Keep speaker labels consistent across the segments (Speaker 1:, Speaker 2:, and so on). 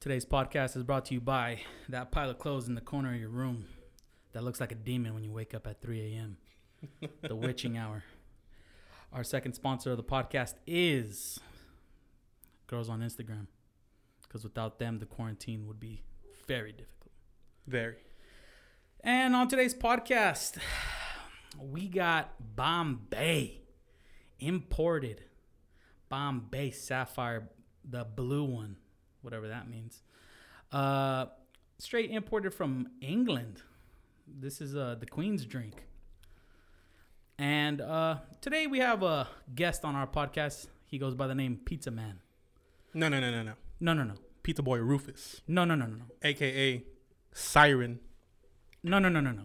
Speaker 1: Today's podcast is brought to you by that pile of clothes in the corner of your room that looks like a demon when you wake up at 3 a.m. the witching hour. Our second sponsor of the podcast is Girls on Instagram. Because without them, the quarantine would be very difficult.
Speaker 2: Very.
Speaker 1: And on today's podcast, we got Bombay imported Bombay Sapphire, the blue one, whatever that means. Uh, straight imported from England. This is uh, the Queen's drink. And uh, today we have a guest on our podcast. He goes by the name Pizza Man.
Speaker 2: No, no, no, no, no.
Speaker 1: No, no, no.
Speaker 2: Pizza Boy Rufus,
Speaker 1: No, no, no, no, no.
Speaker 2: aka Siren.
Speaker 1: No, no, no, no, no.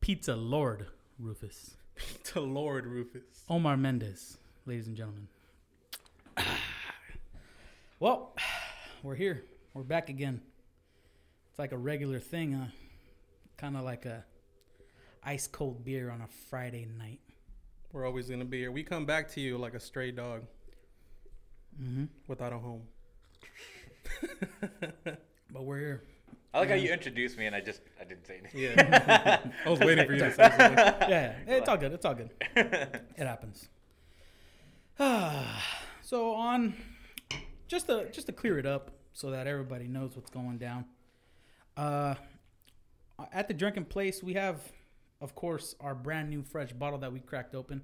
Speaker 1: Pizza Lord Rufus.
Speaker 2: Pizza Lord Rufus.
Speaker 1: Omar Mendez, ladies and gentlemen. well, we're here. We're back again. It's like a regular thing, huh? Kind of like a ice cold beer on a Friday night.
Speaker 2: We're always gonna be here. We come back to you like a stray dog
Speaker 1: Mm-hmm.
Speaker 2: without a home.
Speaker 1: But we're here.
Speaker 3: I like how you introduced me and I just I didn't say anything.
Speaker 2: Yeah. I was waiting for you to say something.
Speaker 1: yeah, yeah, it's all good. It's all good. it happens. so on, just to just to clear it up, so that everybody knows what's going down. Uh, at the drinking place, we have, of course, our brand new fresh bottle that we cracked open,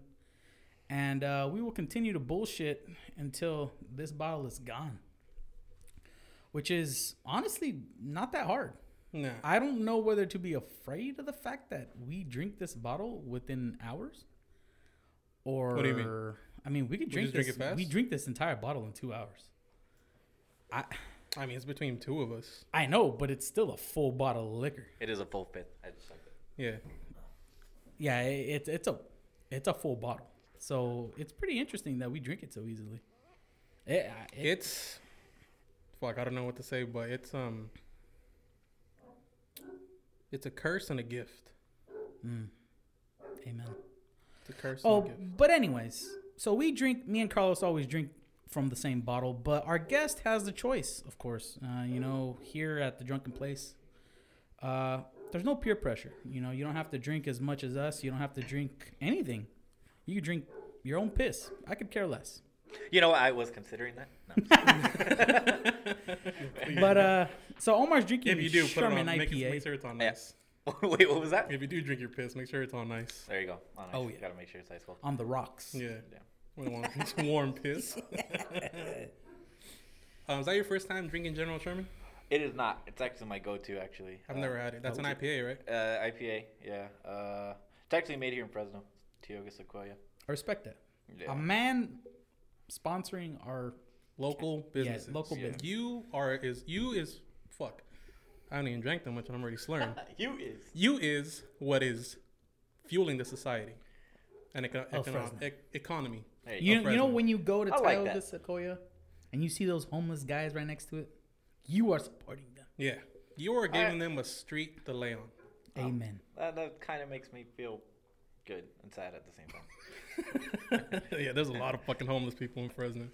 Speaker 1: and uh, we will continue to bullshit until this bottle is gone. Which is honestly not that hard.
Speaker 2: Nah.
Speaker 1: I don't know whether to be afraid of the fact that we drink this bottle within hours, or
Speaker 2: do you mean?
Speaker 1: I mean, we could drink
Speaker 2: just drink
Speaker 1: this.
Speaker 2: it fast?
Speaker 1: we drink this entire bottle in two hours. I
Speaker 2: I mean, it's between two of us.
Speaker 1: I know, but it's still a full bottle of liquor.
Speaker 3: It is a full fifth. I just like that.
Speaker 2: Yeah.
Speaker 1: Yeah, i- it's it's a it's a full bottle, so it's pretty interesting that we drink it so easily. It, I- eh, it-
Speaker 2: It's. Fuck, I don't know what to say, but it's um. It's a curse and a gift.
Speaker 1: amen.
Speaker 2: It's a curse.
Speaker 1: Oh,
Speaker 2: and a gift.
Speaker 1: but anyways, so we drink. Me and Carlos always drink from the same bottle, but our guest has the choice, of course. Uh, you know, here at the Drunken Place, uh, there's no peer pressure. You know, you don't have to drink as much as us. You don't have to drink anything. You can drink your own piss. I could care less.
Speaker 3: You know what? I was considering that. No.
Speaker 1: But uh, so Omar's drinking.
Speaker 2: if you do, put it
Speaker 1: Sherman
Speaker 2: on. Make, it,
Speaker 1: IPA.
Speaker 2: make sure it's on
Speaker 3: Yeah.
Speaker 2: ice.
Speaker 3: Wait, what was that?
Speaker 2: If you do drink your piss, make sure it's on ice.
Speaker 3: There you go. On ice.
Speaker 1: Oh, yeah.
Speaker 3: Gotta make sure it's ice cold.
Speaker 1: on the rocks.
Speaker 2: Yeah.
Speaker 3: Yeah.
Speaker 2: We don't want some warm piss. um, is that your first time drinking General Sherman?
Speaker 3: It is not. It's actually my go-to actually.
Speaker 2: I've
Speaker 3: Uh,
Speaker 2: never had it. That's an IPA, right?
Speaker 3: Uh, IPA. Yeah. Uh, it's actually made here in Fresno. Tioga Sequoia.
Speaker 1: I respect that.
Speaker 3: Yeah.
Speaker 1: A man sponsoring our
Speaker 2: Local businesses.
Speaker 1: local
Speaker 3: Yeah.
Speaker 1: business.
Speaker 2: You are is you is fuck. I haven't even drank that much and I'm already slurring.
Speaker 3: you is.
Speaker 2: you is what is fueling the society and eco-
Speaker 1: Oh,
Speaker 2: econo-
Speaker 1: Fresno.
Speaker 2: ec- economy.
Speaker 3: There you
Speaker 1: You, you
Speaker 2: Of
Speaker 1: know
Speaker 2: Fresno.
Speaker 1: when you go to
Speaker 3: I like
Speaker 1: Tioga
Speaker 3: that.
Speaker 1: Sequoia and you see those homeless guys right next to it, you are supporting them.
Speaker 2: Yeah. You are giving them a street to lay on.
Speaker 3: Oh.
Speaker 1: Amen.
Speaker 3: go. That, that kind of makes me feel good and sad at the same time.
Speaker 2: yeah, there's a lot of fucking homeless people in Fresno.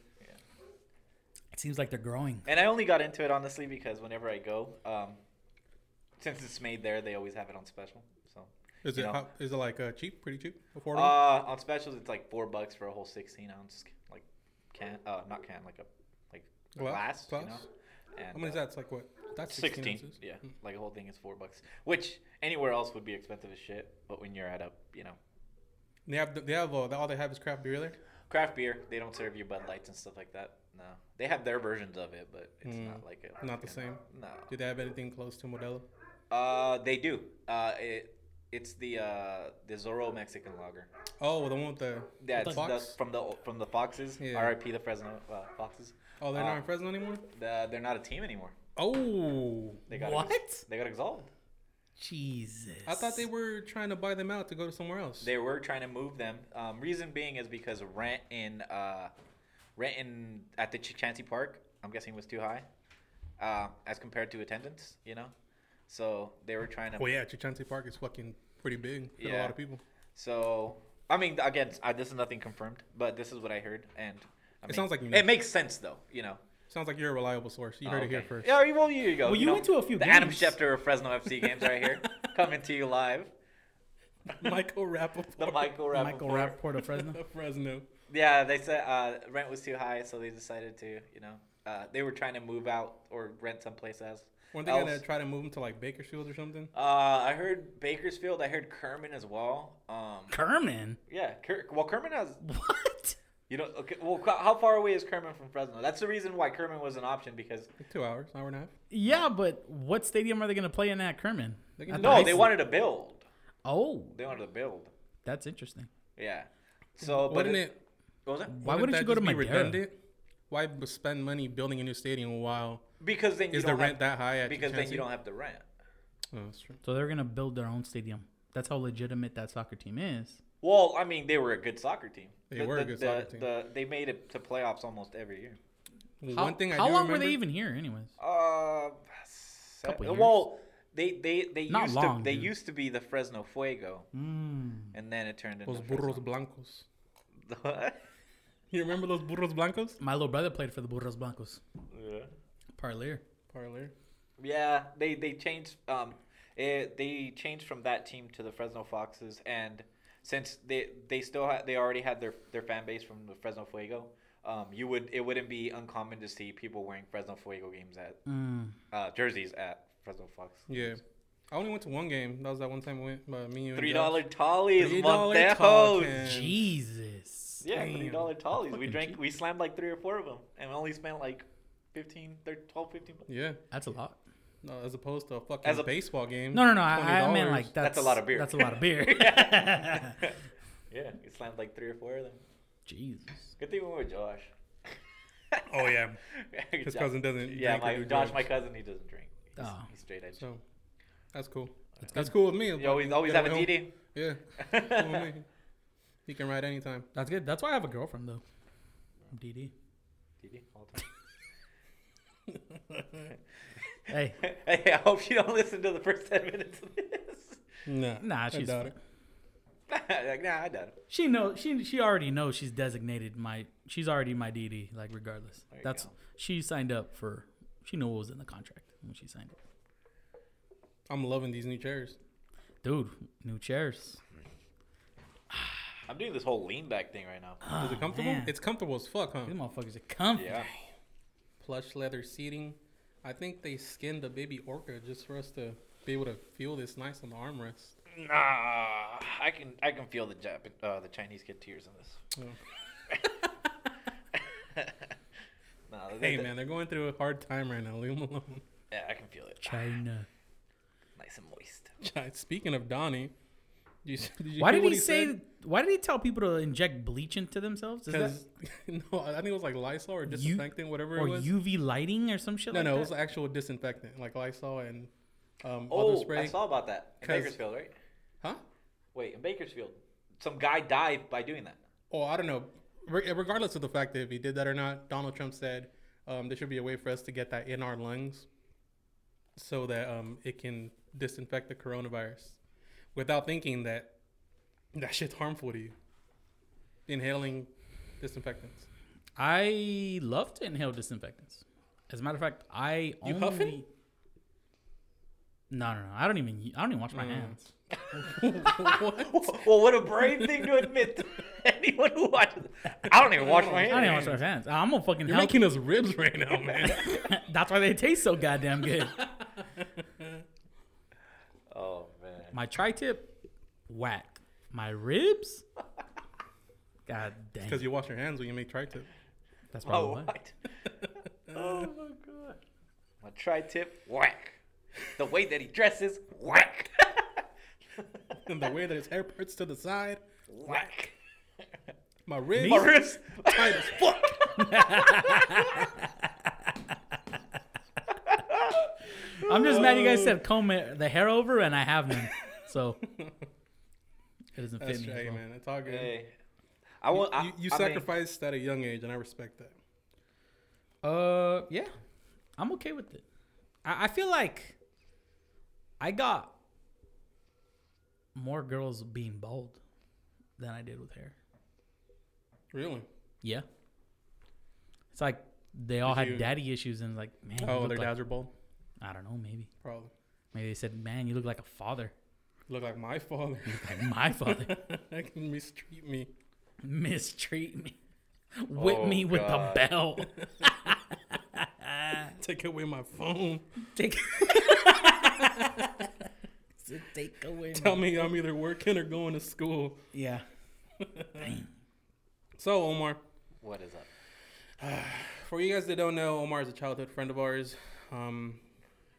Speaker 1: It seems like they're growing.
Speaker 3: And I only got into it honestly because whenever I go, um, since it's made there, they always have it on special. So
Speaker 2: Is it
Speaker 3: You know.
Speaker 2: how, is it like uh, cheap, pretty cheap,
Speaker 3: uh,
Speaker 2: affordable?
Speaker 3: on specials, it's like four bucks for a whole sixteen ounce like can, uh, not can, like a like
Speaker 2: Glass?
Speaker 3: glass,
Speaker 2: Glass?
Speaker 3: you know. And,
Speaker 2: How many is
Speaker 3: uh,
Speaker 2: that? It's like what? That's 16.
Speaker 3: Sixteen.
Speaker 2: ounces. Hmm.
Speaker 3: Yeah, like a whole thing is four bucks, which anywhere else would be expensive as shit. But when you're at a, you know,
Speaker 2: They have they have uh, all they have is craft beer there.
Speaker 3: craft beer, they don't serve you Bud Lights and stuff like that. No, they have their versions of it, but it's
Speaker 2: Mm,
Speaker 3: not like it.
Speaker 2: not the same.
Speaker 3: No.
Speaker 2: Do they have anything close to Modelo?
Speaker 3: Uh, they do. Uh, it, it's the uh, the Zorro Mexican lager.
Speaker 2: Oh, the one with the
Speaker 3: Yeah,
Speaker 2: with
Speaker 3: it's
Speaker 2: the
Speaker 3: the,
Speaker 2: fox.
Speaker 3: from the from the Foxes.
Speaker 2: Yeah.
Speaker 3: R.I.P. the Fresno uh, Foxes.
Speaker 2: oh, they're
Speaker 3: uh,
Speaker 2: not in Fresno anymore.
Speaker 3: The, they're not a team anymore.
Speaker 2: Oh,
Speaker 3: They got
Speaker 1: What?
Speaker 3: ex- they got absolved.
Speaker 1: Jesus.
Speaker 2: I thought they were trying to buy them out to go to somewhere else.
Speaker 3: They were trying to move them. Um, reason being is because rent in uh, rent in at the Chichansee Park, I'm guessing was too high, uh, as compared to attendance. You know, so they were trying to.
Speaker 2: well, yeah, Chichante Park is fucking pretty big for a
Speaker 3: Yeah.
Speaker 2: lot of people.
Speaker 3: So I mean, again, I, this is nothing confirmed, but this is what I heard, and I
Speaker 2: sounds like you know.
Speaker 3: it makes sense though. You know,
Speaker 2: Sounds like you're a reliable source. You
Speaker 3: Oh,
Speaker 2: heard it here
Speaker 3: okay.
Speaker 2: first.
Speaker 3: Yeah, well, you, you go.
Speaker 1: Well, you went to a few
Speaker 3: The Adam
Speaker 1: games.
Speaker 3: Schefter of Fresno FC games right here, coming to you live.
Speaker 2: Michael Rappaport.
Speaker 3: The Michael Rappaport.
Speaker 1: Michael Rapport of Fresno.
Speaker 2: of Fresno.
Speaker 3: Yeah, they said uh, rent was too high, so they decided to, you know, uh, they were trying to move out or rent someplace else.
Speaker 2: Weren't they
Speaker 3: else.
Speaker 2: gonna try to move him to like Bakersfield or something?
Speaker 3: Uh, I heard Bakersfield. I heard Kerman as well. Um,
Speaker 1: Kerman.
Speaker 3: yeah, Ker- well, Kerman has
Speaker 1: What?
Speaker 3: you know. Okay, well, co- how far away is Kerman from Fresno? That's the reason why Kerman was an option because
Speaker 2: Like two hours, hour and a half.
Speaker 1: Yeah, but what stadium are they going to play in at Kerman?
Speaker 2: They can
Speaker 1: At
Speaker 2: do-
Speaker 1: the
Speaker 3: no,
Speaker 1: high
Speaker 3: they
Speaker 1: school?
Speaker 3: wanted to build.
Speaker 1: Oh,
Speaker 3: They wanted to build.
Speaker 1: that's interesting.
Speaker 3: Yeah. So, but
Speaker 2: Wouldn't it?
Speaker 3: what was that?
Speaker 1: Why wouldn't
Speaker 2: that
Speaker 1: you go to
Speaker 2: just be
Speaker 1: Madera?
Speaker 2: redundant? Why b- spend money building a new stadium while
Speaker 3: Because then you
Speaker 2: is the
Speaker 3: don't
Speaker 2: rent that
Speaker 3: have,
Speaker 2: high? At
Speaker 3: because then
Speaker 2: Chelsea?
Speaker 3: you don't have the rent.
Speaker 2: Oh, that's true.
Speaker 1: So they're going to build their own stadium. That's how legitimate that soccer team is.
Speaker 3: Well, I mean, they were a good soccer team.
Speaker 2: They were a good
Speaker 3: the,
Speaker 2: soccer team.
Speaker 3: The, they made it to playoffs almost every year.
Speaker 1: How,
Speaker 2: One thing I
Speaker 1: how
Speaker 2: do
Speaker 1: long
Speaker 2: remember,
Speaker 1: were they even here, anyways?
Speaker 3: Uh, se-
Speaker 1: Couple years.
Speaker 3: well, they they they
Speaker 1: Not
Speaker 3: used
Speaker 1: long,
Speaker 3: to they
Speaker 1: dude.
Speaker 3: used to be the Fresno Fuego,
Speaker 1: Mm.
Speaker 3: and then it turned into
Speaker 2: Los
Speaker 3: Fresno-
Speaker 2: burros blancos.
Speaker 3: The what?
Speaker 2: You remember those burros blancos?
Speaker 1: My little brother played for the Burros Blancos.
Speaker 3: yeah.
Speaker 1: Parlier.
Speaker 2: Parler.
Speaker 3: they they changed um it, they changed from that team to the Fresno Foxes, and since they they still ha- they already had their their fan base from the Fresno Fuego. Um, you would it wouldn't be uncommon to see people wearing Fresno Fuego games at
Speaker 1: Mm.
Speaker 3: uh, jerseys at Fresno Fox.
Speaker 2: Yeah. I only went to one game. That was that one time we went. But me and
Speaker 3: Three
Speaker 2: Josh.
Speaker 3: dollar tallies,
Speaker 2: $3
Speaker 3: Montejos.
Speaker 2: tallies.
Speaker 1: Jesus.
Speaker 3: Yeah,
Speaker 2: Damn.
Speaker 3: three dollar tallies. We
Speaker 1: Fucking
Speaker 3: drank,
Speaker 1: cheap.
Speaker 3: we slammed like three or four of them, and we only spent like 15, 13, 12, 15 bucks.
Speaker 2: Yeah.
Speaker 1: That's a lot.
Speaker 2: No, as opposed to a fucking
Speaker 3: As a-
Speaker 2: baseball game.
Speaker 1: No, no, no. I, I
Speaker 2: $20.
Speaker 1: meant like that's,
Speaker 3: That's a lot of beer.
Speaker 1: That's a lot of beer.
Speaker 3: yeah, we slammed like three or four of them.
Speaker 1: Jesus.
Speaker 3: Good thing we were with Josh.
Speaker 2: Oh yeah. His
Speaker 3: Josh-
Speaker 2: cousin doesn't.
Speaker 3: Yeah,
Speaker 2: drink or
Speaker 3: my
Speaker 2: do
Speaker 3: Josh,
Speaker 2: drugs.
Speaker 3: my cousin, he doesn't drink. He's,
Speaker 1: Oh.
Speaker 3: he's straight edge.
Speaker 2: So, that's cool. That's, cool with me.
Speaker 3: you always always
Speaker 2: Get
Speaker 3: have a
Speaker 2: away
Speaker 3: DD.
Speaker 2: home. Yeah. cool with me. He can ride anytime.
Speaker 1: That's good. That's why I have a girlfriend though. DD.
Speaker 3: DD all the
Speaker 1: Hey,
Speaker 3: time. hey, I hope you don't listen to the first ten minutes of this.
Speaker 2: Nah.
Speaker 1: nah,
Speaker 2: I
Speaker 1: she's
Speaker 2: doubt it.
Speaker 3: like, nah, I doubt it.
Speaker 1: she knows she she already knows she's designated my she's already my DD like regardless.
Speaker 3: There you
Speaker 1: That's
Speaker 3: go.
Speaker 1: she signed up for she knew what was in the contract when she signed it.
Speaker 2: I'm loving these new chairs.
Speaker 1: Dude, new chairs.
Speaker 3: I'm doing this whole lean back thing right now.
Speaker 2: Is it comfortable?
Speaker 1: Oh, man.
Speaker 2: It's comfortable as fuck, huh?
Speaker 1: These motherfuckers are comfy.
Speaker 3: Yeah.
Speaker 2: Plush leather seating. I think they skinned a baby orca just for us to be able to feel this nice on the armrest.
Speaker 3: Nah, I can I can feel the Jap- uh, the Chinese get tears in this.
Speaker 2: Oh.
Speaker 3: nah,
Speaker 2: Hey
Speaker 3: they-
Speaker 2: man, they're going through a hard time right now. Leave them alone.
Speaker 3: yeah, I can feel it.
Speaker 1: China.
Speaker 3: Nice and moist.
Speaker 2: Speaking of Donnie, did you, did you
Speaker 1: Why
Speaker 2: hear
Speaker 1: did
Speaker 2: what
Speaker 1: he say?
Speaker 2: said?
Speaker 1: Why did he tell people to inject bleach into themselves? Is that-
Speaker 2: Because no, I think it was like Lysol or disinfectant, whatever
Speaker 1: or
Speaker 2: it was.
Speaker 1: UV lighting or some shit
Speaker 2: no,
Speaker 1: like
Speaker 2: no, it
Speaker 1: that?
Speaker 2: was actual disinfectant, like Lysol and um, other
Speaker 3: Oh,
Speaker 2: spray.
Speaker 3: I saw about that in
Speaker 2: 'Cause-
Speaker 3: Bakersfield, right?
Speaker 2: Huh?
Speaker 3: Wait, in Bakersfield, some guy died by doing that.
Speaker 2: Oh, I don't know. Re- regardless of the fact that if he did that or not, Donald Trump said um, there should be a way for us to get that in our lungs, so that um, it can disinfect the coronavirus, without thinking that that shit's harmful to you. Inhaling disinfectants.
Speaker 1: I love to inhale disinfectants. As a matter of fact, I
Speaker 2: You
Speaker 1: only.
Speaker 2: huffing?
Speaker 1: No, no, no. I don't even. I don't even wash my
Speaker 2: Mm.
Speaker 1: hands.
Speaker 3: Well, what a brave thing to admit to anyone who watches. I don't even wash my
Speaker 1: I don't even
Speaker 3: hands.
Speaker 1: wash my hands. I'm a fucking
Speaker 2: You're
Speaker 1: health.
Speaker 2: making us ribs right now, man.
Speaker 1: That's why they taste so goddamn good.
Speaker 3: Oh man.
Speaker 1: my tri-tip, whack. My ribs, god
Speaker 2: Because
Speaker 1: damn.
Speaker 2: you wash your hands when you make tri-tip.
Speaker 1: That's
Speaker 3: Oh
Speaker 1: probably why.
Speaker 3: what? oh my god. My tri-tip, whack. The way that he dresses, whack.
Speaker 2: And the way that his hair parts to the side,
Speaker 3: whack.
Speaker 2: my ribs.
Speaker 3: My ribs
Speaker 2: tight as fuck.
Speaker 1: I'm just mad you guys said comb it- the hair over, and I have none. So it doesn't fit
Speaker 2: That's
Speaker 1: me. as
Speaker 2: right,
Speaker 1: well.
Speaker 2: man. It's all good.
Speaker 3: Hey, I will. I,
Speaker 2: you you
Speaker 3: I mean,
Speaker 2: sacrificed at a young age, and I respect that.
Speaker 1: Uh, yeah, I'm okay with it. I, I feel like I got more girls being bald than I did with hair.
Speaker 2: Really?
Speaker 1: Yeah, it's like they all had
Speaker 2: you-
Speaker 1: daddy issues and like man, you
Speaker 2: Oh,
Speaker 1: look
Speaker 2: their
Speaker 1: like-
Speaker 2: dads are bald.
Speaker 1: I don't know, maybe
Speaker 2: Probably
Speaker 1: maybe they said, man, you look like a father,
Speaker 2: look like my father.
Speaker 1: You look like my father,
Speaker 2: that can mistreat me.
Speaker 1: mistreat me, whip
Speaker 3: Oh,
Speaker 1: me with the
Speaker 3: God.
Speaker 1: bell.
Speaker 2: Take away my phone.
Speaker 1: Take, take away.
Speaker 2: Tell me I'm either working or going to school.
Speaker 1: Yeah.
Speaker 2: So Omar,
Speaker 3: What is up?
Speaker 2: for you guys that don't know, Omar is a childhood friend of ours. Um,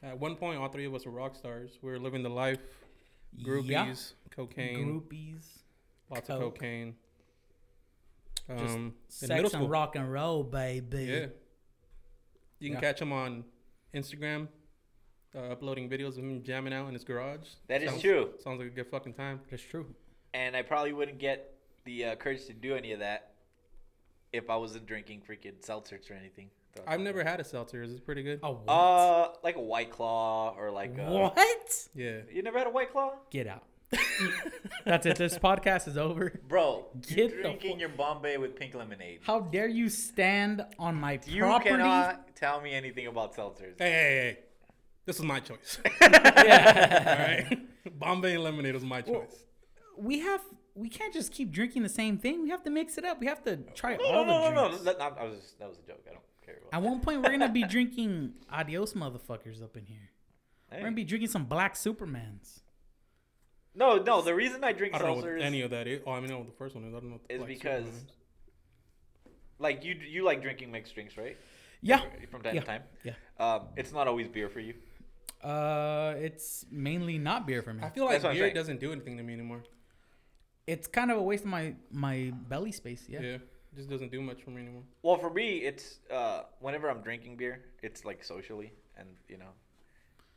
Speaker 2: at one point, all three of us were rock stars. We were living the life, groupies,
Speaker 1: Yeah.
Speaker 2: cocaine,
Speaker 1: Groupies.
Speaker 2: lots of
Speaker 1: coke.
Speaker 2: cocaine.
Speaker 1: Just
Speaker 2: Um, in middle
Speaker 1: Sex
Speaker 2: school,
Speaker 1: and rock and roll, baby.
Speaker 2: yeah. You can
Speaker 1: Yeah.
Speaker 2: catch him on Instagram, uh, uploading videos of him jamming out in his garage.
Speaker 3: That is
Speaker 2: Sounds-
Speaker 3: true.
Speaker 2: Sounds like a good fucking time.
Speaker 1: That's true.
Speaker 3: And I probably wouldn't get the uh, courage to do any of that if I wasn't drinking freaking seltzers or anything.
Speaker 2: I've never had a seltzer. It's pretty good.
Speaker 1: Oh, what?
Speaker 3: Uh, like a white claw or like a.
Speaker 1: what?
Speaker 2: Yeah.
Speaker 3: You never had a white claw,
Speaker 1: Get out. That's it. This podcast is over.
Speaker 3: bro?
Speaker 1: Get the
Speaker 3: you're drinking
Speaker 1: fu-
Speaker 3: your Bombay with pink lemonade.
Speaker 1: How dare you stand on my
Speaker 3: You
Speaker 1: property?
Speaker 3: cannot tell me anything about seltzers.
Speaker 2: Hey, hey, hey. This was my choice.
Speaker 1: Yeah.
Speaker 2: All right. Bombay and lemonade was my choice.
Speaker 1: we have. We can't just keep drinking the same thing. We have to mix it up. We have to try
Speaker 3: No,
Speaker 1: all
Speaker 3: no, no,
Speaker 1: the
Speaker 3: no, no.
Speaker 1: drinks.
Speaker 3: That, that, I was just, that was a joke. I don't care. About
Speaker 1: At one point, we're gonna be drinking adios, motherfuckers, up in here.
Speaker 3: Hey.
Speaker 1: We're gonna be drinking some black Supermans.
Speaker 3: No, no. The reason I drink
Speaker 2: I don't know what
Speaker 3: seltzers
Speaker 2: any of that is. Oh, I mean, I know what the first one is. I don't know. What the
Speaker 3: is
Speaker 2: black
Speaker 3: because,
Speaker 2: Superman is.
Speaker 3: like you, you like drinking mixed drinks, right?
Speaker 1: Yeah.
Speaker 3: From time
Speaker 1: Yeah.
Speaker 3: to time.
Speaker 1: Yeah.
Speaker 3: Um, it's not always beer for you.
Speaker 1: Uh, it's mainly not beer for me.
Speaker 2: I feel like
Speaker 3: That's what I'm
Speaker 2: beer
Speaker 3: saying.
Speaker 2: doesn't do anything to me anymore.
Speaker 1: It's kind of a waste of my my belly space. Yeah.
Speaker 2: Yeah. It just doesn't do much for me anymore.
Speaker 3: Well, for me, it's uh, whenever I'm drinking beer, it's like socially, and you know,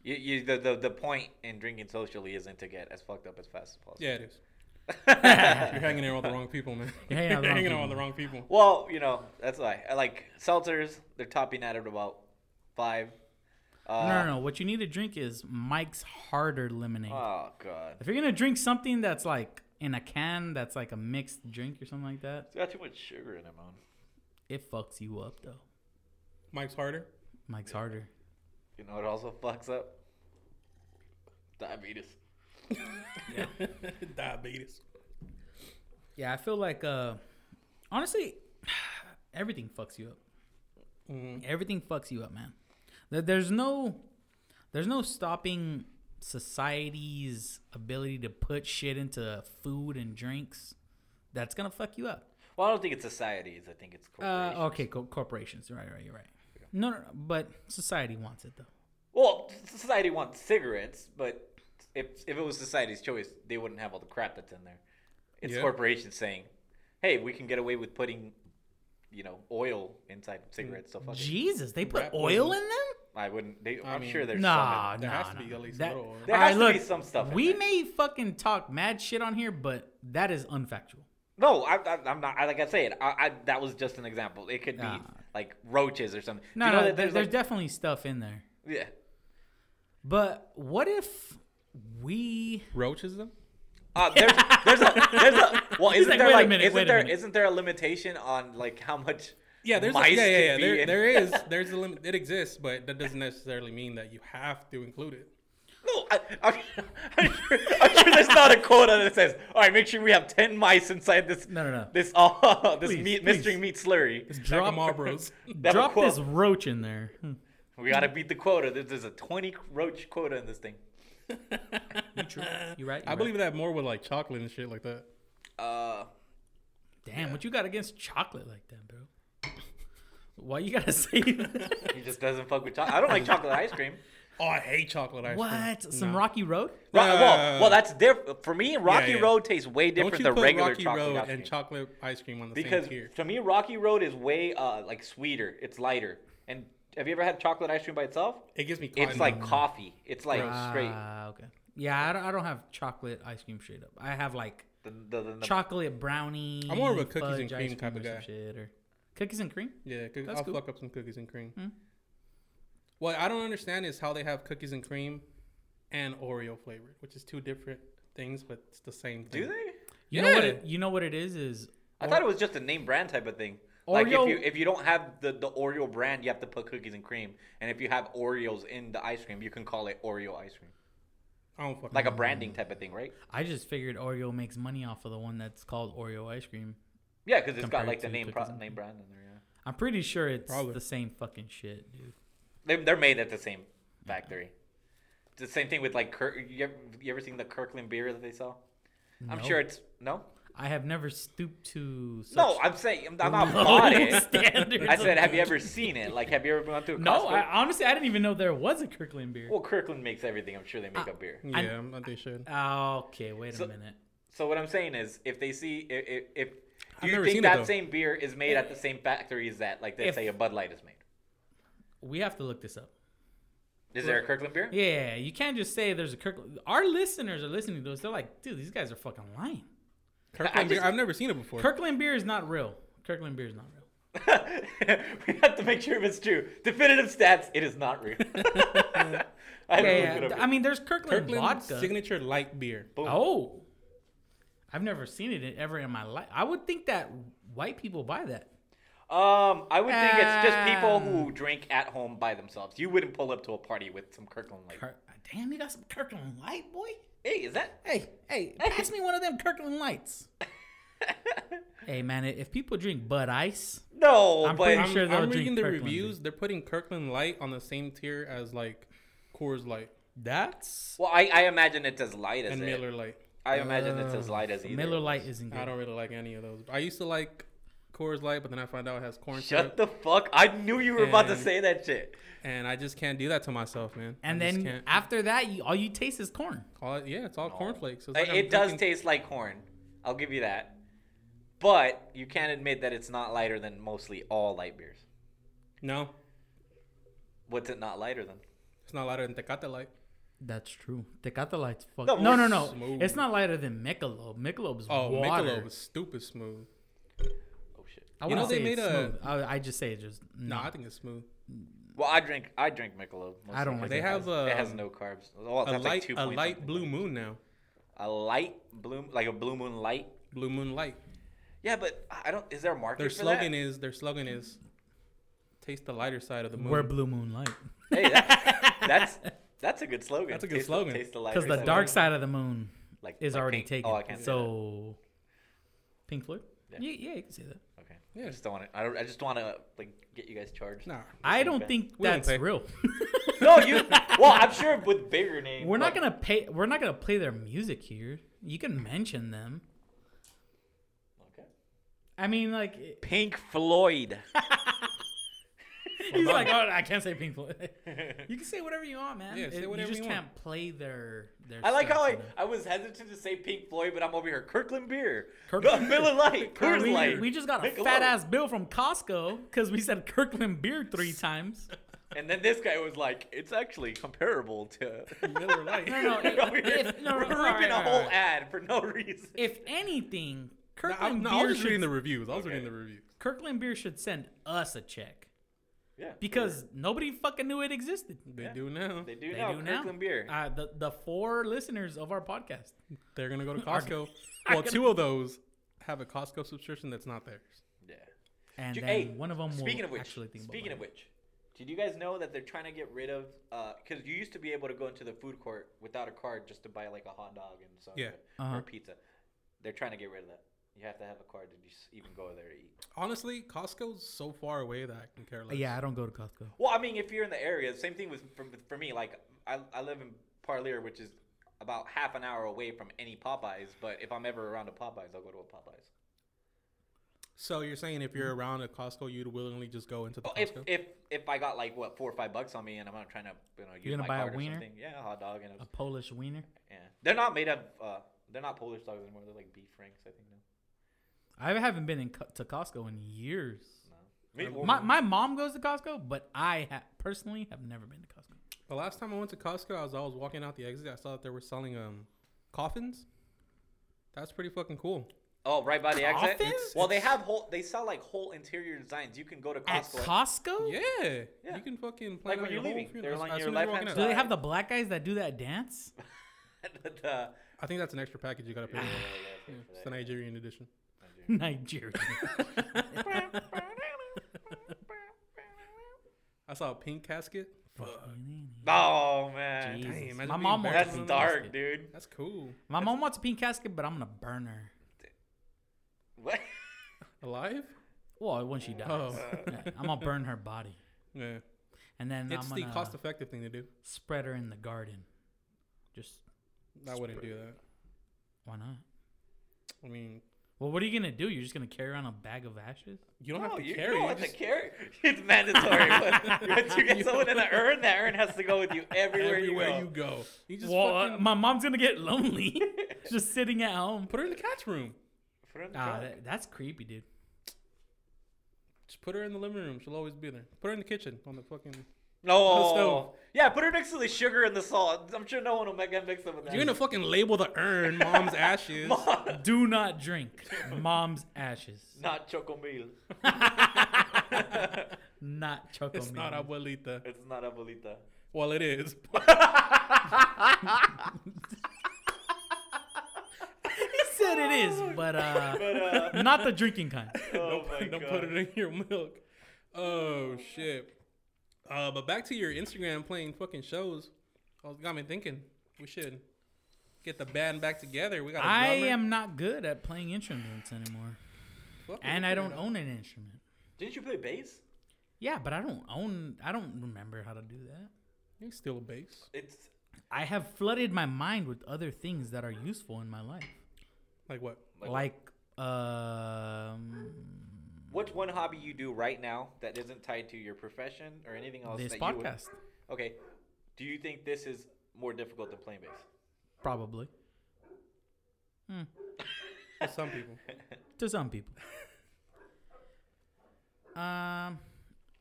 Speaker 3: you, you the, the the point in drinking socially isn't to get as fucked up as fast as possible.
Speaker 2: Yeah, it is. You're hanging out with the wrong people, man.
Speaker 1: You're hanging out with the wrong
Speaker 2: hanging out
Speaker 1: people.
Speaker 2: with the wrong people.
Speaker 3: Well, you know, that's why I like seltzers. They're topping out at about five.
Speaker 1: No,
Speaker 3: Uh,
Speaker 1: no, no. What you need to drink is Mike's Harder lemonade.
Speaker 3: Oh god,
Speaker 1: if you're gonna drink something that's like in a can, that's like a mixed drink or something like that,
Speaker 3: it's got too much sugar in it, man.
Speaker 1: it fucks you up though.
Speaker 2: Mike's harder.
Speaker 1: Mike's Harder.
Speaker 3: You know, it also fucks up diabetes.
Speaker 2: Diabetes.
Speaker 1: Yeah, I feel like uh, honestly, everything fucks you up.
Speaker 3: Mm-hmm.
Speaker 2: Mhm.
Speaker 1: Everything fucks you up, man. There- There's no, there's no stopping society's ability to put shit into food and drinks. That's gonna fuck you up.
Speaker 3: Well, I don't think it's societies. I think it's
Speaker 1: Uh,
Speaker 3: corporations.
Speaker 1: okay, co- corporations. Right, right, you're right. No, no, no, but society wants it though.
Speaker 3: Well, society wants cigarettes, but if if it was society's choice, they wouldn't have all the crap that's in there. It's
Speaker 2: Yeah.
Speaker 3: corporations saying, "Hey, we can get away with putting, you know, oil inside cigarettes." So fuck it.
Speaker 1: Jesus, they put
Speaker 2: Rap
Speaker 1: oil in
Speaker 2: wasn't-
Speaker 1: them?
Speaker 3: I wouldn't. They, I am
Speaker 2: mean-
Speaker 3: sure there's
Speaker 1: Nah,
Speaker 3: some.
Speaker 1: nah,
Speaker 2: There has to
Speaker 1: nah.
Speaker 2: be at least
Speaker 1: that,
Speaker 2: little oil.
Speaker 3: There
Speaker 1: Alright,
Speaker 3: has to be
Speaker 1: look,
Speaker 3: some stuff in
Speaker 1: We
Speaker 3: there.
Speaker 1: may fucking talk mad shit on here, but that is unfactual.
Speaker 3: In no, I, I, I'm not. I, like I said, I, I, that was just an example. It could be
Speaker 1: Nah.
Speaker 3: like roaches or something. Do
Speaker 1: No,
Speaker 3: you know
Speaker 1: no,
Speaker 3: that
Speaker 1: there's, there's
Speaker 3: like-
Speaker 1: definitely stuff in there.
Speaker 3: yeah.
Speaker 1: But what if we?
Speaker 2: Roaches, though?
Speaker 3: Uh, there's, there's a, there's a, well,
Speaker 1: He's
Speaker 3: isn't
Speaker 1: like,
Speaker 3: there
Speaker 1: "Wait a
Speaker 3: like,
Speaker 1: minute, wait
Speaker 3: isn't
Speaker 1: a
Speaker 3: there,
Speaker 1: minute."
Speaker 3: isn't there a limitation on like how much?
Speaker 2: Yeah, there's a,
Speaker 3: mice
Speaker 2: yeah, yeah,
Speaker 3: could
Speaker 2: yeah.
Speaker 3: be
Speaker 2: There,
Speaker 3: in-
Speaker 2: there is. There's a limit. It exists, but that doesn't necessarily mean that you have to include it.
Speaker 3: No, I, I'm, I'm, sure, I'm sure there's not a quota that says, "All right, make sure we have ten mice inside this
Speaker 1: No, no, no.
Speaker 3: this uh, this
Speaker 1: Please,
Speaker 3: meat,
Speaker 1: please.
Speaker 3: mystery meat slurry."
Speaker 2: Jack
Speaker 1: Drop-
Speaker 2: of Marlboros.
Speaker 3: That would
Speaker 1: Drop
Speaker 3: quo-
Speaker 1: this roach in there. Hmm.
Speaker 3: We gotta beat the quota. There's, there's a twenty roach quota in this thing.
Speaker 1: You true? You right?
Speaker 2: I believe that more with like chocolate and shit like that.
Speaker 3: Uh,
Speaker 1: Damn, what you got against chocolate like that, bro? Why you gotta say that?
Speaker 3: he just doesn't fuck with chocolate. I don't like chocolate ice cream.
Speaker 2: Oh, I hate chocolate ice cream.
Speaker 1: what? Some Rocky Road?
Speaker 3: Ro-
Speaker 2: No, no, no, no,
Speaker 3: well,
Speaker 2: no.
Speaker 3: well, that's different for me. Rocky
Speaker 2: Uh. yeah.
Speaker 3: Road tastes way
Speaker 2: Don't
Speaker 3: different
Speaker 2: you
Speaker 3: than
Speaker 2: put
Speaker 3: regular
Speaker 2: Rocky
Speaker 3: chocolate
Speaker 2: Road
Speaker 3: ice cream.
Speaker 2: and chocolate ice cream on the
Speaker 3: because
Speaker 2: same tier?
Speaker 3: to me, Rocky Road is way uh like sweeter. It's lighter. And have you ever had chocolate ice cream by itself?
Speaker 1: Oh,
Speaker 2: It gives me.
Speaker 3: It's
Speaker 2: cotton
Speaker 3: like
Speaker 2: mouth.
Speaker 3: coffee. It's like straight.
Speaker 1: Ah, okay. Yeah, I don't, I don't have chocolate ice cream straight up. I have like
Speaker 3: The, the, the, the
Speaker 1: chocolate brownie.
Speaker 2: I'm more of a cookies
Speaker 1: fudge
Speaker 2: and
Speaker 1: ice
Speaker 2: cream type
Speaker 1: or
Speaker 2: of
Speaker 1: some
Speaker 2: guy.
Speaker 1: Shit or cookies and cream?
Speaker 2: Yeah, cook-
Speaker 1: That's
Speaker 2: I'll
Speaker 1: cool.
Speaker 2: fuck up some cookies and cream.
Speaker 1: Hmm.
Speaker 2: What I don't understand is how they have cookies and cream and Oreo flavored, which is two different things, but it's the same thing.
Speaker 3: do they?
Speaker 1: You know what?
Speaker 2: Yeah.
Speaker 1: It, you know what it is is
Speaker 3: I thought it was just a name brand type of thing. Like
Speaker 1: Oreo-
Speaker 3: if you if you don't have the the Oreo brand, you have to put cookies and cream. And if you have Oreos in the ice cream, you can call it Oreo ice cream,
Speaker 2: I don't fucking
Speaker 3: like
Speaker 1: Mm.
Speaker 3: a branding type of thing, right?
Speaker 1: I just figured Oreo makes money off of the one that's called Oreo ice cream.
Speaker 3: Yeah, because it's got
Speaker 1: Compared
Speaker 3: like the
Speaker 1: to
Speaker 3: name
Speaker 1: cookies
Speaker 3: pro-
Speaker 1: and
Speaker 3: name brand in there. Yeah.
Speaker 1: I'm pretty sure it's
Speaker 2: Probably.
Speaker 1: the same fucking shit, dude.
Speaker 3: They're, they're made at the same factory. It's the same thing with like Kirk. You ever, you ever seen the Kirkland beer that they sell? I'm
Speaker 1: No.
Speaker 3: sure it's no.
Speaker 1: I have never stooped to. Such
Speaker 3: no, I'm saying I'm, I'm not
Speaker 1: low
Speaker 3: bought it.
Speaker 1: standards
Speaker 3: I
Speaker 1: of-
Speaker 3: said, have you ever seen it? Like, have you ever gone to a
Speaker 1: No,
Speaker 3: Costco?
Speaker 1: I, honestly, I didn't even know there was a Kirkland beer.
Speaker 3: Well, Kirkland makes everything. I'm sure they
Speaker 1: Uh,
Speaker 3: make a beer.
Speaker 2: Yeah, I'm- I, think should.
Speaker 1: okay, wait
Speaker 3: So-
Speaker 1: a minute.
Speaker 3: So what I'm saying is, if they see if if, if
Speaker 2: I've
Speaker 3: do you
Speaker 2: never
Speaker 3: think
Speaker 2: seen it,
Speaker 3: that
Speaker 2: though.
Speaker 3: same beer is made at the same factories that like they
Speaker 1: If-
Speaker 3: say a Bud Light is made?
Speaker 1: We have to look this up.
Speaker 3: Is there a Kirkland beer?
Speaker 1: Yeah, you can't just say there's a Kirkland. Our listeners are listening to us. They're like, dude, these guys are fucking lying.
Speaker 2: Kirkland
Speaker 3: just-
Speaker 2: beer. I've never seen it before.
Speaker 1: Kirkland beer is not real. Kirkland beer is not real.
Speaker 3: we have to make sure if it's true. Definitive stats, it is not real. I, had to look
Speaker 1: Yeah,
Speaker 3: it up.
Speaker 1: I mean, there's Kirkland,
Speaker 2: Kirkland
Speaker 1: vodka.
Speaker 2: signature light beer.
Speaker 1: oh, I've never seen it ever in my life. I would think that white people buy that.
Speaker 3: Um, I would think it's just people who
Speaker 1: Um,
Speaker 3: drink at home by themselves. You wouldn't pull up to a party with some Kirkland Light.
Speaker 1: Kirk- Damn, you got some Kirkland Light, boy.
Speaker 3: hey, is that?
Speaker 1: Hey, hey, pass me one of them Kirkland Lights. hey, man, if people drink Bud Ice,
Speaker 3: No,
Speaker 1: I'm
Speaker 3: but
Speaker 1: pretty
Speaker 2: I'm,
Speaker 1: sure they'll
Speaker 2: I'm
Speaker 1: drink
Speaker 2: reading the
Speaker 1: Kirkland
Speaker 2: reviews. They're putting Kirkland Light on the same tier as like Coors Light
Speaker 1: that's
Speaker 3: well, I, I imagine it's as light as
Speaker 2: and
Speaker 3: it.
Speaker 2: Miller Uh, Light.
Speaker 3: I imagine it's as light as either.
Speaker 1: Miller Light isn't
Speaker 2: I
Speaker 1: good.
Speaker 2: don't really like any of those. I used to like Coors Light, but then I found out it has corn syrup,
Speaker 3: Shut the fuck! I knew you were about to
Speaker 2: And-
Speaker 3: say that shit.
Speaker 2: and I just can't do that to myself, man.
Speaker 1: And
Speaker 2: I just
Speaker 1: then
Speaker 2: can't.
Speaker 1: after that, you, all you taste is corn.
Speaker 2: all, it- yeah, it's all cornflakes. It's
Speaker 3: Uh,
Speaker 2: like I'm
Speaker 3: it does
Speaker 2: drinking-
Speaker 3: taste like corn. I'll give you that. But you can't admit that it's not lighter than mostly all light beers.
Speaker 2: No,
Speaker 3: What's it not lighter than?
Speaker 2: it's not lighter than Tecate Light.
Speaker 1: That's true. Tecate Light's fuck.
Speaker 3: No,
Speaker 1: No, no, no.
Speaker 3: we're
Speaker 2: smooth.
Speaker 1: It's not lighter than Michelob. Michelob's
Speaker 2: Oh,
Speaker 1: water.
Speaker 2: Michelob is stupid smooth.
Speaker 3: Oh shit.
Speaker 1: I
Speaker 2: You know,
Speaker 1: wouldn't
Speaker 2: they
Speaker 1: say it's
Speaker 2: made
Speaker 1: smooth.
Speaker 2: a-
Speaker 1: I, I just say it's just
Speaker 2: No,
Speaker 1: no.
Speaker 2: I think it's smooth.
Speaker 3: Well, I drink I drink Michelob. mostly
Speaker 1: don't
Speaker 3: 'cause
Speaker 1: like
Speaker 3: it
Speaker 1: it. They
Speaker 2: have,
Speaker 3: has- it has
Speaker 2: um,
Speaker 3: no carbs. Oh,
Speaker 2: A
Speaker 3: that's like
Speaker 2: light,
Speaker 3: two
Speaker 2: a
Speaker 3: point
Speaker 2: light
Speaker 3: something.
Speaker 2: blue moon now.
Speaker 3: a light blue like a blue moon light.
Speaker 2: Blue Moon Light.
Speaker 3: Yeah, but I don't. Is there a market
Speaker 2: Their
Speaker 3: for
Speaker 2: slogan
Speaker 3: that?
Speaker 2: is their slogan is taste the lighter side of the moon.
Speaker 1: We're blue moonlight
Speaker 3: Hey, that, that's that's a good slogan.
Speaker 2: That's a good
Speaker 3: Taste the-
Speaker 2: slogan.
Speaker 3: Taste the light.
Speaker 1: because the dark side of the moon
Speaker 3: like,
Speaker 1: is
Speaker 3: like
Speaker 1: already
Speaker 3: pink.
Speaker 1: taken.
Speaker 3: Oh, I can't. So
Speaker 1: so Pink Floyd.
Speaker 3: Yeah.
Speaker 1: Yeah. yeah, you can say that.
Speaker 3: okay.
Speaker 2: Yeah.
Speaker 3: I just don't want to. I, don't, I just don't want to like get you guys charged.
Speaker 2: Nah.
Speaker 1: I
Speaker 3: Pretty
Speaker 1: don't
Speaker 3: bad.
Speaker 1: think
Speaker 2: We don't
Speaker 1: that's
Speaker 2: pay.
Speaker 1: real.
Speaker 3: no, you. Well, I'm sure with bigger names.
Speaker 1: We're not
Speaker 3: like-
Speaker 1: gonna pay. We're not gonna play their music here. You can mention them.
Speaker 3: Okay.
Speaker 1: I mean, like
Speaker 3: Pink Floyd.
Speaker 1: he's like, oh, I can't say Pink Floyd. you can say whatever you want, man.
Speaker 2: Yeah, say
Speaker 1: It-
Speaker 2: whatever
Speaker 1: you just
Speaker 2: you want.
Speaker 1: can't play their. their
Speaker 3: I like
Speaker 1: stuff,
Speaker 3: how
Speaker 1: you
Speaker 3: I,
Speaker 1: know?
Speaker 3: I was hesitant to say Pink Floyd, but I'm over here. Kirkland beer.
Speaker 1: Kirkland
Speaker 3: Kirkland Miller Light. Coors
Speaker 1: we,
Speaker 3: Light.
Speaker 1: we just got a
Speaker 3: Michelob.
Speaker 1: fat ass bill from Costco because we said Kirkland beer three times.
Speaker 3: And then this guy was like, "It's actually comparable to."
Speaker 2: Miller Light.
Speaker 1: No, no,
Speaker 3: Over here,
Speaker 1: if, no, no,
Speaker 3: we're ripping
Speaker 1: alright,
Speaker 3: a
Speaker 1: alright,
Speaker 3: whole
Speaker 1: alright.
Speaker 3: ad for no reason.
Speaker 1: If anything,
Speaker 2: No, I,
Speaker 1: Kirkland
Speaker 2: no, I
Speaker 1: beer
Speaker 2: was just reading
Speaker 1: should
Speaker 2: the reviews. I was reading
Speaker 3: Okay.
Speaker 2: the reviews.
Speaker 1: Kirkland beer should send us a check
Speaker 3: Yeah.
Speaker 1: because nobody fucking knew it existed.
Speaker 2: They
Speaker 3: Yeah.
Speaker 2: do now.
Speaker 3: they
Speaker 2: They,
Speaker 3: do
Speaker 1: They
Speaker 3: now.
Speaker 1: do now.
Speaker 3: Kirkland beer.
Speaker 1: Uh, the the four listeners of our podcast.
Speaker 2: are gonna go to
Speaker 1: Are-
Speaker 2: Costco.
Speaker 1: are
Speaker 2: well,
Speaker 1: gonna-
Speaker 2: two of those have a Costco subscription that's not theirs.
Speaker 3: yeah.
Speaker 1: And
Speaker 3: Ju-
Speaker 1: then one of them
Speaker 3: Speaking
Speaker 1: will
Speaker 3: of which,
Speaker 1: actually think
Speaker 3: speaking of
Speaker 1: about
Speaker 3: which, did you guys know that they're trying to get rid of? Because you used to be able to go into the food court without a card just to buy like a hot dog and something
Speaker 2: Yeah.
Speaker 1: Uh-huh.
Speaker 3: or pizza. They're trying to get rid of that. You have to have a card to just even go there to eat.
Speaker 2: Honestly, Costco's so far away that I can care less.
Speaker 1: Yeah, I don't go to Costco.
Speaker 3: Well, I mean, if you're in the area, same thing with for, for me. Like, I, I live in Parlier, which is about half an hour away from any Popeyes. But if I'm ever around a Popeyes, I'll go to a Popeyes.
Speaker 2: So you're saying if you're around a Costco, you'd willingly just go into the
Speaker 3: Oh, if
Speaker 2: Costco?
Speaker 3: if if I got like what four or five bucks on me, and I'm not trying to you know use
Speaker 1: gonna
Speaker 3: my
Speaker 1: buy a
Speaker 3: card or
Speaker 1: wiener?
Speaker 3: something, yeah, a hot dog and a
Speaker 1: A Polish wiener.
Speaker 3: Yeah, they're not made of. Uh, they're not Polish dogs anymore. They're like beef franks, I think now.
Speaker 1: I haven't been in co- to Costco in years.
Speaker 3: No. Me-
Speaker 1: Um, My, my mom goes to Costco, but I ha- personally have never been to Costco.
Speaker 2: the last time I went to Costco, I was always walking out the exit. I saw that they were selling um coffins. That's pretty fucking cool.
Speaker 3: oh, right by the exit.
Speaker 1: Coffins?
Speaker 3: well, they have whole. They sell like whole interior designs. You can go to
Speaker 1: At
Speaker 3: Costco.
Speaker 1: Costco?
Speaker 2: Yeah,
Speaker 3: Yeah.
Speaker 2: you can fucking plan
Speaker 3: Like when
Speaker 2: out
Speaker 3: you're
Speaker 2: your whole
Speaker 3: leaving,
Speaker 2: funeral
Speaker 3: they're
Speaker 2: as-
Speaker 3: like
Speaker 2: as
Speaker 3: your
Speaker 2: soon as
Speaker 3: left
Speaker 2: you're
Speaker 3: hand
Speaker 2: walking out.
Speaker 1: Do they have the black guys that do that dance?
Speaker 3: The- the-
Speaker 2: I think that's an extra package you got to pay.
Speaker 3: yeah,
Speaker 2: It's the Nigerian edition.
Speaker 1: Nigeria.
Speaker 3: yeah, yeah, yeah,
Speaker 2: I saw a pink casket.
Speaker 3: Oh man,
Speaker 1: Jesus.
Speaker 2: imagine
Speaker 1: My
Speaker 2: being
Speaker 1: mom
Speaker 2: back
Speaker 1: wants a
Speaker 3: that's
Speaker 2: in
Speaker 1: pink
Speaker 2: the-
Speaker 3: dark,
Speaker 1: casket.
Speaker 3: dude.
Speaker 2: That's cool.
Speaker 1: My mom wants a pink casket, but I'm gonna burn her.
Speaker 3: What?
Speaker 2: Alive?
Speaker 1: Well, when she dies,
Speaker 2: Oh.
Speaker 1: Yeah, I'm gonna burn her body,
Speaker 2: Yeah.
Speaker 1: and then
Speaker 2: It's
Speaker 1: I'm
Speaker 2: the
Speaker 1: gonna
Speaker 2: cost-effective thing to do.
Speaker 1: spread her in the garden. Just
Speaker 2: I wouldn't do that.
Speaker 1: why not?
Speaker 2: I mean,
Speaker 1: Well, what are you gonna do? You're just gonna carry around a bag of ashes?
Speaker 2: you don't
Speaker 3: No,
Speaker 2: have to
Speaker 3: Oh, you,
Speaker 2: carry.
Speaker 3: you
Speaker 2: You
Speaker 3: don't have
Speaker 2: just-
Speaker 3: to carry. It's mandatory. but Once you get
Speaker 2: You
Speaker 3: someone in
Speaker 2: don't-
Speaker 3: an urn, that urn has to go with you everywhere,
Speaker 2: everywhere
Speaker 3: you
Speaker 2: you
Speaker 3: go.
Speaker 2: go. You just
Speaker 1: well, uh,
Speaker 2: fucking
Speaker 1: my mom's gonna get lonely, just sitting at home.
Speaker 2: put her in the catch room.
Speaker 3: Put it in the
Speaker 1: Ah,
Speaker 3: trunk.
Speaker 1: that, that's creepy, dude.
Speaker 2: Just put her in the living room. She'll always be there. Put her in the kitchen on the fucking.
Speaker 3: no.
Speaker 2: stove.
Speaker 3: Yeah, put it next to the sugar and the salt. I'm sure no one will make that mix up with that.
Speaker 2: You're gonna fucking label the urn mom's ashes.
Speaker 3: Mom,
Speaker 1: Do not drink mom's ashes.
Speaker 3: not chocomil.
Speaker 1: Not chocolate.
Speaker 2: It's not abuelita.
Speaker 3: It's not abuelita.
Speaker 2: Well, it is.
Speaker 1: He said it is, but uh, not the drinking kind.
Speaker 3: Oh my
Speaker 2: Don't
Speaker 3: god.
Speaker 2: put it in your milk. Oh shit. Uh, but back to your Instagram playing fucking shows. Oh, got me thinking. We should get the band back together. We got. a
Speaker 1: I
Speaker 2: drummer.
Speaker 1: am not good at playing instruments anymore,
Speaker 2: Fuck it,
Speaker 1: and
Speaker 2: we'll
Speaker 1: I
Speaker 2: figure
Speaker 1: don't
Speaker 2: it out.
Speaker 1: own an instrument.
Speaker 3: Didn't you play bass?
Speaker 1: Yeah, but I don't own. I don't remember how to do that.
Speaker 2: You still a bass.
Speaker 3: It's
Speaker 1: I have flooded my mind with other things that are useful in my life,
Speaker 2: Like what?
Speaker 3: Like
Speaker 1: like um,
Speaker 3: what's one hobby you do right now that isn't tied to your profession or anything else?
Speaker 1: this
Speaker 3: that you would-
Speaker 1: podcast,
Speaker 3: okay. Do you think this is more difficult than playing bass?
Speaker 1: probably
Speaker 2: For some people.
Speaker 1: to some people. um,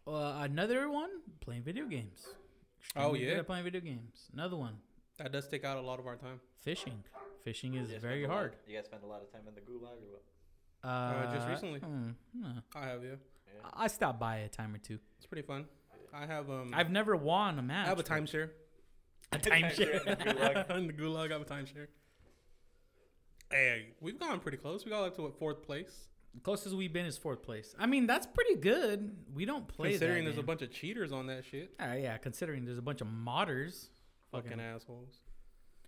Speaker 1: uh, another one playing video games.
Speaker 2: Oh,
Speaker 1: Extremely good
Speaker 2: yeah.
Speaker 1: at playing video games. Another one
Speaker 2: That does take out a lot of our time.
Speaker 1: fishing. Fishing is
Speaker 3: You guys
Speaker 1: very
Speaker 3: spend a lot-
Speaker 1: hard.
Speaker 3: You guys spend a lot of time in the gulag or what?
Speaker 1: Uh,
Speaker 2: just recently.
Speaker 1: hmm, no.
Speaker 2: I have yeah.
Speaker 1: I I stopped by a time or two.
Speaker 2: It's pretty fun. I have um.
Speaker 1: I've never won a
Speaker 2: I
Speaker 1: match.
Speaker 2: have a
Speaker 1: but-
Speaker 2: timeshare.
Speaker 1: A
Speaker 3: Timeshare in the
Speaker 1: timeshare.
Speaker 3: gulag.
Speaker 2: in the gulag, I have a timeshare. Hey, we've gone pretty close. We got up to what fourth place.
Speaker 1: Closest we've been is fourth place. I mean, that's pretty good. We don't play
Speaker 2: Considering
Speaker 1: that
Speaker 2: there's a
Speaker 1: game.
Speaker 2: bunch of cheaters on that shit.
Speaker 1: Ah, yeah, considering there's a bunch of modders.
Speaker 2: Fucking
Speaker 1: Fucking-
Speaker 2: assholes.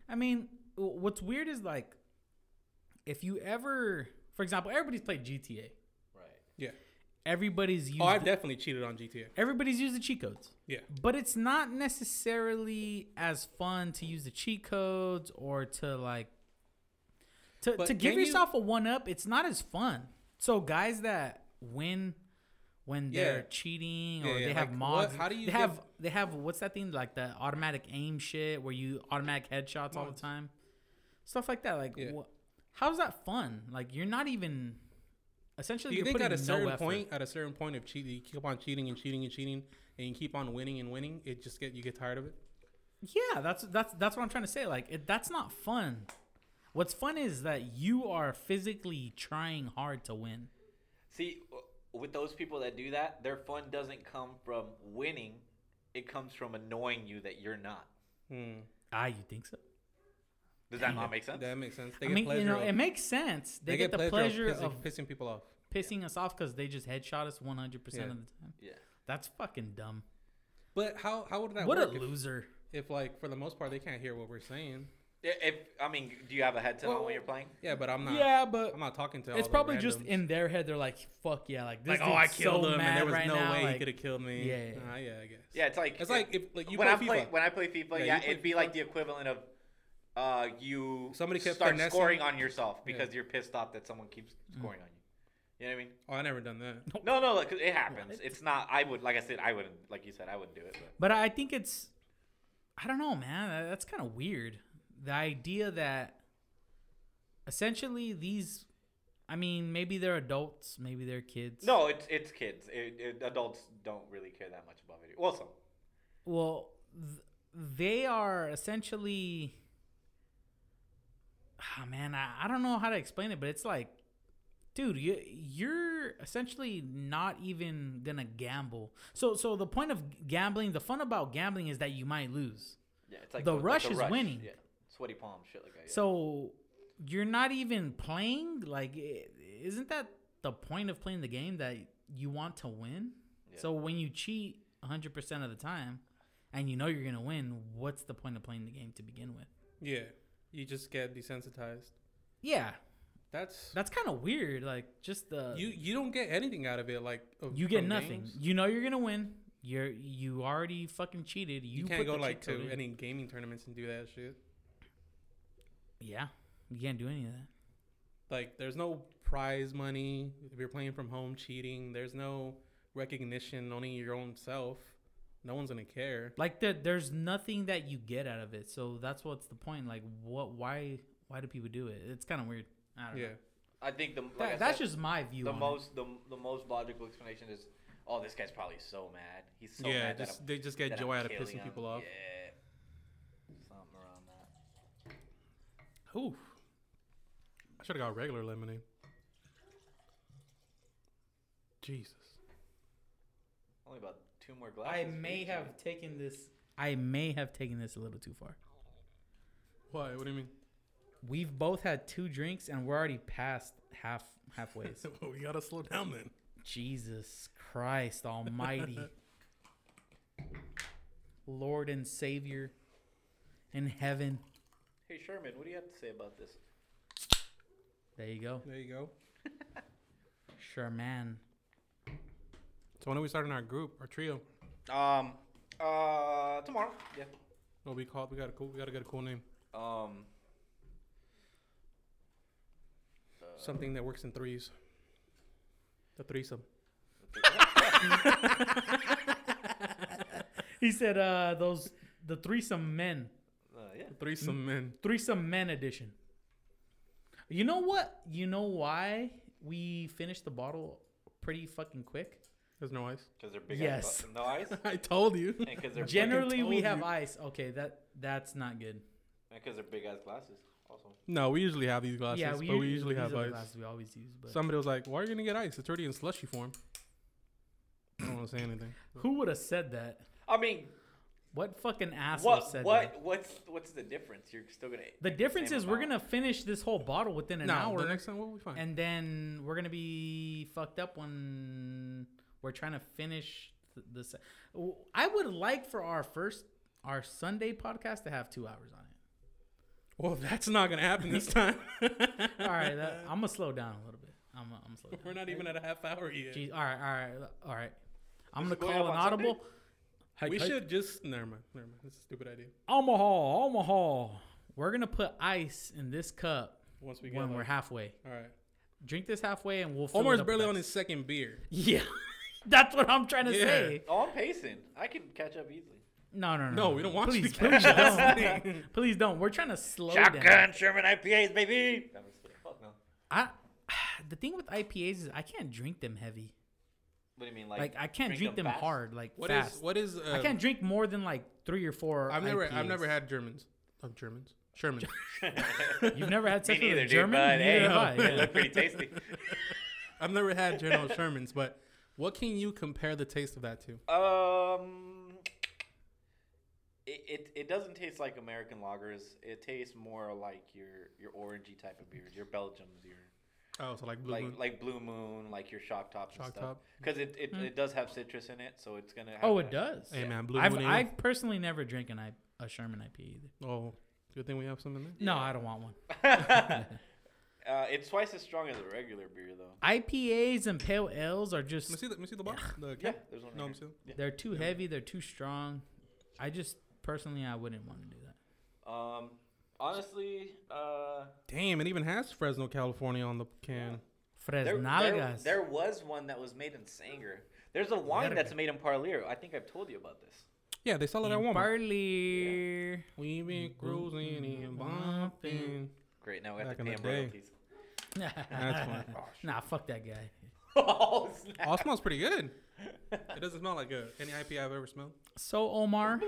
Speaker 1: I mean, w- what's weird is like, if you ever, for example, everybody's played GTA.
Speaker 3: Right.
Speaker 2: Yeah.
Speaker 1: Everybody's used.
Speaker 2: Oh, I've definitely cheated on GTA.
Speaker 1: everybody's used the cheat codes.
Speaker 2: Yeah.
Speaker 1: But it's not necessarily as fun to use the cheat codes or to like to,
Speaker 2: But
Speaker 1: to give
Speaker 2: can you-
Speaker 1: yourself a one up. It's not as fun. So guys that win when they're
Speaker 2: Yeah.
Speaker 1: cheating
Speaker 2: Yeah,
Speaker 1: or
Speaker 2: yeah,
Speaker 1: they have
Speaker 2: like, what-
Speaker 1: mods,
Speaker 2: how do you
Speaker 1: they
Speaker 2: get-
Speaker 1: have they have what's that thing like the automatic aim shit where you automatic headshots all the
Speaker 2: Mods.
Speaker 1: time, stuff like that. Like,
Speaker 2: Yeah.
Speaker 1: wha- how's that fun? Like you're not even essentially.
Speaker 2: Do
Speaker 1: you're
Speaker 2: you think at
Speaker 1: putting
Speaker 2: a
Speaker 1: no
Speaker 2: certain
Speaker 1: effort.
Speaker 2: point, at a certain point of cheating, you keep on cheating and cheating and cheating, and you keep on winning and winning, it just get you get tired of it.
Speaker 1: Yeah, that's that's that's what I'm trying to say. Like, it, that's not fun. What's fun is that you are physically trying hard to win.
Speaker 3: See, w- with those people that do that, their fun doesn't come from winning. It comes from annoying you that you're not.
Speaker 2: Hmm.
Speaker 1: Ah, you think so?
Speaker 3: Does that not make sense?
Speaker 2: That makes sense. They
Speaker 1: I
Speaker 2: get
Speaker 1: mean,
Speaker 2: pleasure.
Speaker 1: you know,
Speaker 2: of-
Speaker 1: it makes sense. They, get, the pleasure
Speaker 2: pissing-
Speaker 1: of
Speaker 2: pissing people off.
Speaker 1: pissing us off because they just headshot us 100 percent
Speaker 2: Yeah.
Speaker 1: of the time.
Speaker 3: Yeah.
Speaker 1: That's fucking dumb.
Speaker 2: But how how would that
Speaker 1: What a
Speaker 2: work? if-
Speaker 1: loser.
Speaker 2: If, like for the most part they can't hear what we're saying.
Speaker 3: I- If I mean, do you have a headset on when you're playing?
Speaker 2: Yeah, but I'm not.
Speaker 1: Yeah, but
Speaker 2: I'm not talking to. all
Speaker 1: it's
Speaker 2: the
Speaker 1: probably just
Speaker 2: randoms.
Speaker 1: in their head. They're like, "Fuck yeah!" Like this.
Speaker 2: like oh I
Speaker 1: dude's
Speaker 2: killed
Speaker 1: so
Speaker 2: him and there was
Speaker 1: right
Speaker 2: no
Speaker 1: now.
Speaker 2: way
Speaker 1: like,
Speaker 2: he could have killed me.
Speaker 1: Yeah, yeah, yeah.
Speaker 2: Ah, yeah, I guess.
Speaker 3: Yeah, it's like
Speaker 2: It's like if like you
Speaker 3: when
Speaker 2: play
Speaker 3: I play
Speaker 2: FIFA.
Speaker 3: when I play FIFA,
Speaker 2: Yeah,
Speaker 3: yeah,
Speaker 2: you play
Speaker 3: it'd be
Speaker 2: FIFA.
Speaker 3: like the equivalent of uh, you
Speaker 2: Somebody kept
Speaker 3: start
Speaker 2: finessing. Mm.
Speaker 3: scoring on yourself because you're pissed off that someone keeps scoring on you. You know what I mean?
Speaker 2: oh, I never done that.
Speaker 3: No, no, look, it happens. It's not. I would, like I said, I wouldn't, like you said, I wouldn't do it. But
Speaker 1: But I think it's, I don't know, man. That- That's kind of weird. The idea that essentially these, I mean, maybe they're adults, maybe they're kids.
Speaker 3: no, it's it's kids. It, it, adults don't really care that much about video. Well, some.
Speaker 1: Well, th- they are essentially. Ah man, I, I don't know how to explain it, but it's like, dude, you you're essentially not even gonna gamble. So so the point of gambling, the fun about gambling is that you might lose.
Speaker 3: Yeah, it's like
Speaker 1: The rush is winning.
Speaker 3: Yeah, sweaty palms, shit like that. Yeah.
Speaker 1: So you're not even playing. Like, i- isn't that the point of playing the game that you want to win?
Speaker 3: Yeah.
Speaker 1: So when you cheat, 100 percent of the time, and you know you're gonna win, what's the point of playing the game to begin with?
Speaker 2: Yeah, you just get desensitized.
Speaker 1: Yeah,
Speaker 2: That's
Speaker 1: that's kind of weird. Like just the
Speaker 2: you. You don't get anything out of it. Like of-
Speaker 1: you get
Speaker 2: from
Speaker 1: nothing.
Speaker 2: games.
Speaker 1: You know you're gonna win. You're you already fucking cheated. You,
Speaker 2: You, can't
Speaker 1: put
Speaker 2: go
Speaker 1: the
Speaker 2: like
Speaker 1: cheat code
Speaker 2: to
Speaker 1: in.
Speaker 2: any gaming tournaments and do that shit.
Speaker 1: Yeah, you can't do any of that.
Speaker 2: Like, there's no prize money if you're playing from home cheating. There's no recognition, only your own self. No one's gonna care.
Speaker 1: Like there, there's nothing that you get out of it. So that's what's the point. Like what? Why? Why do people do it? It's kind of weird. I don't
Speaker 2: Yeah,
Speaker 1: know.
Speaker 3: I think the like
Speaker 1: That,
Speaker 3: I
Speaker 1: that's
Speaker 3: said,
Speaker 1: just my view.
Speaker 3: the
Speaker 1: on it.
Speaker 3: most the, the most logical explanation is, oh, this guy's probably so mad. He's so
Speaker 2: yeah.
Speaker 3: mad that
Speaker 2: Just
Speaker 3: I'm-
Speaker 2: they just
Speaker 3: that
Speaker 2: get
Speaker 3: I'm
Speaker 2: joy out of
Speaker 3: killing
Speaker 2: pissing
Speaker 3: him.
Speaker 2: people off.
Speaker 3: Yeah, something around that.
Speaker 1: Ooh,
Speaker 2: I should have got regular lemonade. Jesus.
Speaker 3: Only about two more glasses.
Speaker 1: I
Speaker 3: for
Speaker 1: may
Speaker 3: each
Speaker 1: have taken this. I may have taken this a little too far.
Speaker 2: Why? What do you mean?
Speaker 1: We've both had two drinks and we're already past half halfway.
Speaker 2: we gotta slow down then.
Speaker 1: Jesus Christ Almighty, Lord and Savior in heaven.
Speaker 3: Hey Sherman, what do you have to say about this?
Speaker 1: There you go,
Speaker 2: There you go.
Speaker 1: sure man.
Speaker 2: So when are we starting our group, our trio?
Speaker 3: Um, uh, tomorrow. Yeah.
Speaker 2: What we call it? We got a cool. We gotta get a cool name.
Speaker 3: Um. uh,
Speaker 2: Something that works in threes. The threesome.
Speaker 1: He said, "Uh, those the threesome men,
Speaker 3: uh, yeah.
Speaker 2: Threesome men.
Speaker 1: threesome men edition." You know what? You know why we finished the bottle pretty fucking quick?
Speaker 2: There's no ice.
Speaker 3: Because they're big.
Speaker 1: Yes.
Speaker 3: Yes. no eyes.
Speaker 2: I told you.
Speaker 3: And because they're
Speaker 1: Generally, we
Speaker 2: told
Speaker 1: have
Speaker 2: you.
Speaker 1: ice. Okay, that that's not good.
Speaker 3: because they're big ass glasses. Also.
Speaker 2: No, we usually have these glasses,
Speaker 1: yeah, we,
Speaker 2: but we
Speaker 1: u-
Speaker 2: usually
Speaker 1: these
Speaker 2: have
Speaker 1: are the
Speaker 2: ice.
Speaker 1: glasses we always use. But
Speaker 2: Somebody was like, "Why are you gonna get ice? It's already in slushy form." I don't want to say anything.
Speaker 1: who would have said that?
Speaker 3: I mean,
Speaker 1: What fucking asshole
Speaker 3: what
Speaker 1: said
Speaker 3: what
Speaker 1: that?
Speaker 3: what's what's the difference? You're still gonna.
Speaker 1: The difference
Speaker 3: Same
Speaker 1: is we're
Speaker 3: amount.
Speaker 1: gonna finish this whole bottle within an
Speaker 2: no,
Speaker 1: hour,
Speaker 2: the next time we'll be fine.
Speaker 1: and then we're gonna be fucked up when we're trying to finish th- the. se- W- I would like for our first our Sunday podcast to have two hours on it.
Speaker 2: well, that's not gonna happen this time.
Speaker 1: All right, that, I'm gonna slow down a little bit. I'm gonna- I'm gonna slow down.
Speaker 2: We're not even at a half hour yet.
Speaker 1: Jeez, all right, all right, all right. I'm
Speaker 3: This
Speaker 1: gonna
Speaker 3: is going
Speaker 1: call an
Speaker 3: up on Sunday?
Speaker 1: audible. Hey,
Speaker 2: we
Speaker 1: hey,
Speaker 2: should just never mind. Never mind. That's a stupid idea.
Speaker 1: Omaha, Omaha. We're gonna put ice in this cup
Speaker 2: Once we get
Speaker 1: when
Speaker 2: like-
Speaker 1: we're halfway.
Speaker 2: all right.
Speaker 1: Drink this halfway, and we'll. fill it
Speaker 2: Omar's
Speaker 1: up with
Speaker 2: barely
Speaker 1: ice.
Speaker 2: on his second beer.
Speaker 1: Yeah, that's what I'm trying to
Speaker 2: Yeah.
Speaker 1: say.
Speaker 3: Oh, I'm pacing. I can catch up easily.
Speaker 1: No, no, no.
Speaker 2: No, we don't want you
Speaker 1: please,
Speaker 2: to
Speaker 1: Please
Speaker 2: catch up.
Speaker 1: don't. please don't. We're trying to slow down.
Speaker 3: Shotgun Sherman IPAs, baby. I'm just kidding. Fuck no.
Speaker 1: I, the thing with IPAs is I can't drink them heavy.
Speaker 3: What do you mean, like?
Speaker 1: Like I can't drink, them,
Speaker 3: fast?
Speaker 1: hard. Like
Speaker 2: What is
Speaker 1: fast.
Speaker 2: what is? Uh,
Speaker 1: I can't drink more than like three or four.
Speaker 2: I've never I've
Speaker 1: IPAs.
Speaker 2: never had Germans. Of Germans. Sherman.
Speaker 1: You've never had
Speaker 3: Me
Speaker 1: sex with
Speaker 3: neither,
Speaker 1: a
Speaker 3: dude.
Speaker 1: German.
Speaker 3: But hey,
Speaker 1: Neither have I,
Speaker 3: they
Speaker 1: yeah.
Speaker 3: look pretty tasty.
Speaker 2: I've never had General Sherman's, but what can you compare the taste of that to?
Speaker 3: Um, it, it it doesn't taste like American lagers. It tastes more like your your orangey type of beers, your Belgiums, your
Speaker 2: Oh, so like blue
Speaker 3: like
Speaker 2: moon.
Speaker 3: like Blue Moon, like your Shock Tops
Speaker 2: Shock
Speaker 3: and stuff.
Speaker 2: Top.
Speaker 3: Because it, it, it does have citrus in it, so it's gonna. Have
Speaker 1: Oh, it
Speaker 3: that-
Speaker 1: does.
Speaker 2: hey man, blue
Speaker 1: I've,
Speaker 2: moon.
Speaker 1: I've
Speaker 2: ain't
Speaker 1: personally never drank an I, a Sherman IPA either.
Speaker 2: it? oh, good thing we have something there.
Speaker 1: No, I don't want one.
Speaker 3: uh, it's twice as strong as a regular beer, though.
Speaker 1: IPAs and pale ales are
Speaker 2: Let me
Speaker 1: just
Speaker 2: see the let me see the box. The
Speaker 3: Yeah,
Speaker 2: cap?
Speaker 3: there's one.
Speaker 2: No,
Speaker 3: Right
Speaker 2: I'm
Speaker 3: here.
Speaker 2: still.
Speaker 1: they're too heavy, they're too strong. I just personally I wouldn't want to do that.
Speaker 3: Um, honestly, uh,
Speaker 2: Damn, it even has Fresno, California on the can.
Speaker 3: there, there,
Speaker 1: Fresnalgas.
Speaker 3: there was one that was made in Sanger. There's a wine
Speaker 1: Verga.
Speaker 3: that's made in Parlier. I think I've told you about this.
Speaker 2: Yeah, they sell it at
Speaker 1: And
Speaker 2: Walmart.
Speaker 1: barley.
Speaker 2: We been cruising
Speaker 1: Mm-hmm.
Speaker 2: and bumping.
Speaker 3: Great. Now we have
Speaker 2: Back
Speaker 3: to
Speaker 2: in
Speaker 3: pay
Speaker 2: the
Speaker 3: him
Speaker 2: day.
Speaker 3: royalties.
Speaker 2: That's fine.
Speaker 1: nah, fuck that guy.
Speaker 3: oh snap!
Speaker 2: Oh, it smells pretty good. It doesn't smell like uh any IPA I've ever smelled.
Speaker 1: So Omar,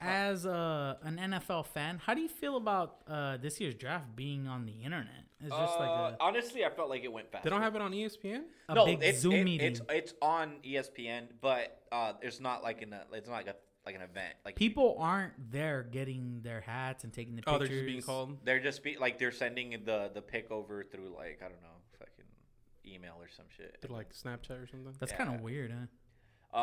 Speaker 1: as uh, an NFL fan, how do you feel about uh, this year's draft being on the internet? It's just like
Speaker 3: Uh,
Speaker 1: a,
Speaker 3: honestly, I felt like it went fast.
Speaker 2: They don't have it on E ESPN.
Speaker 1: a big
Speaker 3: it's,
Speaker 1: Zoom
Speaker 3: it-
Speaker 1: meeting.
Speaker 3: It's it's on E ESPN, but uh, it's not like in a, it's not like a like an event. Like
Speaker 1: People aren't there getting their hats and taking the pictures.
Speaker 2: Oh, they're just being called.
Speaker 3: they're just be like they're sending the the pick over through like I don't know fucking email or some shit.
Speaker 2: They're like Snapchat or something.
Speaker 1: That's
Speaker 3: Yeah.
Speaker 1: kind of weird, huh?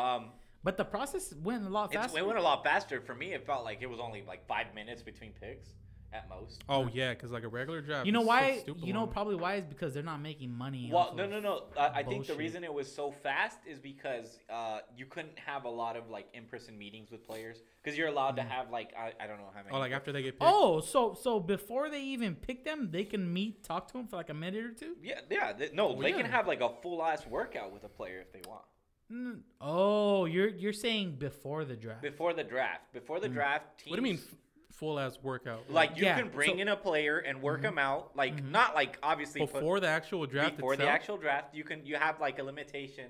Speaker 3: Um,
Speaker 1: But the process went a lot
Speaker 3: It's,
Speaker 1: faster.
Speaker 3: it went a lot faster for me. It felt like it was only like five minutes between picks at most.
Speaker 2: Oh yeah, because like a regular draft.
Speaker 1: you know
Speaker 2: is so
Speaker 1: why?
Speaker 2: stupid
Speaker 1: you know
Speaker 2: long.
Speaker 1: probably why is because they're not making money.
Speaker 3: Well,
Speaker 1: off
Speaker 3: no,
Speaker 1: of-
Speaker 3: no, no. I, I think the
Speaker 1: bullshit.
Speaker 3: reason it was so fast is because uh, you couldn't have a lot of like in-person meetings with players because you're allowed to
Speaker 1: Mm.
Speaker 3: have like I, I don't know how many.
Speaker 2: Oh, like after they get picked.
Speaker 1: Oh, so so before they even pick them, they can meet, talk to them for like a minute or two.
Speaker 3: yeah, yeah. They, no,
Speaker 2: Well,
Speaker 3: they can
Speaker 2: yeah.
Speaker 3: have like a full ass workout with a player if they want
Speaker 1: Mm, Oh, you're you're saying before the draft.
Speaker 3: before the draft. Before the draft, teams,
Speaker 2: What do you mean, full ass workout?
Speaker 3: Like you
Speaker 1: Yeah,
Speaker 3: can bring
Speaker 1: so-
Speaker 3: in a player and work him out. Like not like obviously put-
Speaker 2: before the actual draft
Speaker 3: before
Speaker 2: itself.
Speaker 3: the actual draft you can you have like a limitation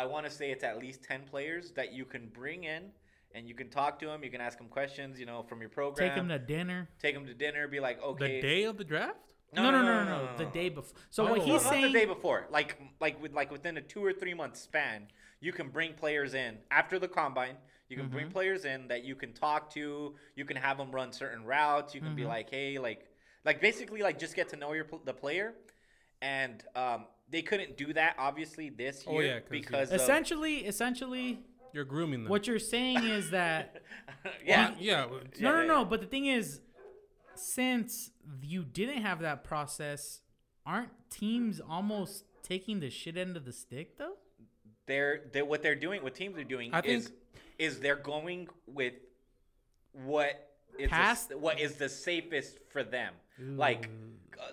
Speaker 3: i want to say it's at least 10 players that you can bring in and you can talk to them you can ask them questions you know from your program
Speaker 1: Take them to dinner.
Speaker 3: take 'em to dinner be like
Speaker 2: the
Speaker 3: okay
Speaker 2: day of the draft.
Speaker 1: No, no, no, no, no, The day before. So what
Speaker 2: Oh.
Speaker 3: no,
Speaker 1: he's
Speaker 3: not
Speaker 1: saying.
Speaker 3: the day before like like with like within a two or three month span you can bring players in after the combine you can
Speaker 2: Mm-hmm.
Speaker 3: bring players in that you can talk to you can have them run certain routes you can
Speaker 2: Mm-hmm.
Speaker 3: be like hey like like basically like just get to know your pl- the player and um they couldn't do that obviously this year
Speaker 2: Oh, yeah, 'cause you-
Speaker 3: because of,
Speaker 1: Essentially, essentially,
Speaker 2: You're grooming them.
Speaker 1: what you're saying is that
Speaker 3: yeah
Speaker 2: yeah.
Speaker 1: no,
Speaker 3: Yeah,
Speaker 1: no,
Speaker 3: yeah,
Speaker 1: no.
Speaker 3: yeah.
Speaker 1: But the thing is, since you didn't have that process, aren't teams almost taking the shit end of the stick though?
Speaker 3: they're, they what they're doing what teams are doing
Speaker 2: I
Speaker 3: is
Speaker 2: think-
Speaker 3: is they're going with what is
Speaker 1: Past-
Speaker 3: the, what is the safest for them like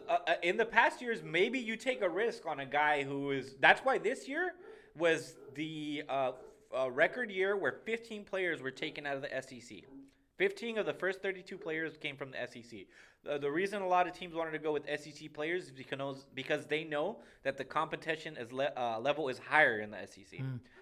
Speaker 3: uh, uh, in the past years maybe you take a risk on a guy who is that's why this year was the uh, uh, record year where 15 players were taken out of the SEC 15 of the first 32 players came from the SEC. The, the reason a lot of teams wanted to go with SEC players is because, because they know that the competition is le- uh, level is higher in the SEC.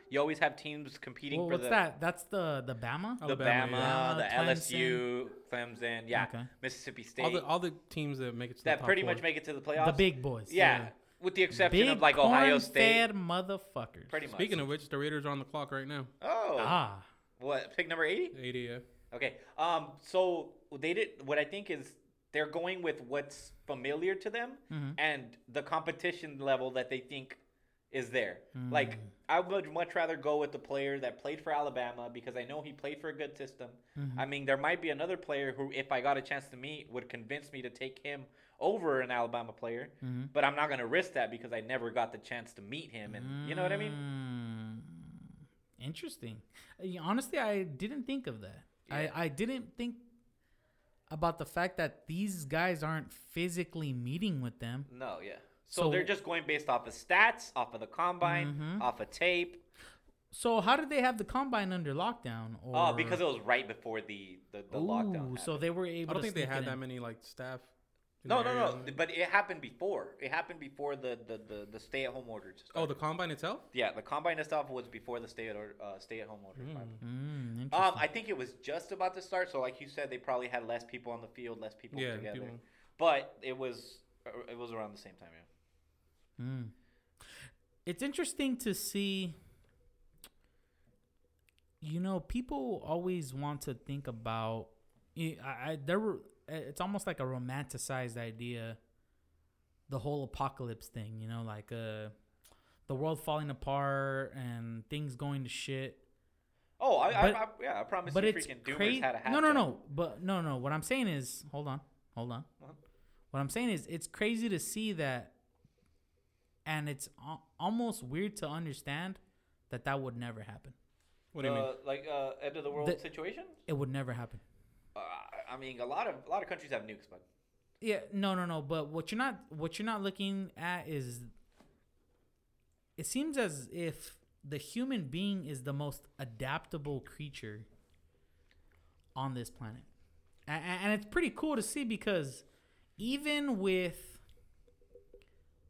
Speaker 3: You always have teams competing
Speaker 1: Hmm. Well, what's
Speaker 3: for the
Speaker 1: that? That's the the Bama.
Speaker 3: the
Speaker 2: Alabama,
Speaker 3: Bama, the
Speaker 1: yeah.
Speaker 3: LSU, Clemson, yeah,
Speaker 1: Okay.
Speaker 3: Mississippi State,
Speaker 2: All the all the teams that make it to the
Speaker 3: that
Speaker 2: top
Speaker 3: pretty
Speaker 2: four.
Speaker 3: much make it to the playoffs.
Speaker 1: The big boys.
Speaker 3: yeah, with the exception of like Ohio State.
Speaker 1: corn-fed motherfuckers.
Speaker 3: Pretty much.
Speaker 2: Speaking of which, the Raiders are on the clock right now.
Speaker 3: oh,
Speaker 1: ah.
Speaker 3: what pick number eighty?
Speaker 2: ADF.
Speaker 3: Okay. Um. So they did. What I think is they're going with what's familiar to them
Speaker 1: Mm-hmm.
Speaker 3: and the competition level that they think is there.
Speaker 1: Mm.
Speaker 3: Like I would much rather go with the player that played for Alabama because I know he played for a good system.
Speaker 1: Mm-hmm.
Speaker 3: I mean, there might be another player who, if I got a chance to meet, would convince me to take him over an Alabama player.
Speaker 1: Mm-hmm.
Speaker 3: But I'm not gonna risk that because I never got the chance to meet him, and you know what I mean.
Speaker 1: Mm, interesting. Uh, Honestly, I didn't think of that.
Speaker 3: Yeah.
Speaker 1: I, I didn't think about the fact that these guys aren't physically meeting with them.
Speaker 3: No, yeah. So,
Speaker 1: So- Mm-hmm.
Speaker 3: they're just going based off of stats, off of the combine, off of tape.
Speaker 1: So how did they have the combine under lockdown? Or...
Speaker 3: Oh, because it was right before the the, the lockdown.
Speaker 1: Ooh, so they were able.
Speaker 2: I don't
Speaker 1: to
Speaker 2: think they
Speaker 1: sneak
Speaker 2: had
Speaker 1: it
Speaker 2: that
Speaker 1: in.
Speaker 2: many like staff. in
Speaker 3: no,
Speaker 2: the
Speaker 3: no,
Speaker 2: area.
Speaker 3: no. But it happened before. It happened before the the the, the stay at home orders.
Speaker 2: Oh, the combine itself.
Speaker 3: yeah, the combine itself was before the stay at or- uh, stay at home orders. by the way.
Speaker 1: Mm, interesting.
Speaker 3: Um, I think it was just about to start. So, like you said, they probably had less people on the field, less people
Speaker 2: Yeah,
Speaker 3: together.
Speaker 2: people-
Speaker 3: But it was uh, it was around the same time. Yeah.
Speaker 1: Mm. It's interesting to see. You know, people always want to think about. I, I there were. It's almost like a romanticized idea. The whole apocalypse thing, you know, like uh, the world falling apart and things going to shit.
Speaker 3: Oh, I,
Speaker 1: But-
Speaker 3: I, I yeah, I promise
Speaker 1: But
Speaker 3: you,
Speaker 1: it's
Speaker 3: freaking Doomers
Speaker 1: crazy.
Speaker 3: had a hat.
Speaker 1: No, no, no. But no, no. What I'm saying is, hold on, hold on.
Speaker 3: Uh-huh.
Speaker 1: What I'm saying is, it's crazy to see that, and it's al- almost weird to understand that that would never happen.
Speaker 2: What do you mean?
Speaker 3: Like uh, end of the world
Speaker 1: The-
Speaker 3: situation.
Speaker 1: It would never happen.
Speaker 3: Uh, I mean, a lot of a lot of countries have nukes, but
Speaker 1: Yeah, no, no, no. But what you're not what you're not looking at is it seems as if the human being is the most adaptable creature on this planet, and, and it's pretty cool to see because even with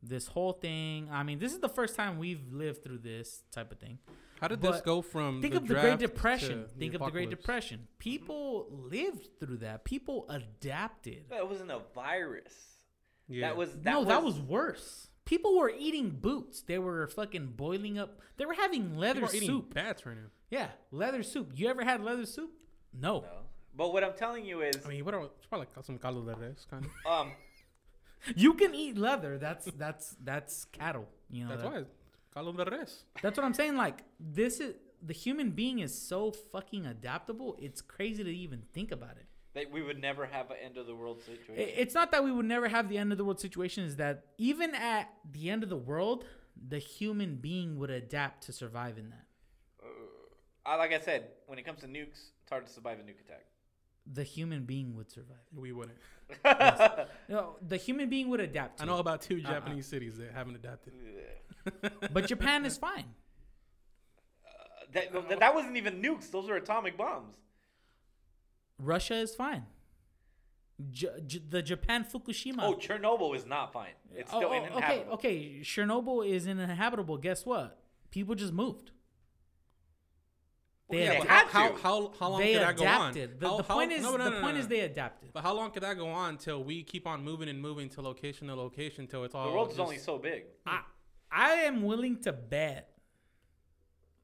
Speaker 1: this whole thing, I mean, this is the first time we've lived through this type of thing.
Speaker 2: How did this
Speaker 1: But
Speaker 2: go from
Speaker 1: Think
Speaker 2: the
Speaker 1: of the Great
Speaker 2: draft to
Speaker 1: Depression.
Speaker 2: the
Speaker 1: Think of the Great
Speaker 2: apocalypse? Mm-hmm.
Speaker 1: Depression. People lived through that. People adapted.
Speaker 3: that wasn't a virus.
Speaker 2: Yeah.
Speaker 3: That was that
Speaker 1: no,
Speaker 3: was,
Speaker 1: that was worse. People were eating boots. They were fucking boiling up. They were having leather
Speaker 2: People are eating
Speaker 1: soup.
Speaker 2: bats right now.
Speaker 1: Yeah, leather soup. You ever had leather soup? No.
Speaker 3: No. But what I'm telling you is,
Speaker 2: I mean, what are, it's probably like some caldo de res kind of.
Speaker 3: um,
Speaker 1: You can eat leather. That's that's that's cattle. You know.
Speaker 2: That's
Speaker 1: that-
Speaker 2: why it's caldo de res.
Speaker 1: That's what I'm saying. Like this is the human being is so fucking adaptable. It's crazy to even think about it.
Speaker 3: That we would never have an end of the world situation.
Speaker 1: I- It's not that we would never have the end of the world situation. Is that even at the end of the world, the human being would adapt to survive in that.
Speaker 3: I, like I said, when it comes to nukes, it's hard to survive a nuke attack.
Speaker 1: The human being would survive.
Speaker 2: We wouldn't.
Speaker 1: No, the human being would adapt. To
Speaker 2: I know about two Japanese cities that haven't adapted.
Speaker 1: it. but Japan is fine.
Speaker 3: that, that, that wasn't even nukes. Those were atomic bombs.
Speaker 1: Russia is fine. J- J- the Japan Fukushima.
Speaker 3: Oh, Chernobyl is not fine. It's
Speaker 1: Oh,
Speaker 3: still
Speaker 1: oh, okay,
Speaker 3: uninhabitable.
Speaker 1: okay. Chernobyl is uninhabitable. Guess what? People just moved. They adapted.
Speaker 3: Yeah,
Speaker 2: but
Speaker 3: they had
Speaker 2: how,
Speaker 3: to.
Speaker 2: how, how long
Speaker 1: they
Speaker 2: could I go on?
Speaker 1: adapted. The,
Speaker 2: How-
Speaker 1: the
Speaker 2: how-
Speaker 1: point is,
Speaker 2: no, no,
Speaker 1: the
Speaker 2: no, no,
Speaker 1: point
Speaker 2: no.
Speaker 1: is, they adapted.
Speaker 2: But how long could I go on till we keep on moving and moving to location to location till it's all?
Speaker 3: The
Speaker 1: Oh,
Speaker 3: world's
Speaker 2: just-
Speaker 3: only so big.
Speaker 1: I, I am willing to bet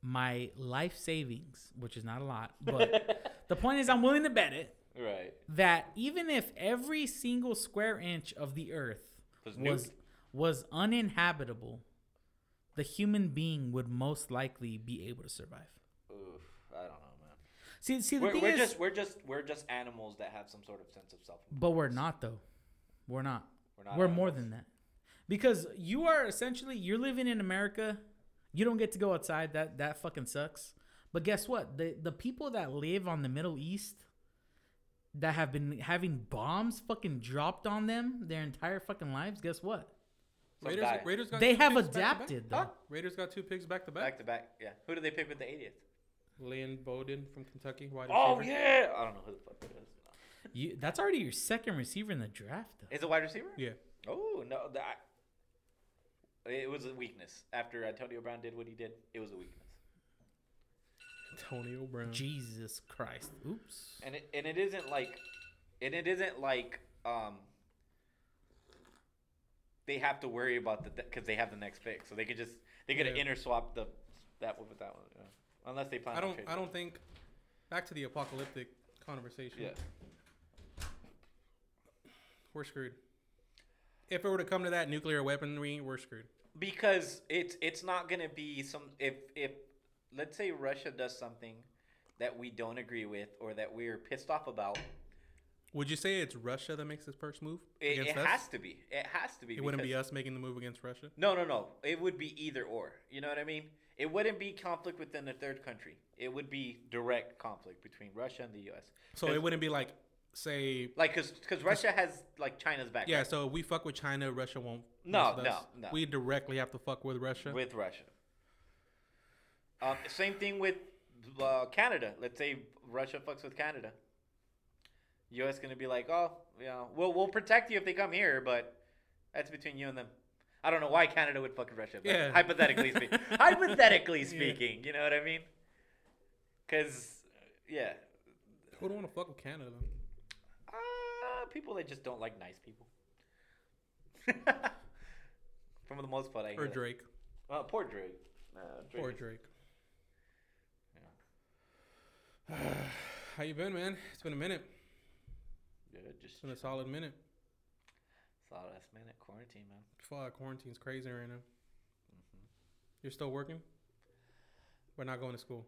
Speaker 1: my life savings, which is not a lot, but the point is, I'm willing to bet it
Speaker 3: Right.
Speaker 1: that even if every single square inch of the Earth
Speaker 3: Was
Speaker 1: was
Speaker 3: nuked.
Speaker 1: was uninhabitable, the human being would most likely be able to survive.
Speaker 3: Oof, I don't know, man.
Speaker 1: See, see, the
Speaker 3: We're,
Speaker 1: thing
Speaker 3: we're
Speaker 1: is,
Speaker 3: just we're just we're just animals that have some sort of sense of self.
Speaker 1: but we're not though. We're not.
Speaker 3: We're
Speaker 1: We're,
Speaker 3: not
Speaker 1: more
Speaker 3: animals.
Speaker 1: than that, because you are essentially you're living in America. You don't get to go outside. That that fucking sucks. But guess what? The the people that live on the Middle East that have been having bombs fucking dropped on them their entire fucking lives. Guess what?
Speaker 3: Some
Speaker 2: Raiders,
Speaker 3: die.
Speaker 2: Raiders got
Speaker 1: They
Speaker 2: two
Speaker 1: have
Speaker 2: picks back to back.
Speaker 1: adapted, though.
Speaker 2: Huh? Raiders got two picks back to back.
Speaker 3: Back to back, yeah. Who do they pick with the 80th?
Speaker 2: Lynn Bowden from Kentucky. Wide
Speaker 3: Oh
Speaker 2: receiver.
Speaker 3: yeah, I don't know who the fuck that is.
Speaker 1: You that's already your second receiver in the draft. Though.
Speaker 3: Is it wide receiver?
Speaker 2: yeah.
Speaker 3: Oh no, that it was a weakness. After Antonio Brown did what he did, it was a weakness.
Speaker 2: Antonio Brown.
Speaker 1: Jesus Christ! Oops.
Speaker 3: And it and it isn't like, and it isn't like um. They have to worry about the because they have the next pick, so they could just they could
Speaker 2: Yeah.
Speaker 3: inter swap the that one with that one, yeah. unless they plan.
Speaker 2: I
Speaker 3: on
Speaker 2: don't.
Speaker 3: trading.
Speaker 2: I don't think. Back to the apocalyptic conversation.
Speaker 3: Yeah.
Speaker 2: We're screwed. If it were to come to that nuclear weaponry, we're screwed.
Speaker 3: because it's it's not gonna be some if if let's say Russia does something that we don't agree with or that we're pissed off about,
Speaker 2: Would you say it's Russia that makes this first move
Speaker 3: it, it
Speaker 2: us?
Speaker 3: has to be. It has to be.
Speaker 2: it wouldn't be
Speaker 3: because-
Speaker 2: us making the move against Russia.
Speaker 3: No, no, no. It would be either or. You know what I mean? It wouldn't be conflict within a third country. It would be direct conflict between Russia and the U.S.
Speaker 2: So it wouldn't be like, say,
Speaker 3: Like, cause, 'cause Russia has like China's back.
Speaker 2: yeah. So we fuck with China, Russia won't.
Speaker 3: No,
Speaker 2: mess with
Speaker 3: no,
Speaker 2: us.
Speaker 3: no.
Speaker 2: We directly have to fuck with Russia.
Speaker 3: with Russia. Um, same thing with uh, Canada. Let's say Russia fucks with Canada. U.S. gonna be like, oh, yeah, we'll we'll protect you if they come here, but that's between you and them. I don't know why Canada would fuck with Russia, but
Speaker 2: Yeah.
Speaker 3: hypothetically speaking, hypothetically speaking, you know what I mean? Because, yeah,
Speaker 2: Who don't want to fuck with Canada? though?
Speaker 3: uh, people that just don't like nice people. For the most part, I hear
Speaker 2: Or
Speaker 3: that.
Speaker 2: Drake?
Speaker 3: Oh, poor Drake. Uh, Drake
Speaker 2: Or
Speaker 3: is-
Speaker 2: Drake. How you been, man? It's been a minute.
Speaker 3: Yeah, just
Speaker 2: It's been a solid minute.
Speaker 3: Solid last minute quarantine, man.
Speaker 2: Fuck, quarantine's crazy right now. You're still working? We're not going to school.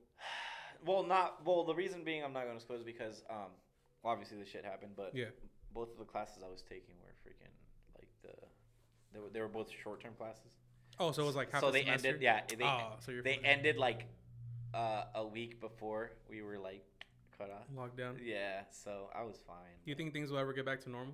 Speaker 3: Well, not well. The reason being I'm not going to school is because um, obviously this shit happened, but
Speaker 2: Yeah.
Speaker 3: both of the classes I was taking were freaking like the they were, they were both short term classes.
Speaker 2: Oh, so it was like half
Speaker 3: so
Speaker 2: the
Speaker 3: they
Speaker 2: semester?
Speaker 3: ended yeah they
Speaker 2: Ah, so you're
Speaker 3: they
Speaker 2: fine.
Speaker 3: ended like uh, a week before we were like cut off.
Speaker 2: Lockdown. Do
Speaker 3: Yeah, so I was fine.
Speaker 2: you think things will ever get back to normal?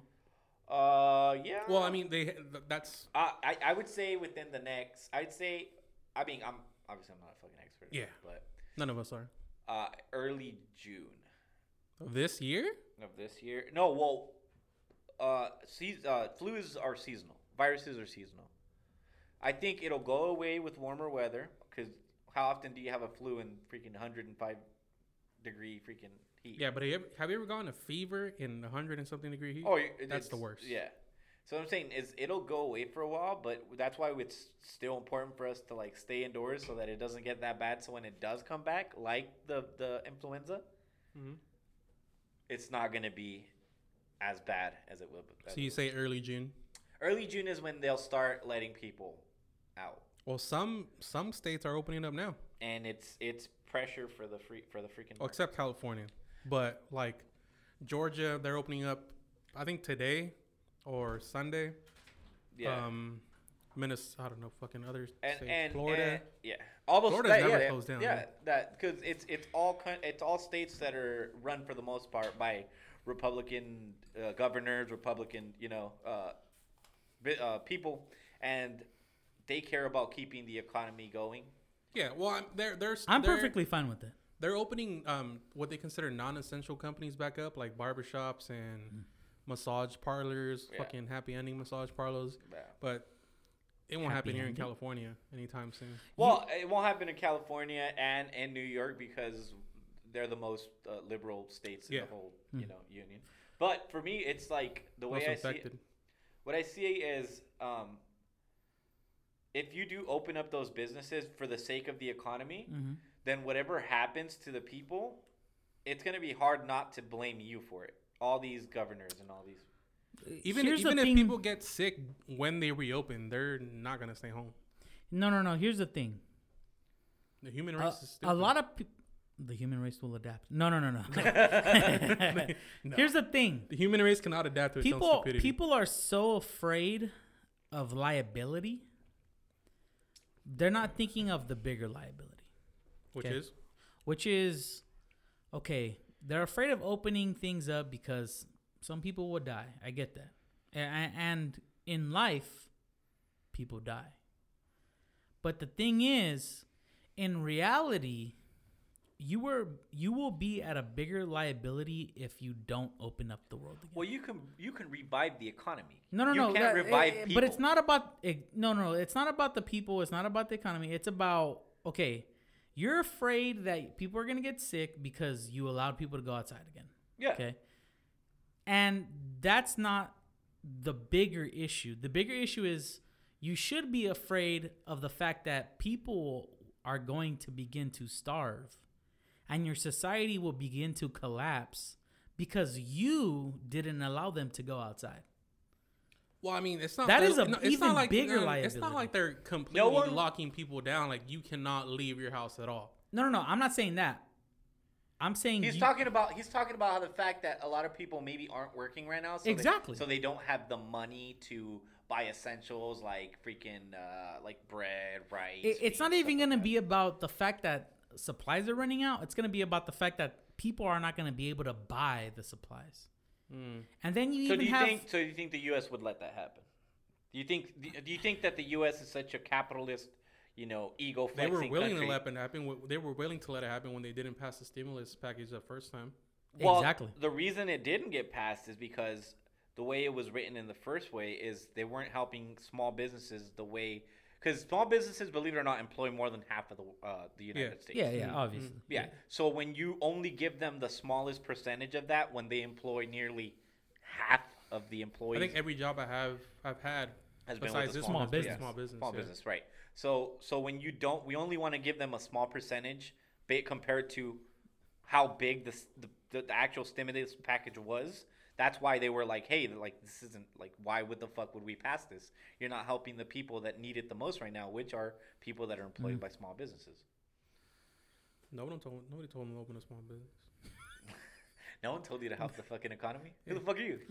Speaker 3: Uh, yeah.
Speaker 2: Well, I mean, they th- that's
Speaker 3: I, I I would say within the next. I'd say, I mean, I'm obviously I'm not a fucking expert.
Speaker 2: Yeah.
Speaker 3: But
Speaker 2: none of us are.
Speaker 3: uh, early June.
Speaker 2: This year?
Speaker 3: of this year. No, well, uh, seas- uh, flus are seasonal. Viruses are seasonal. I think it'll go away with warmer weather because how often do you have a flu in freaking 105 degree freaking heat?
Speaker 2: Yeah, but have you ever, have you ever gone to fever in 100 and something degree heat?
Speaker 3: Oh, you-
Speaker 2: that's the
Speaker 3: it's-
Speaker 2: worst.
Speaker 3: Yeah. So what I'm saying is it'll go away for a while, but that's why it's still important for us to like stay indoors so that it doesn't get that bad. So when it does come back, like the the influenza,
Speaker 2: Mhm.
Speaker 3: it's not gonna be as bad as it will. as
Speaker 2: So you
Speaker 3: it
Speaker 2: say early June?
Speaker 3: early June is when they'll start letting people out,
Speaker 2: Well, some some states are opening up now.
Speaker 3: and it's it's pressure for the free for the freaking.
Speaker 2: Oh, except California, but like Georgia, they're opening up. I think today or Sunday.
Speaker 3: yeah.
Speaker 2: Um, Minnesota. I don't know. Fucking other
Speaker 3: and,
Speaker 2: states.
Speaker 3: and
Speaker 2: Florida.
Speaker 3: and- yeah, all those
Speaker 2: Florida's
Speaker 3: that-
Speaker 2: never
Speaker 3: yeah,
Speaker 2: closed down,
Speaker 3: Yeah,
Speaker 2: yeah.
Speaker 3: that because it's it's all coun- it's all states that are run for the most part by Republican uh, governors, Republican you know uh, bi- uh, people, and they care about keeping the economy going.
Speaker 2: yeah. Well, I'm, they're they're
Speaker 1: I'm
Speaker 2: they're-
Speaker 1: perfectly fine with it.
Speaker 2: They're opening um what they consider non-essential companies back up, like barbershops and
Speaker 1: Mm.
Speaker 2: massage parlors,
Speaker 3: Yeah.
Speaker 2: fucking happy ending massage parlors.
Speaker 3: Yeah.
Speaker 2: But it won't
Speaker 1: Happy
Speaker 2: happen here in
Speaker 1: ending?
Speaker 2: California anytime soon.
Speaker 3: Well, it won't happen in California and in New York because they're the most uh, liberal states in
Speaker 2: Yeah. Hmm.
Speaker 3: the whole you know union. But for me, it's like the way
Speaker 2: Most
Speaker 3: I see it.
Speaker 2: infected.
Speaker 3: what I see is um, if you do open up those businesses for the sake of the economy,
Speaker 1: Mm-hmm.
Speaker 3: then whatever happens to the people, it's going to be hard not to blame you for it. All these governors and all these.
Speaker 2: Even
Speaker 1: Here's the
Speaker 2: even if
Speaker 1: thing-
Speaker 2: people get sick when they reopen, they're not gonna stay home.
Speaker 1: No, no, no. Here's the thing.
Speaker 2: The human
Speaker 1: Uh, A-
Speaker 2: race is stupid.
Speaker 1: a lot of peop the human race will adapt. No, no, no, no. Here's the thing.
Speaker 2: the human race cannot adapt to its own
Speaker 1: People
Speaker 2: stupidity.
Speaker 1: people are so afraid of liability. They're not thinking of the bigger liability,
Speaker 2: which
Speaker 1: okay.
Speaker 2: is
Speaker 1: which is okay, they're afraid of opening things up because some people will die. I get that. A- a- and in life, people die. But the thing is, in reality, you were you will be at a bigger liability if you don't open up the world again.
Speaker 3: Well, you can you can revive the economy.
Speaker 1: No, no,
Speaker 3: you
Speaker 1: no.
Speaker 3: can't
Speaker 1: that-
Speaker 3: revive
Speaker 1: it- it-
Speaker 3: people.
Speaker 1: But it's not about it, no, no. It's not about the people. It's not about the economy. It's about okay. You're afraid that people are gonna get sick because you allowed people to go outside again.
Speaker 3: Yeah.
Speaker 1: Okay. And that's not the bigger issue. The bigger issue is you should be afraid of the fact that people are going to begin to starve and your society will begin to collapse because you didn't allow them to go outside.
Speaker 2: Well, I mean, it's not
Speaker 1: That
Speaker 2: they're-
Speaker 1: is a
Speaker 2: no, it's
Speaker 1: even
Speaker 2: not like
Speaker 1: bigger
Speaker 2: they're- It's not
Speaker 1: liability.
Speaker 2: like they're completely
Speaker 3: one-
Speaker 2: locking people down. Like you cannot leave your house at all.
Speaker 1: No, no, no. I'm not saying that. I'm saying
Speaker 3: He's
Speaker 1: you-
Speaker 3: talking about he's talking about how the fact that a lot of people maybe aren't working right now. So
Speaker 1: Exactly.
Speaker 3: They, so they don't have the money to buy essentials like freaking uh, like bread, rice.
Speaker 1: It- it's not
Speaker 3: beans,
Speaker 1: even
Speaker 3: stuff like
Speaker 1: going to
Speaker 3: that.
Speaker 1: be about the fact that supplies are running out. It's going to be about the fact that people are not going to be able to buy the supplies. And then you
Speaker 3: Hmm. So
Speaker 1: even
Speaker 3: do you
Speaker 1: have.
Speaker 3: think? So do you think the U.S. would let that happen? Do you think? Do you think that the U.S. is such a capitalist, you know, ego
Speaker 2: They
Speaker 3: flexing
Speaker 2: were willing
Speaker 3: country?
Speaker 2: to let it happen. w- They were willing to let it happen when they didn't pass the stimulus package the first time.
Speaker 3: Well,
Speaker 1: Exactly.
Speaker 3: The reason it didn't get passed is because the way it was written in the first way is they weren't helping small businesses the way because small businesses, believe it or not, employ more than half of the uh, the United States.
Speaker 1: yeah, yeah, obviously.
Speaker 3: Hmm. Yeah. So when you only give them the smallest percentage of that, when they employ nearly half of the employees,
Speaker 2: I think every job I have, I've had,
Speaker 3: has been
Speaker 2: besides
Speaker 3: with a
Speaker 2: this
Speaker 3: small,
Speaker 2: one, has been
Speaker 1: business.
Speaker 2: small business,
Speaker 3: Small
Speaker 2: yeah.
Speaker 3: business, right? So, so when you don't, we only want to give them a small percentage, ba- compared to how big this, the, the the actual stimulus package was. That's why they were like, "Hey, like this isn't like why would the fuck would we pass this? You're not helping the people that need it the most right now, which are people that are employed by small businesses."
Speaker 2: No one told nobody told them to open a small business.
Speaker 3: No one told you to help the fucking economy. Who the fuck are you?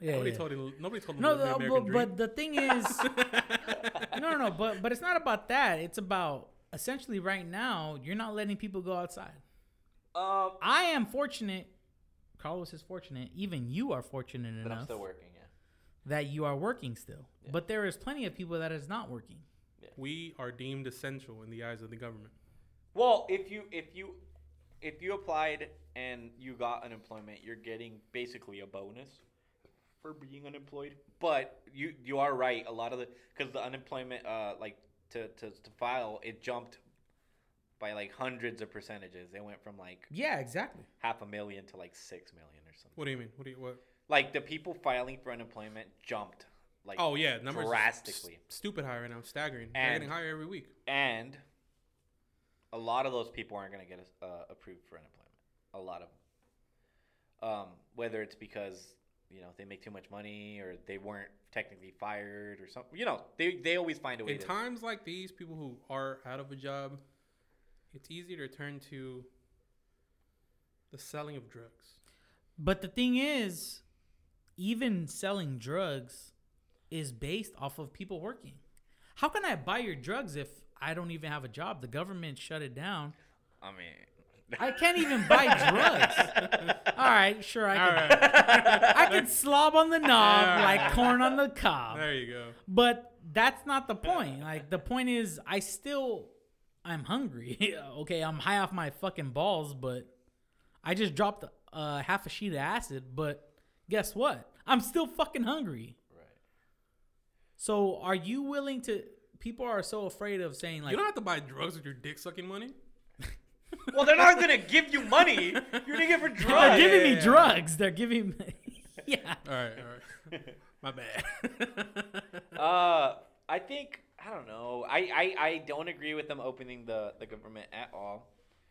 Speaker 1: Yeah,
Speaker 2: nobody
Speaker 1: yeah.
Speaker 2: told him, nobody told them
Speaker 1: No,
Speaker 2: to live the
Speaker 1: the,
Speaker 2: American
Speaker 1: but,
Speaker 2: dream.
Speaker 1: but the thing is, no, no, no. But but it's not about that. It's about essentially right now you're not letting people go outside.
Speaker 3: um,
Speaker 1: I am fortunate. Carlos is fortunate. Even you are fortunate
Speaker 3: but I'm
Speaker 1: enough
Speaker 3: still working. Yeah,
Speaker 1: that you are working still. But there is plenty of people that is not working.
Speaker 2: we are deemed essential in the eyes of the government.
Speaker 3: Well, if you if you if you applied and you got unemployment, you're getting basically a bonus for being unemployed. But you you are right. A lot of the because the unemployment uh like to, to to file it jumped by like hundreds of percentages. It went from like
Speaker 1: Yeah, exactly.
Speaker 3: half a million to like six million or something.
Speaker 2: What do you mean? What do you what?
Speaker 3: Like the people filing for unemployment jumped. Like
Speaker 2: Oh yeah, numbers are
Speaker 3: drastically.
Speaker 2: s- stupid high right now, staggering. They're
Speaker 3: And-
Speaker 2: getting higher every week.
Speaker 3: and a lot of those people aren't going to get uh, approved for unemployment. A lot of them, um, whether it's because you know they make too much money or they weren't technically fired or something. You know, they they always find a way.
Speaker 2: In
Speaker 3: to,
Speaker 2: times like these, people who are out of a job, It's easy to turn to the selling of drugs.
Speaker 1: But the thing is, even selling drugs is based off of people working. How can I buy your drugs if I don't even have a job? The government shut it down.
Speaker 3: I mean,
Speaker 1: I can't even buy drugs. All right, sure I can. I can slob on the knob like corn on the cob.
Speaker 2: There you go.
Speaker 1: But that's not the point. Like the point is, I still, I'm hungry. okay, I'm high off my fucking balls, but I just dropped uh, half a sheet of acid. But guess what? I'm still fucking hungry.
Speaker 3: right.
Speaker 1: So are you willing to? People are so afraid of saying like,
Speaker 2: You don't have to buy drugs with your dick sucking money.
Speaker 3: Well, they're not gonna give you money. You're gonna get for
Speaker 1: they're
Speaker 3: drugs.
Speaker 1: giving me
Speaker 2: yeah, yeah.
Speaker 1: drugs. They're giving me, yeah.
Speaker 2: All right, all right. My bad.
Speaker 3: Uh, I think I don't know. I, I, I don't agree with them opening the, the government at all.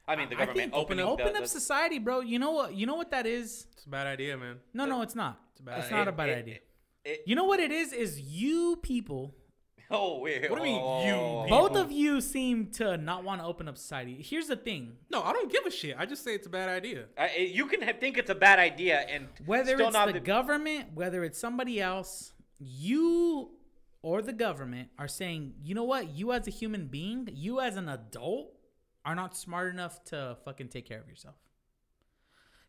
Speaker 3: I mean, the
Speaker 1: I
Speaker 3: government
Speaker 1: think open
Speaker 3: opening
Speaker 1: up,
Speaker 3: the-
Speaker 1: open up
Speaker 3: the-
Speaker 1: society, bro. You know what? You know what that is?
Speaker 2: it's a bad idea, man.
Speaker 1: No, no, it's not. It's,
Speaker 2: a bad
Speaker 1: not
Speaker 2: idea.
Speaker 1: a bad
Speaker 3: It-
Speaker 1: idea.
Speaker 3: it-
Speaker 1: you know what it is? Is you people
Speaker 3: Oh wait.
Speaker 2: What do you mean,
Speaker 3: oh,
Speaker 2: you
Speaker 3: oh,
Speaker 2: people?
Speaker 3: oh,
Speaker 1: Both of you seem to not want to open up society. Here's the thing:
Speaker 2: No, I don't give a shit. I just say it's a bad idea.
Speaker 3: I, I- you can have, think it's a bad idea and
Speaker 1: whether
Speaker 3: still
Speaker 1: it's
Speaker 3: not
Speaker 1: the government, whether it's somebody else, you or the government are saying, you know what? You as a human being, you as an adult, are not smart enough to fucking take care of yourself.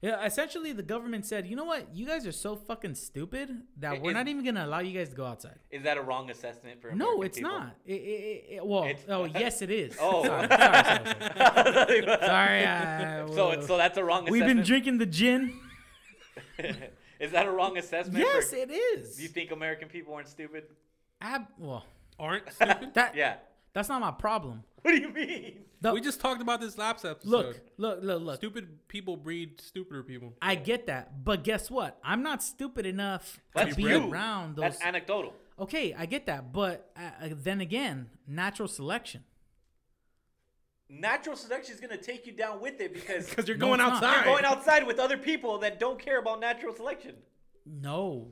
Speaker 1: Yeah, essentially, the government said, you know what? You guys are so fucking stupid that
Speaker 3: It-
Speaker 1: we're
Speaker 3: it-
Speaker 1: not even gonna allow you guys to go outside.
Speaker 3: is that a wrong assessment for?
Speaker 1: No,
Speaker 3: American
Speaker 1: it's
Speaker 3: people?
Speaker 1: not. It, it, it, it- well,
Speaker 3: It's-
Speaker 1: oh yes, it is.
Speaker 3: Oh.
Speaker 1: sorry, sorry, sorry, sorry. Sorry, uh, I-
Speaker 3: so it's so that's a wrong.
Speaker 1: We've been
Speaker 3: assessment.
Speaker 1: drinking the gin.
Speaker 3: is that a wrong assessment? for-
Speaker 1: Yes, it is.
Speaker 3: do you think American people aren't stupid?
Speaker 1: Ab- well,
Speaker 2: Aren't stupid.
Speaker 1: that
Speaker 3: Yeah.
Speaker 1: that's not my problem.
Speaker 3: What do you mean?
Speaker 1: The-
Speaker 2: we just talked about this last episode.
Speaker 1: Look, look, look, look.
Speaker 2: stupid people breed stupider people.
Speaker 1: I get that, but guess what? I'm not stupid enough
Speaker 3: That's
Speaker 1: to be
Speaker 3: you.
Speaker 1: around those.
Speaker 3: That's anecdotal.
Speaker 1: okay, I get that, but uh, uh, then again, natural selection.
Speaker 3: Natural selection is gonna take you down with it because
Speaker 2: Because you're
Speaker 1: No,
Speaker 2: going
Speaker 1: it's not.
Speaker 2: outside.
Speaker 1: You're
Speaker 3: you're going outside with other people that don't care about natural selection.
Speaker 1: No,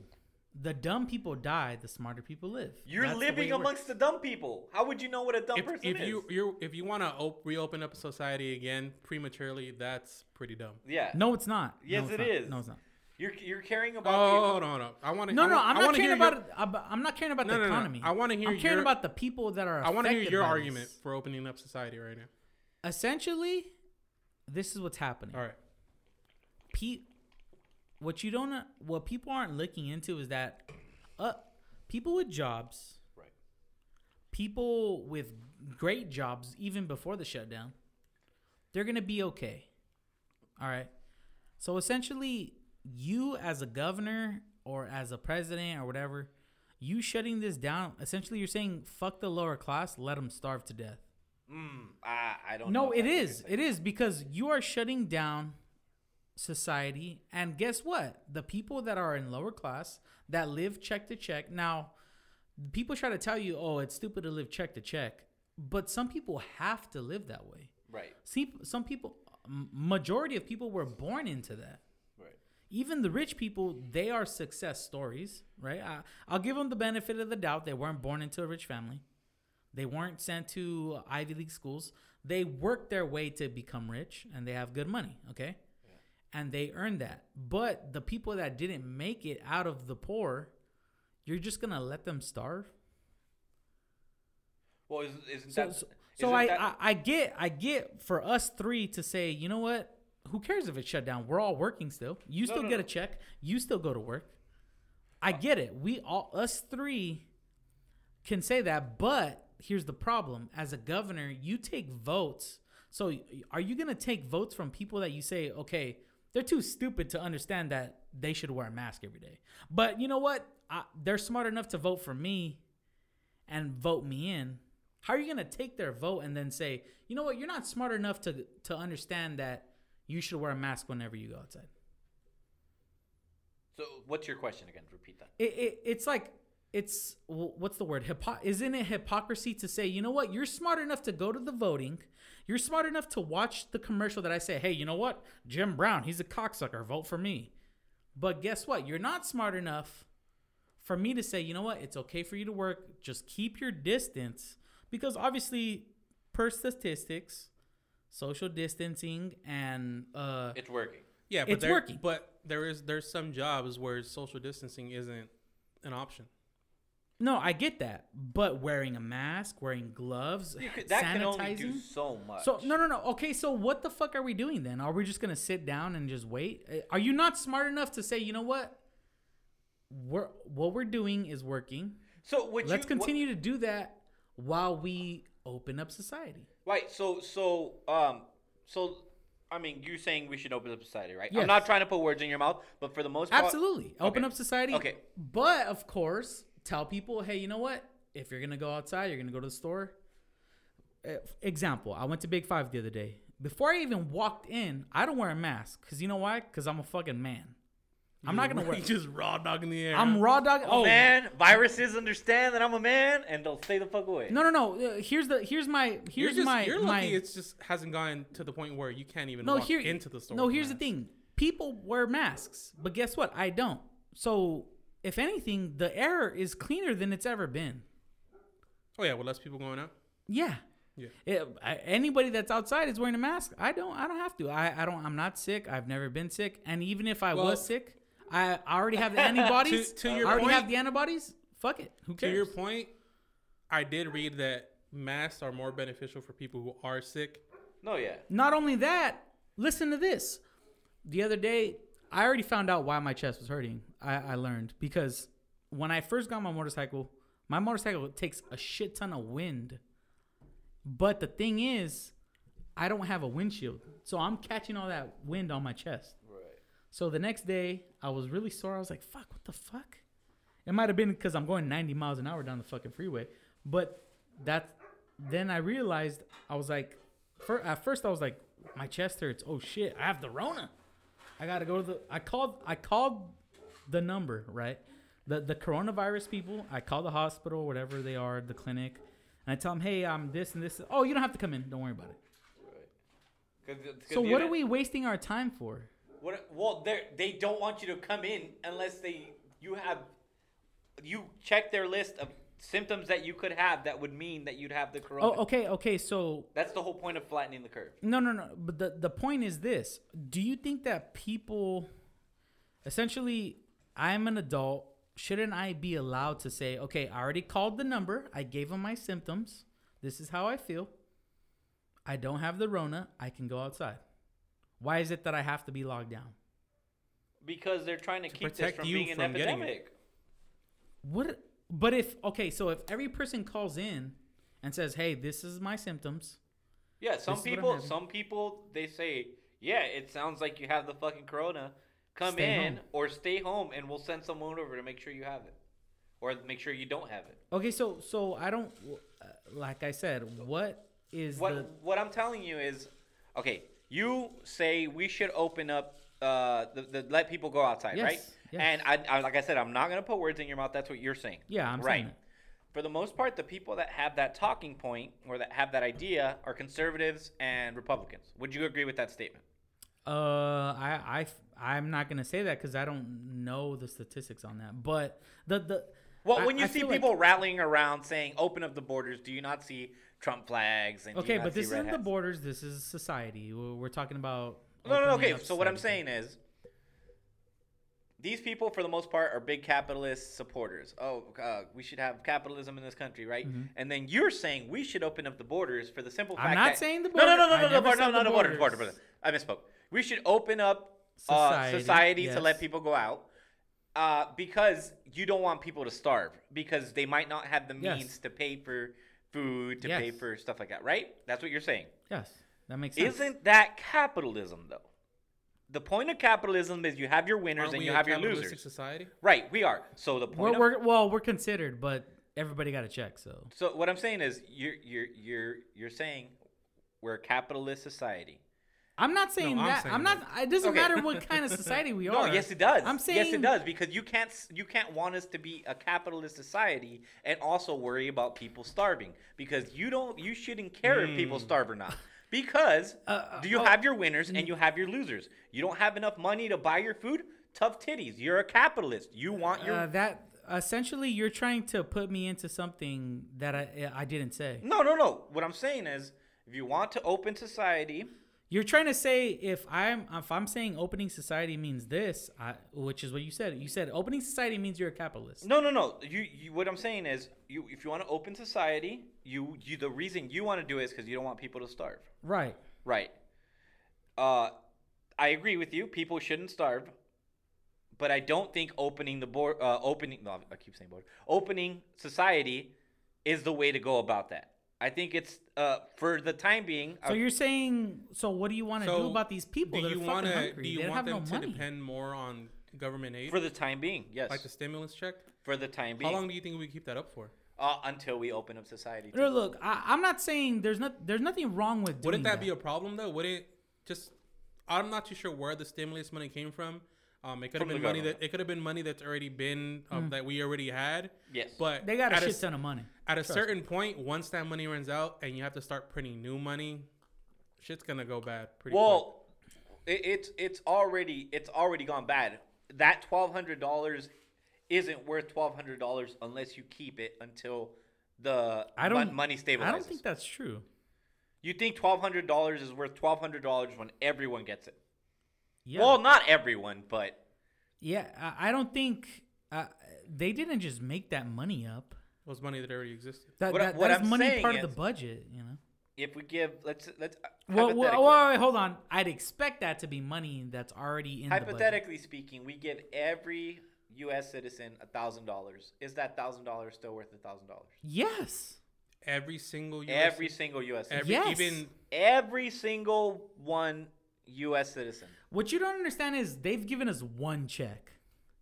Speaker 1: the dumb people die, the smarter people live.
Speaker 3: You're
Speaker 1: That's the way
Speaker 3: living
Speaker 1: it works.
Speaker 3: amongst the dumb people. How would you know what a dumb
Speaker 2: If,
Speaker 3: person
Speaker 2: if
Speaker 3: is?
Speaker 2: you you if you want to op- reopen up society again prematurely, that's pretty dumum.
Speaker 3: yeah.
Speaker 1: No, it's not.
Speaker 3: Yes,
Speaker 1: no, it's
Speaker 3: it
Speaker 1: not.
Speaker 3: is.
Speaker 1: No, it's not.
Speaker 3: You're you're caring about.
Speaker 2: Oh,
Speaker 3: the-
Speaker 2: hold on, hold on. I want to.
Speaker 1: No, no, I'm not
Speaker 2: hear
Speaker 1: caring
Speaker 2: your-
Speaker 1: about. it- ab- I'm not caring about
Speaker 2: No,
Speaker 1: the
Speaker 2: no, no.
Speaker 1: economy.
Speaker 2: I wanna hear
Speaker 1: I'm caring
Speaker 2: your-
Speaker 1: about the people that are.
Speaker 2: I want to hear
Speaker 1: affected
Speaker 2: your
Speaker 1: by this.
Speaker 2: argument for opening up society right now.
Speaker 1: Essentially, this is what's happening.
Speaker 2: All right.
Speaker 1: Pete, what you don't, what people aren't looking into is that, uh, people with jobs,
Speaker 3: Right.
Speaker 1: people with great jobs, even before the shutdown, they're gonna be okay. All right. So essentially, you as a governor or as a president or whatever, you shutting this down. Essentially, you're saying fuck the lower class, let them starve to death.
Speaker 3: Mm, I, I don't. know
Speaker 1: No,
Speaker 3: if
Speaker 1: it
Speaker 3: that's what
Speaker 1: is.
Speaker 3: you're
Speaker 1: It is because you are shutting down society. And guess what? The people that are in lower class that live check to check. Now, people try to tell you, oh, it's stupid to live check to check. But some people have to live that way.
Speaker 3: Right.
Speaker 1: See, some people, m- majority of people were born into that.
Speaker 3: Right.
Speaker 1: Even the rich people, they are success stories, right? I, I'll give them the benefit of the doubt. They weren't born into a rich family. They weren't sent to Ivy League schools. They worked their way to become rich and they have good money, okay? And they earned that. But the people that didn't make it out of the poor, you're just going to let them starve?
Speaker 3: Well, isn't, isn't
Speaker 1: So,
Speaker 3: that?
Speaker 1: so, so
Speaker 3: isn't
Speaker 1: I,
Speaker 3: that-
Speaker 1: I, I get I get for us three to say, you know what? Who cares if it's shut down? We're all working still. You
Speaker 3: No,
Speaker 1: still
Speaker 3: no,
Speaker 1: get
Speaker 3: no. Uh,
Speaker 1: a check. You still go to work. I get it. We all us three can say that, but here's the problem. As a governor, you take votes. So y- are you gonna take votes from people that you say, okay, they're too stupid to understand that they should wear a mask every day. But you know what? I, they're smart enough to vote for me and vote me in. How are you gonna take their vote and then say, you know what, you're not smart enough to to understand that you should wear a mask whenever you go outside?
Speaker 3: so what's your question again? Repeat that.
Speaker 1: It, it it's like it's wh- what's the word? Hypo- isn't it hypocrisy to say, you know what, you're smart enough to go to the voting, you're smart enough to watch the commercial that I say, hey, you know what, Jim Brown, he's a cocksucker, vote for me. But guess what? You're not smart enough for me to say, you know what, it's okay for you to work, just keep your distance. Because obviously, per statistics, social distancing and uh,
Speaker 3: It's working.
Speaker 2: Yeah, but
Speaker 1: It's
Speaker 2: there,
Speaker 1: working.
Speaker 2: But there is there's some jobs where social distancing isn't an option.
Speaker 1: no, I get that, but wearing a mask, wearing gloves,
Speaker 3: You could, that can only do
Speaker 1: sanitizing.
Speaker 3: so much.
Speaker 1: So no, no, no. Okay, so what the fuck are we doing then? Are we just gonna sit down and just wait? Uh, Are you not smart enough to say, you know what? We're what we're doing is working.
Speaker 3: So would
Speaker 1: Let's
Speaker 3: you, wha-
Speaker 1: continue to do that while we open up society.
Speaker 3: Right. So so um so I mean you're saying we should open up society, right?
Speaker 1: Yes.
Speaker 3: I'm not trying to put words in your mouth, but for the most part,
Speaker 1: Absolutely. Open
Speaker 3: okay.
Speaker 1: up society.
Speaker 3: Okay.
Speaker 1: But of course, tell people, hey, you know what? If you're going to go outside, you're going to go to the store. Uh, example, I went to Big Five the other day. Before I even walked in, I don't wear a mask. Because you know why? Because I'm a fucking man. I'm not going to wear
Speaker 2: You just raw dog in the air.
Speaker 1: I'm raw dog.
Speaker 3: Oh,
Speaker 1: Oh,
Speaker 3: man, viruses understand that I'm a man and they'll stay the fuck away.
Speaker 1: No, no, no. Uh, Here's the here's my
Speaker 2: You're
Speaker 1: here's
Speaker 2: just-
Speaker 1: my
Speaker 2: You're
Speaker 1: my
Speaker 2: lucky. It's just hasn't gotten to the point where you can't even
Speaker 1: no
Speaker 2: walk
Speaker 1: here
Speaker 2: into the store.
Speaker 1: No,
Speaker 2: with a
Speaker 1: here's the
Speaker 2: mask.
Speaker 1: thing. People wear masks, but guess what? I don't. So, if anything, the air is cleaner than it's ever been.
Speaker 2: Oh yeah, with less people going out.
Speaker 1: Yeah.
Speaker 2: Yeah.
Speaker 1: It- I- anybody that's outside is wearing a mask. I don't. I don't have to. I, I don't. I'm not sick. I've never been sick. And even if I
Speaker 2: Well-
Speaker 1: was sick, I, I already have the antibodies.
Speaker 2: To- to your
Speaker 1: I already
Speaker 2: point-
Speaker 1: have the antibodies. Fuck it. Who
Speaker 2: To
Speaker 1: cares?
Speaker 2: your point, I did read that masks are more beneficial for people who are sick.
Speaker 3: No, yeah.
Speaker 1: Not only that, listen to this. The other day, I already found out why my chest was hurting. I, I learned because when I first got my motorcycle, my motorcycle takes a shit ton of wind. But the thing is, I don't have a windshield. So I'm catching all that wind on my chest.
Speaker 3: Right.
Speaker 1: So the next day, I was really sore. I was like, fuck, what the fuck? It might have been because I'm going 90 miles an hour down the fucking freeway. But that, then I realized, I was like, fir- at first I was like, my chest hurts. Oh shit, I have the Rona. I gotta go to the, I called, I called the number, right? The, the coronavirus people, I call the hospital, whatever they are, the clinic, and I tell them, hey, I'm this and this. Oh, you don't have to come in. Don't worry about it.
Speaker 3: Right. 'Cause- 'cause
Speaker 1: So
Speaker 3: the
Speaker 1: what are
Speaker 3: other-
Speaker 1: we wasting our time for?
Speaker 3: What? Well, they they don't want you to come in unless they you have you check their list of symptoms that you could have that would mean that you'd have the corona.
Speaker 1: Oh, okay, okay. So
Speaker 3: That's the whole point of flattening the curve.
Speaker 1: No, no, no. But the, the point is this. Do you think that people essentially I'm an adult, shouldn't I be allowed to say, "Okay, I already called the number. I gave them my symptoms. This is how I feel. I don't have the rona. I can go outside." Why is it that I have to be locked down?
Speaker 3: Because they're trying to, keep this
Speaker 2: protect
Speaker 3: from
Speaker 2: you
Speaker 3: being an
Speaker 2: from getting it.
Speaker 3: epidemic.
Speaker 1: What but if okay, so if every person calls in and says, "Hey, this is my symptoms."
Speaker 3: Yeah, some
Speaker 1: is what I'm
Speaker 3: people,
Speaker 1: having.
Speaker 3: some people, they say, yeah, it sounds like you have the fucking corona. Come
Speaker 1: Stay
Speaker 3: in
Speaker 1: home.
Speaker 3: or stay home, and we'll send someone over to make sure you have it, or make sure you don't have it.
Speaker 1: Okay, so so I don't uh, like I said, what is
Speaker 3: What
Speaker 1: the
Speaker 3: what I'm telling you is, okay, you say we should open up, uh, the, the let people go outside,
Speaker 1: Yes,
Speaker 3: right?
Speaker 1: yes.
Speaker 3: And I, I, like I said, I'm not gonna put words in your mouth. That's what you're saying.
Speaker 1: Yeah, I'm
Speaker 3: right.
Speaker 1: saying that.
Speaker 3: For the most part, the people that have that talking point or that have that idea are conservatives and Republicans. Would you agree with that statement?
Speaker 1: Uh, I, I, am not gonna say that because I don't know the statistics on that. But the the
Speaker 3: Well,
Speaker 1: I-
Speaker 3: when you
Speaker 1: I
Speaker 3: see
Speaker 1: feel like-
Speaker 3: people rallying around saying "open up the borders," do you not see Trump flags? And do you
Speaker 1: okay,
Speaker 3: not
Speaker 1: but
Speaker 3: see
Speaker 1: this
Speaker 3: red
Speaker 1: isn't the
Speaker 3: hats?
Speaker 1: borders. This is society. We're, we're talking about
Speaker 3: No, no, no.
Speaker 1: opening
Speaker 3: Okay,
Speaker 1: up
Speaker 3: so what I'm
Speaker 1: society.
Speaker 3: saying is, these people, for the most part, are big capitalist supporters. Oh, uh, we should have capitalism in this country, right? And then you're saying we should open up the borders for the simple
Speaker 1: Mm-hmm. I'm
Speaker 3: fact
Speaker 1: not
Speaker 3: that
Speaker 1: saying the
Speaker 3: No, no,
Speaker 1: border.
Speaker 3: no, no,
Speaker 1: I
Speaker 3: no, no,
Speaker 1: never
Speaker 3: no,
Speaker 1: said
Speaker 3: no,
Speaker 1: the
Speaker 3: no, border, border,
Speaker 1: borders.
Speaker 3: border. I misspoke. We should open up
Speaker 1: Society,
Speaker 3: society, uh, society to let
Speaker 1: yes.
Speaker 3: people go out. Uh, because you don't want people to starve because they might not have the
Speaker 1: Yes.
Speaker 3: means to pay for food, to pay
Speaker 1: Yes.
Speaker 3: for stuff like that, right? That's what you're saying.
Speaker 1: Yes, that makes sense.
Speaker 3: Isn't that capitalism though? The point of capitalism is you have your winners
Speaker 2: Aren't
Speaker 3: and
Speaker 2: we
Speaker 3: you
Speaker 2: a
Speaker 3: have your
Speaker 2: capitalistic
Speaker 3: losers.
Speaker 2: Society.
Speaker 3: Right, we are. So the point
Speaker 1: We're,
Speaker 3: of,
Speaker 1: we're well, we're considered, but everybody got a check. So
Speaker 3: so what I'm saying is you're you're you're you're saying we're a capitalist society.
Speaker 1: I'm not saying
Speaker 2: I'm
Speaker 1: that.
Speaker 2: saying
Speaker 1: I'm not. It doesn't
Speaker 3: Okay.
Speaker 1: matter what kind of society we
Speaker 3: No,
Speaker 1: are.
Speaker 3: yes it does.
Speaker 1: I'm saying
Speaker 3: yes it does because you can't s- you can't want us to be a capitalist society and also worry about people starving because you don't you shouldn't care if people starve or not. Because
Speaker 1: Hmm. Uh,
Speaker 3: do you
Speaker 1: uh,
Speaker 3: have your winners and you have your losers? You don't have enough money to buy your food? Tough titties. You're a capitalist. You want your
Speaker 1: Uh, that essentially you're trying to put me into something that I I didn't say.
Speaker 3: No, no, no. What I'm saying is If you want to open society,
Speaker 1: You're trying to say if I'm if I'm saying opening society means this, I, which is what you said. You said opening society means you're a capitalist.
Speaker 3: no, no, no. You, you what I'm saying is, you if you want to open society, you, you the reason you want to do it is because you don't want people to starve.
Speaker 1: Right.
Speaker 3: Right. Uh, I agree with you. People shouldn't starve, but I don't think opening the board, uh, opening, no, I keep saying board, opening society is the way to go about that. I think it's uh, for the time being. uh,
Speaker 1: So
Speaker 3: I-
Speaker 1: you're saying so? What do you want to do about these people
Speaker 2: Do
Speaker 1: that
Speaker 2: you
Speaker 1: are
Speaker 2: want
Speaker 1: fucking
Speaker 2: to?
Speaker 1: hungry?
Speaker 2: Do you
Speaker 1: they don't
Speaker 2: want them
Speaker 1: have
Speaker 2: to
Speaker 1: no money.
Speaker 2: depend more on government aid,
Speaker 3: for the time being, yes.
Speaker 2: like the stimulus check?
Speaker 3: for the time being,
Speaker 2: How long do you think we keep that up for?
Speaker 3: uh, until we open up society.
Speaker 1: No, look, I, I'm not saying there's not there's nothing wrong with doing
Speaker 2: Wouldn't that, be a problem though? Would it just? I'm not too sure where the stimulus money came from. Um, it could have
Speaker 3: From the
Speaker 2: been money
Speaker 3: government.
Speaker 2: that it could have been money that's already been um, that we already had.
Speaker 3: Yes.
Speaker 2: But
Speaker 1: Mm. they got a
Speaker 2: at
Speaker 1: shit
Speaker 2: s-
Speaker 1: ton of money.
Speaker 2: At a
Speaker 1: Trust
Speaker 2: certain point, once that money runs out and you have to start printing new money, shit's gonna go bad. Pretty quick.
Speaker 3: Well, it, it's it's already it's already gone bad. That twelve hundred dollars isn't worth twelve hundred dollars unless you keep it until the
Speaker 1: I
Speaker 3: mon-
Speaker 1: don't-
Speaker 3: money stabilizes.
Speaker 1: I don't think that's true.
Speaker 3: you think twelve hundred dollars is worth twelve hundred dollars when everyone gets it.
Speaker 1: Yeah,
Speaker 3: Well, not everyone, but
Speaker 1: yeah. I, I don't think uh, they didn't just make that money up.
Speaker 2: it was money that already existed.
Speaker 1: That,
Speaker 3: What I-
Speaker 1: that,
Speaker 3: what
Speaker 1: that's
Speaker 3: I'm
Speaker 1: money
Speaker 3: saying
Speaker 1: part of
Speaker 3: is-
Speaker 1: the budget, you know.
Speaker 3: if we give let's let's
Speaker 1: Well, well,
Speaker 3: hypothetically,
Speaker 1: well, wait, hold on. I'd expect that to be money that's already in the budget.
Speaker 3: hypothetically speaking, we give every U.S. citizen a thousand dollars. Is that thousand dollars still worth a thousand dollars?
Speaker 1: Yes.
Speaker 2: Every single US,
Speaker 3: Every single U.S. citizen.
Speaker 2: every
Speaker 1: Yes.
Speaker 2: even
Speaker 3: Every single one U.S. citizen.
Speaker 1: What you don't understand is they've given us one check,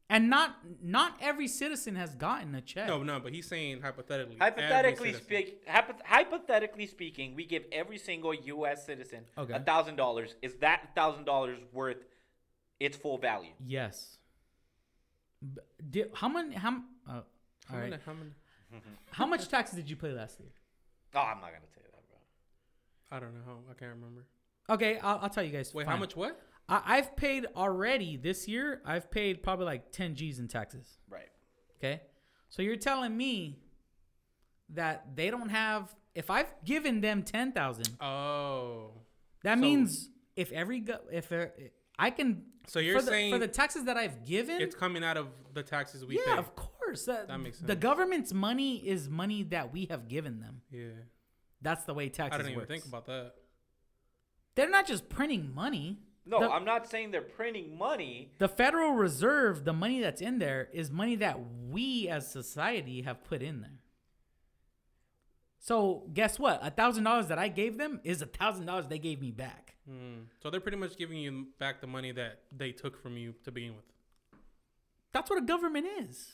Speaker 1: and not not every citizen has gotten a check.
Speaker 2: no no. But he's saying hypothetically. every
Speaker 3: Hypothetically
Speaker 2: citizen.
Speaker 3: speak, hypo- hypothetically speaking, we give every single U.S. citizen
Speaker 1: Okay.
Speaker 3: a thousand dollars. Is that thousand dollars worth its full value?
Speaker 1: Yes. B- di- how many? How? m- Uh,
Speaker 2: How
Speaker 1: all right.
Speaker 2: many- how many-
Speaker 1: How much taxes did you pay last year?
Speaker 3: Oh, I'm not gonna tell you that, bro.
Speaker 2: I don't know. How, I can't remember.
Speaker 1: Okay, I'll, I'll tell you guys.
Speaker 2: Wait, how
Speaker 1: Fine.
Speaker 2: much? What?
Speaker 1: I, I've paid already this year. I've paid probably like ten G's in taxes.
Speaker 3: Right.
Speaker 1: Okay. So you're telling me that they don't have. If I've given them ten thousand,
Speaker 2: Oh,
Speaker 1: that
Speaker 2: So-
Speaker 1: means if every go, if uh, I can.
Speaker 2: So you're
Speaker 1: for the, for
Speaker 2: saying
Speaker 1: the taxes that I've given,
Speaker 2: it's coming out of the taxes we
Speaker 1: yeah,
Speaker 2: pay.
Speaker 1: of course. That,
Speaker 2: That makes
Speaker 1: The
Speaker 2: sense.
Speaker 1: government's money is money that we have given them.
Speaker 2: Yeah,
Speaker 1: That's the way taxes
Speaker 2: I didn't even
Speaker 1: works.
Speaker 2: think about that.
Speaker 1: They're not just printing money.
Speaker 3: No,
Speaker 1: The-
Speaker 3: I'm not saying they're printing money.
Speaker 1: The Federal Reserve, the money that's in there, is money that we as society have put in there. So guess what? A thousand dollars that I gave them is a thousand dollars they gave me back.
Speaker 2: Hmm. So they're pretty much giving you back the money that they took from you to begin with.
Speaker 1: That's what a government is.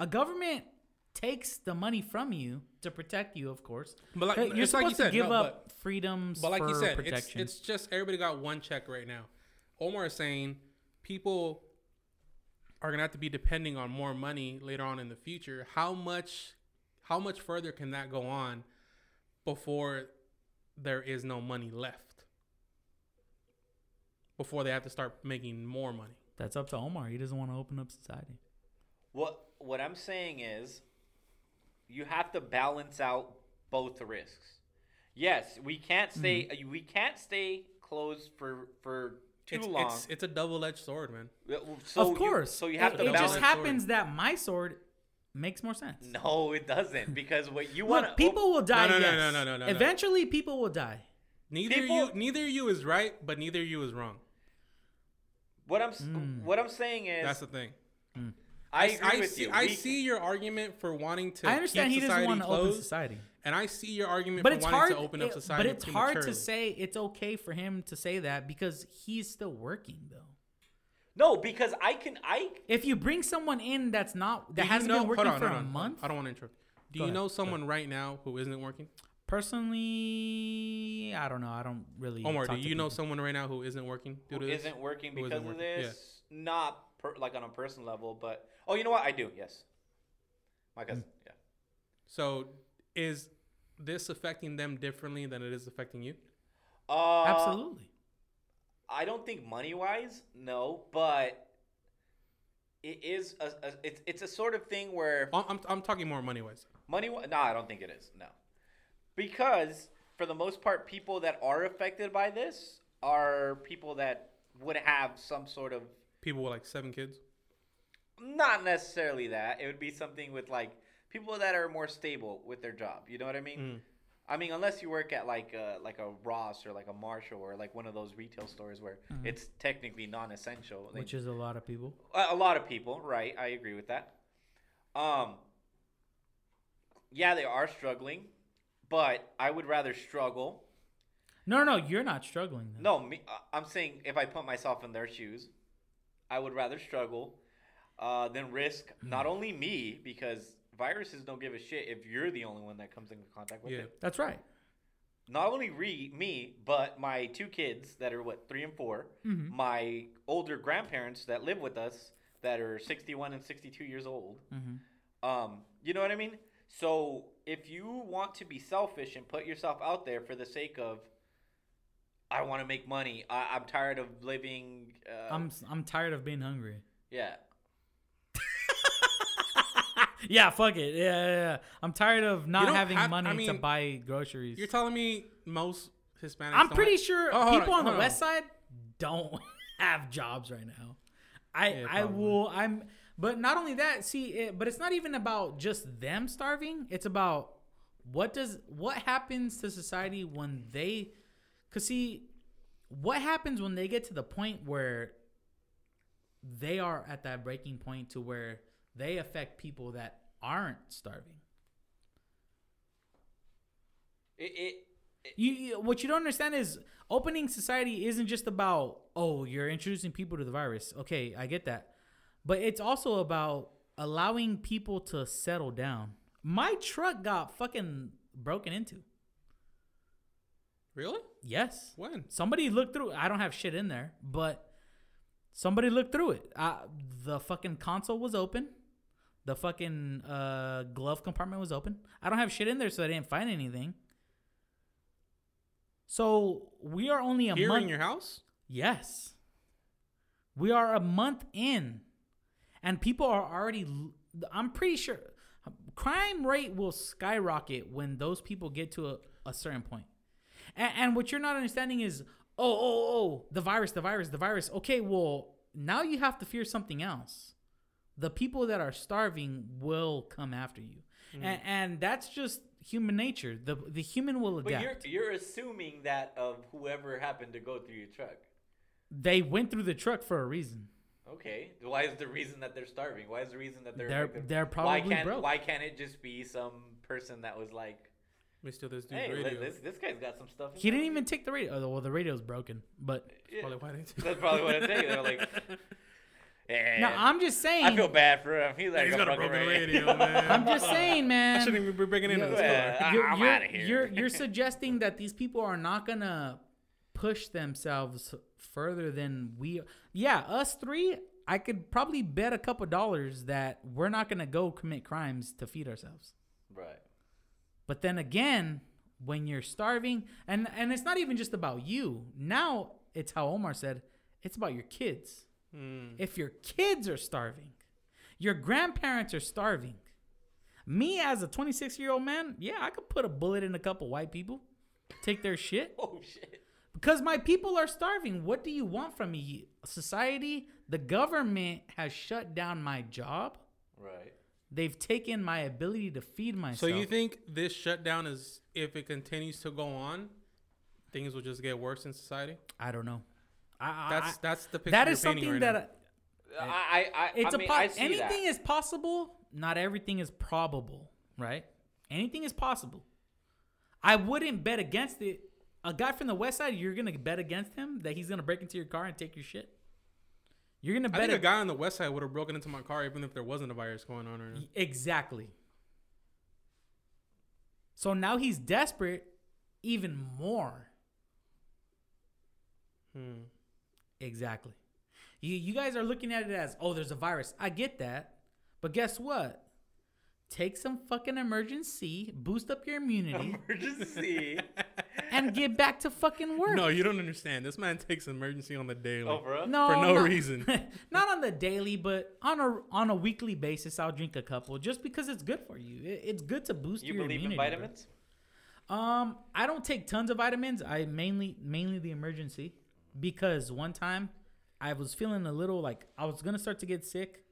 Speaker 1: A government takes the money from you to protect you, of course.
Speaker 2: But like-
Speaker 1: you're
Speaker 2: it's like
Speaker 1: supposed
Speaker 2: you
Speaker 1: to
Speaker 2: said,
Speaker 1: give
Speaker 2: no,
Speaker 1: up freedoms
Speaker 2: But like
Speaker 1: for
Speaker 2: you said, it's,
Speaker 1: protection.
Speaker 2: it's just everybody got one check right now. Omar is saying people are gonna have to be depending on more money later on in the future. How much, how much further can that go on before there is no money left? Before they have to start making more money.
Speaker 1: that's up to Omar. He doesn't want to open up society.
Speaker 3: What what I'm saying is you have to balance out both risks. Yes, we can't stay we can't stay closed for for too
Speaker 2: Mm-hmm. it's,
Speaker 3: long.
Speaker 2: It's, it's a double-edged sword, man.
Speaker 3: Well, so
Speaker 1: of course.
Speaker 3: You, so you have
Speaker 1: it,
Speaker 3: to
Speaker 1: It
Speaker 3: balance.
Speaker 1: just happens that my sword makes more sense.
Speaker 3: no, it doesn't because what you want
Speaker 1: Look, people will die.
Speaker 2: oh, no, no,
Speaker 1: yes.
Speaker 2: no, no, no, no.
Speaker 1: Eventually, people will die.
Speaker 2: Neither you,
Speaker 3: People-
Speaker 2: neither you is right, but neither you is wrong.
Speaker 3: What I'm s
Speaker 1: Hmm.
Speaker 3: what I'm saying is
Speaker 2: That's the thing.
Speaker 3: I agree
Speaker 2: I
Speaker 3: with
Speaker 2: see,
Speaker 3: you.
Speaker 2: I
Speaker 3: We-
Speaker 2: see your argument for wanting to.
Speaker 1: I understand
Speaker 2: keep
Speaker 1: he doesn't
Speaker 2: society
Speaker 1: want to open
Speaker 2: closed,
Speaker 1: society,
Speaker 2: and I see your argument
Speaker 1: but
Speaker 2: for
Speaker 1: it's
Speaker 2: wanting
Speaker 1: hard.
Speaker 2: to open up
Speaker 1: it-
Speaker 2: society.
Speaker 1: but it's hard to
Speaker 2: prematurely.
Speaker 1: say it's okay for him to say that because he's still working though.
Speaker 3: No, because I can I
Speaker 1: If you bring someone in that's not
Speaker 2: Do
Speaker 1: that
Speaker 2: you
Speaker 1: hasn't
Speaker 2: know-
Speaker 1: been working
Speaker 2: hold on,
Speaker 1: for
Speaker 2: hold
Speaker 1: a
Speaker 2: on, hold on.
Speaker 1: month,
Speaker 2: I don't want to interrupt. Do
Speaker 1: Go
Speaker 2: you
Speaker 1: ahead, go
Speaker 2: know someone right now who isn't working?
Speaker 1: personally, I don't know. I don't really.
Speaker 2: Omar, do
Speaker 1: talk to
Speaker 2: you know
Speaker 1: people.
Speaker 2: someone right now who isn't working due to
Speaker 3: who
Speaker 2: this?
Speaker 3: isn't working
Speaker 2: Who
Speaker 3: because
Speaker 2: isn't
Speaker 3: of
Speaker 2: working, yeah.
Speaker 3: this. Not per, like on a personal level, but oh, you know what? I do. Yes, my cousin.
Speaker 2: Hmm.
Speaker 3: Yeah.
Speaker 2: So, is this affecting them differently than it is affecting you?
Speaker 3: Uh,
Speaker 1: Absolutely.
Speaker 3: I don't think money wise, no, but it is a, a it's it's a sort of thing where
Speaker 2: Oh, I'm, I'm, I'm talking more money wise.
Speaker 3: money. No, I don't think it is. No, because for the most part, people that are affected by this are people that would have some sort of
Speaker 2: People with like seven kids.
Speaker 3: not necessarily that. It would be something with like people that are more stable with their job. You know what I mean?
Speaker 1: Mm.
Speaker 3: I mean, unless you work at like a, like a Ross or like a Marshall or like one of those retail stores where it's technically non-essential. They-
Speaker 1: Mm-hmm. which is a lot of people.
Speaker 3: a a lot of people, right? I agree with that. Um, yeah, they are struggling, but I would rather struggle.
Speaker 1: No, no, you're not struggling. Then.
Speaker 3: No, me, I- I'm saying if I put myself in their shoes, I would rather struggle uh, than risk not only me because viruses don't give a shit if you're the only one that comes in contact with
Speaker 2: Yeah.
Speaker 3: it.
Speaker 1: that's right.
Speaker 3: Not only re- me, but my two kids that are what three and 4
Speaker 2: Mm-hmm.
Speaker 3: my older grandparents that live with us that are 61 and 62 years old.
Speaker 1: Mm-hmm.
Speaker 3: Um, you know what I mean? So if you want to be selfish and put yourself out there for the sake of, I want to make money. I, I'm tired of living. Uh,
Speaker 1: I'm s- I'm tired of being hungry.
Speaker 3: yeah.
Speaker 1: Yeah, fuck it. Yeah, yeah, yeah. I'm tired of not
Speaker 2: don't
Speaker 1: having
Speaker 2: have- I
Speaker 1: money to
Speaker 2: mean,
Speaker 1: buy groceries.
Speaker 2: You're telling me most Hispanics.
Speaker 1: I'm
Speaker 2: don't
Speaker 1: pretty
Speaker 2: have-
Speaker 1: sure
Speaker 2: Oh, hold
Speaker 1: people on the
Speaker 2: hold
Speaker 1: west side don't have jobs right now. I
Speaker 2: Yeah,
Speaker 1: I
Speaker 2: probably.
Speaker 1: will I'm but not only that, see it, but it's not even about just them starving. It's about what does what happens to society when they cuz see what happens when they get to the point where they are at that breaking point to where they affect people that aren't starving.
Speaker 3: It, it,
Speaker 1: You, you what you don't understand is opening society isn't just about oh you're introducing people to the virus. Okay, I get that. But it's also about allowing people to settle down. My truck got fucking broken into.
Speaker 2: Really?
Speaker 1: Yes.
Speaker 2: When?
Speaker 1: Somebody looked through. I don't have shit in there, but somebody looked through it. I, the fucking console was open. The fucking uh, glove compartment was open. I don't have shit in there, so I didn't find anything. So we are only a
Speaker 2: Here
Speaker 1: month.
Speaker 2: in your house?
Speaker 1: yes, we are a month in, and people are already. l- I'm pretty sure crime rate will skyrocket when those people get to a, a certain point. And, and what you're not understanding is, oh, oh, oh, the virus, the virus, the virus. Okay, well, now you have to fear something else. The people that are starving will come after you,
Speaker 3: Mm.
Speaker 1: and, and that's just human nature. the The human will
Speaker 3: but you're
Speaker 1: adapt.
Speaker 3: you're assuming that of whoever happened to go through your truck.
Speaker 1: They went through the truck for a reason.
Speaker 3: Okay. Why is the reason that they're starving? Why is the reason that they're
Speaker 1: They're-
Speaker 3: affected?
Speaker 1: they're
Speaker 3: why
Speaker 1: probably
Speaker 3: can't
Speaker 1: broke.
Speaker 3: why can't it just be some person that was like,
Speaker 2: Let me steal this dude's
Speaker 3: hey,
Speaker 2: radio.
Speaker 3: li- this this guy's got some stuff. in
Speaker 1: He didn't
Speaker 3: him."
Speaker 1: even take the radio. oh, Well, the radio's broken, but
Speaker 3: Yeah.
Speaker 2: Probably why didn't you-
Speaker 3: That's probably what I think. They're like, "Eh,
Speaker 1: no, I'm just saying.
Speaker 3: I feel bad for him. He's like
Speaker 2: He's
Speaker 3: a
Speaker 2: got a
Speaker 3: fucking
Speaker 2: broken
Speaker 3: radio.
Speaker 2: radio, man.
Speaker 1: I'm just saying,
Speaker 2: I
Speaker 1: man.
Speaker 2: shouldn't even be bringing in
Speaker 1: Yeah.
Speaker 2: this
Speaker 3: Yeah.
Speaker 2: car.
Speaker 3: I-
Speaker 1: you're,
Speaker 3: "Ah, I'm
Speaker 1: you're,
Speaker 3: outta here.
Speaker 1: You're, you're suggesting that these people are not gonna push themselves further than we. Yeah, us three. I could probably bet a couple dollars that we're not gonna go commit crimes to feed ourselves.
Speaker 3: Right.
Speaker 1: But then again, when you're starving, and and it's not even just about you. Now it's how Omar said. It's about your kids.
Speaker 2: Mm.
Speaker 1: If your kids are starving, your grandparents are starving. Me as a 26 year old man, yeah, I could put a bullet in a couple white people, take their shit
Speaker 3: Oh shit.
Speaker 1: because my people are starving. What do you want from me? Society, the government has shut down my job.
Speaker 3: Right.
Speaker 1: They've taken my ability to feed myself.
Speaker 2: So you think this shutdown is if it continues to go on, things will just get worse in society?
Speaker 1: I don't know. I, I-
Speaker 2: That's
Speaker 1: I-
Speaker 2: that's the picture
Speaker 1: that
Speaker 2: you're
Speaker 1: is something
Speaker 2: painting right
Speaker 1: that uh,
Speaker 2: now.
Speaker 3: I I, I
Speaker 1: it's
Speaker 3: I
Speaker 1: a
Speaker 3: mean,
Speaker 1: po-
Speaker 3: I see
Speaker 1: anything
Speaker 3: that.
Speaker 1: is possible. Not everything is probable, right? Anything is possible. I wouldn't bet against it. A guy from the west side, you're gonna bet against him that he's gonna break into your car and take your shit. You're gonna
Speaker 2: I
Speaker 1: bet
Speaker 2: think a
Speaker 1: ag-
Speaker 2: guy on the west side would have broken into my car even if there wasn't a virus going on right now.
Speaker 1: exactly. So now he's desperate, even more.
Speaker 2: Hmm.
Speaker 1: Exactly. You you guys are looking at it as, oh, there's a virus. I get that. But guess what? Take some fucking emergency, boost up your immunity,
Speaker 3: emergency.
Speaker 1: and get back to fucking work.
Speaker 2: No, you don't understand. This man takes emergency on the daily.
Speaker 3: oh, bro.
Speaker 1: No,
Speaker 2: for no
Speaker 1: not-
Speaker 2: reason.
Speaker 1: not on the daily, but on a on a weekly basis, I'll drink a couple just because it's good for you. It- it's good to boost
Speaker 3: You
Speaker 1: your
Speaker 3: believe
Speaker 1: immunity,
Speaker 3: in
Speaker 1: bro.
Speaker 3: vitamins?
Speaker 1: Um, I don't take tons of vitamins. I mainly mainly the emergency because one time I was feeling a little like I was gonna start to get sick,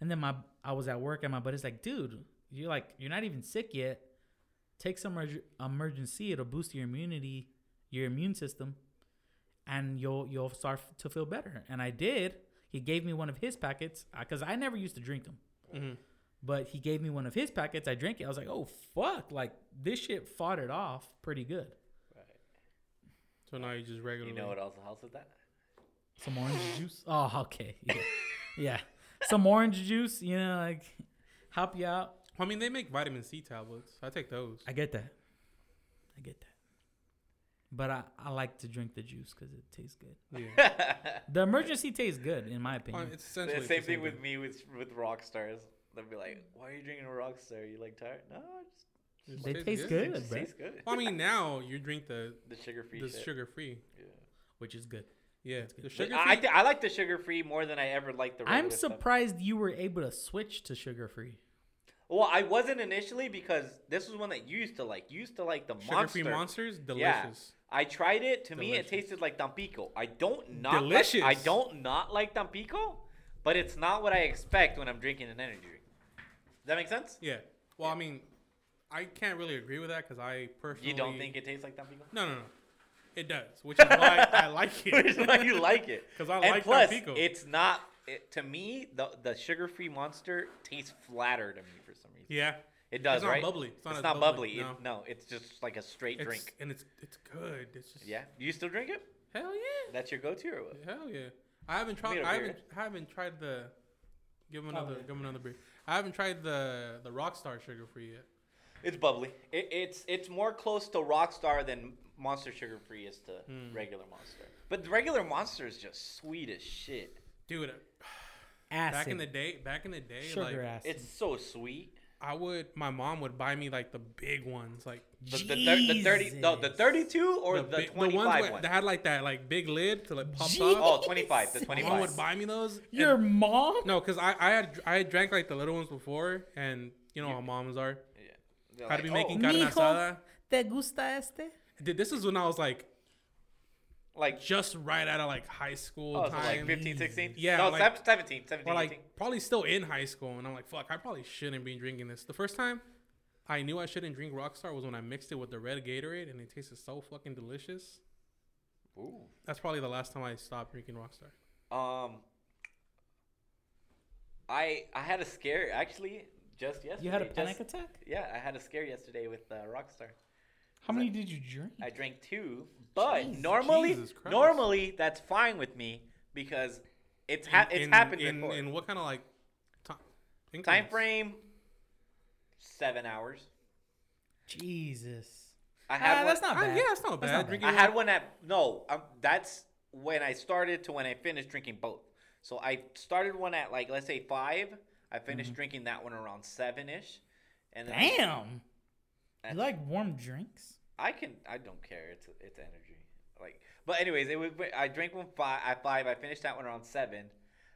Speaker 1: and then my I was at work and my buddy's like, dude, you're like you're not even sick yet. Take some emerg- emergency. It'll boost your immunity, your immune system, and you'll you'll start to feel better. And I did. He gave me one of his packets because I never used to drink them but he gave me one of his packets. I drank it. I was like, oh fuck! Like this shit fought it off pretty good.
Speaker 2: So now you just regularly.
Speaker 3: You know what else helps with that?
Speaker 1: Some orange juice. Oh, okay. Yeah. yeah, some orange juice. You know, like help you out.
Speaker 2: I mean, they make vitamin C tablets. I take those.
Speaker 1: I get that. I get that. But I, I like to drink the juice because it tastes good.
Speaker 2: yeah.
Speaker 1: The emergency tastes good, in my
Speaker 2: Uh,
Speaker 1: opinion.
Speaker 2: it's
Speaker 3: The
Speaker 2: essentially
Speaker 3: same, thing with me with with rock stars. They'll be like, "Why are you drinking a rock star? You like tired? No, it just,
Speaker 2: with
Speaker 1: they taste good,
Speaker 3: it just
Speaker 1: bruh,
Speaker 3: tastes good.
Speaker 2: Well, I mean, now you drink the
Speaker 3: The sugar free
Speaker 2: the
Speaker 3: shit.
Speaker 2: sugar free.
Speaker 3: Yeah.
Speaker 1: which is good.
Speaker 2: Yeah, the
Speaker 3: But
Speaker 2: sugar
Speaker 3: I,
Speaker 2: free.
Speaker 3: I like the sugar free more than I ever liked the.
Speaker 1: I'm
Speaker 3: regular stuff.
Speaker 1: surprised you were able to switch to sugar free.
Speaker 3: Well, I wasn't initially because this was one that you used to like. You used to like the
Speaker 2: Sugar
Speaker 3: monster.
Speaker 2: free monsters,
Speaker 3: Yeah.
Speaker 2: delicious.
Speaker 3: I tried it. To me, it
Speaker 2: Delicious.
Speaker 3: tasted like Tampico. I don't not
Speaker 2: Delicious.
Speaker 3: Like, I don't not like Tampico, but it's not what I expect when I'm drinking an energy drink. Does that make sense?
Speaker 2: Yeah. Well, I mean, I can't really agree with that because I personally
Speaker 3: You don't think it tastes like Tampico?
Speaker 2: No, no, no. It does, which is why I like it.
Speaker 3: Which is why you like it.
Speaker 2: 'Cause I
Speaker 3: and
Speaker 2: like
Speaker 3: plus,
Speaker 2: Tampico.
Speaker 3: It's not it, to me the the sugar free monster tastes flatter to me for some reason.
Speaker 2: Yeah.
Speaker 3: It does,
Speaker 2: It's not
Speaker 3: right?
Speaker 2: bubbly. It's
Speaker 3: It's
Speaker 2: not
Speaker 3: not,
Speaker 2: as
Speaker 3: bubbly.
Speaker 2: bubbly,
Speaker 3: It-
Speaker 2: no.
Speaker 3: no, it's just like a straight
Speaker 2: It's,
Speaker 3: drink.
Speaker 2: And it's it's good. It's just
Speaker 3: Yeah. You still drink it?
Speaker 2: Hell yeah.
Speaker 3: That's your go to or what?
Speaker 2: Hell yeah. I haven't
Speaker 3: me
Speaker 2: tried.
Speaker 3: a
Speaker 2: I
Speaker 3: beer.
Speaker 2: haven't. I haven't tried the. Give him another. Give him another beer. I haven't tried the the Rockstar sugar free yet.
Speaker 3: It's bubbly. It, it's it's more close to Rockstar than Monster Sugar Free is to
Speaker 2: Hmm.
Speaker 3: regular Monster. But the regular Monster is just sweet as shit.
Speaker 2: Dude,
Speaker 1: Acid.
Speaker 2: back in the day, back in the day,
Speaker 1: sugar
Speaker 2: like
Speaker 1: acid.
Speaker 3: It's so sweet.
Speaker 2: I would. My mom would buy me like the big ones, like
Speaker 3: The, the, thir- the thirty no the
Speaker 1: Jesus.
Speaker 3: thirty two or the,
Speaker 2: big-
Speaker 3: twenty five
Speaker 2: where-
Speaker 3: one.
Speaker 2: that had like that like big lid to like pop
Speaker 1: Jeez.
Speaker 2: up.
Speaker 3: Oh, 25,
Speaker 1: My
Speaker 3: the
Speaker 1: mom
Speaker 2: My mom
Speaker 3: 25.
Speaker 2: would buy me those. and-
Speaker 1: Your mom?
Speaker 2: no, cause I I had I had drank like the little ones before, and you know how moms are.
Speaker 3: Yeah. They're
Speaker 2: How to be
Speaker 3: like,
Speaker 2: making
Speaker 3: oh,
Speaker 2: carne
Speaker 1: Mijo.
Speaker 2: asada.
Speaker 1: ¿Te gusta este?
Speaker 2: Dude, this is when I was like
Speaker 3: like
Speaker 2: just right out of like high school
Speaker 3: oh, so
Speaker 2: time.
Speaker 3: like 15, 16?
Speaker 2: Yeah,
Speaker 3: no,
Speaker 2: like-
Speaker 3: sev- 17, 17,
Speaker 2: or like
Speaker 3: 18.
Speaker 2: probably still in high school, and I'm like, fuck, I probably shouldn't be drinking this. The first time I knew I shouldn't drink Rockstar was when I mixed it with the red Gatorade, and it tasted so fucking delicious.
Speaker 3: Ooh.
Speaker 2: That's probably the last time I stopped drinking Rockstar.
Speaker 3: Um, I I had a scare actually just yesterday.
Speaker 1: You had a
Speaker 3: just-
Speaker 1: panic attack?
Speaker 3: Yeah, I had a scare yesterday with uh, Rockstar.
Speaker 1: How many did you drink?
Speaker 3: I drank two, but normally,
Speaker 2: Jesus Christ.
Speaker 3: normally that's fine with me because it's ha- it's
Speaker 2: in,
Speaker 3: happened
Speaker 2: in,
Speaker 3: before.
Speaker 2: in what kind of like time
Speaker 3: Time
Speaker 2: increments?
Speaker 3: frame, seven hours.
Speaker 1: Jesus.
Speaker 3: I
Speaker 1: Ah,
Speaker 3: had one,
Speaker 1: that's not
Speaker 2: Ah,
Speaker 1: bad.
Speaker 2: yeah, it's not bad.
Speaker 1: not bad.
Speaker 2: Drinking
Speaker 3: I had one at no. Um, that's when I started to when I finished drinking both. So I started one at like let's say five. I finished
Speaker 2: Mm-hmm.
Speaker 3: drinking that one around seven ish, and then I-
Speaker 1: Damn.
Speaker 3: That's-
Speaker 1: You like warm drinks?
Speaker 3: I can. I don't care. It's it's energy. Like, but anyways, it was. I drank one five at five. I finished that one around 7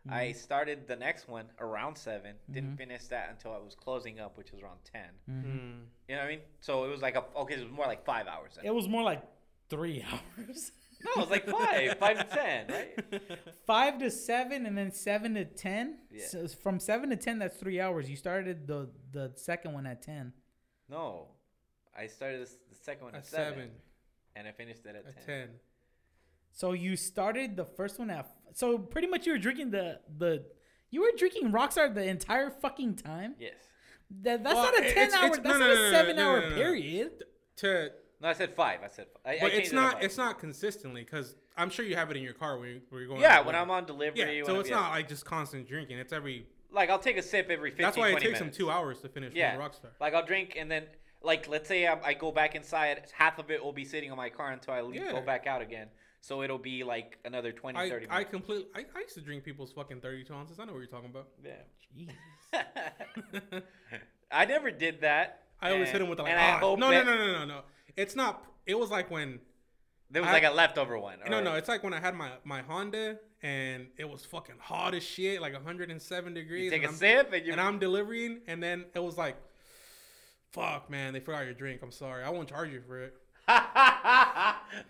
Speaker 3: I
Speaker 2: Mm-hmm.
Speaker 3: started the next one around 7 did Didn't finish that until I was closing up, which was around 10
Speaker 2: Mm.
Speaker 3: You know what I mean? So it was like a okay. It was more like five hours. Then.
Speaker 1: It was more like three hours.
Speaker 3: no, it was like five, five to ten, right?
Speaker 1: Five to seven, and then seven to ten.
Speaker 3: Yeah.
Speaker 1: So it's from seven to ten, that's three hours. You started the the second one at ten.
Speaker 3: No, I started this, the second one
Speaker 2: at
Speaker 3: at seven,
Speaker 2: seven,
Speaker 3: and I finished it at,
Speaker 2: at
Speaker 3: 10.
Speaker 2: ten.
Speaker 1: So you started the first one at. So pretty much you were drinking the the. You were drinking Rockstar the entire fucking time.
Speaker 3: Yes.
Speaker 1: That, that's
Speaker 2: Well,
Speaker 1: not a
Speaker 2: it's-
Speaker 1: ten hour.
Speaker 2: it's-
Speaker 1: that's not
Speaker 2: no, no, no, no,
Speaker 1: a
Speaker 2: no,
Speaker 1: seven hour
Speaker 2: no, no, no.
Speaker 1: period.
Speaker 2: To
Speaker 3: No, I said five. I said five. I,
Speaker 2: but
Speaker 3: I
Speaker 2: it's
Speaker 3: changed it to
Speaker 2: not
Speaker 3: five.
Speaker 2: it's not consistently because I'm sure you have it in your car when you- when you're going.
Speaker 3: Yeah,
Speaker 2: on
Speaker 3: when
Speaker 2: the-
Speaker 3: I'm on delivery.
Speaker 2: Yeah,
Speaker 3: when
Speaker 2: so
Speaker 3: I'm-
Speaker 2: it's not like just constant drinking. It's every.
Speaker 3: like I'll take a sip every fifteen.
Speaker 2: That's why it
Speaker 3: 20
Speaker 2: takes them
Speaker 3: minutes.
Speaker 2: two hours to finish
Speaker 3: Yeah.
Speaker 2: one Rockstar.
Speaker 3: Like I'll drink and then like let's say I, I go back inside, half of it will be sitting on my car until I leave,
Speaker 2: Yeah.
Speaker 3: go back out again. So it'll be like another 20,
Speaker 2: I,
Speaker 3: 30
Speaker 2: I
Speaker 3: minutes.
Speaker 2: completely I, I used to drink people's fucking thirty two ounces. I know what you're talking about.
Speaker 3: yeah. I never did that.
Speaker 2: I always
Speaker 3: and-
Speaker 2: hit him with the like.
Speaker 3: Eh, and I
Speaker 2: Ah, no,
Speaker 3: hope
Speaker 2: no,
Speaker 3: that-
Speaker 2: no, no, no, no. It's not. It was like when
Speaker 3: There was
Speaker 2: I-
Speaker 3: like a leftover one.
Speaker 2: no,
Speaker 3: or-
Speaker 2: no. It's like when I had my my Honda and it was fucking hot as shit, like 107 degrees.
Speaker 3: You take
Speaker 2: and
Speaker 3: a
Speaker 2: I'm-
Speaker 3: sip and you.
Speaker 2: and I'm delivering, and then it was like, fuck, man, they forgot your drink. I'm sorry. I won't charge you for it.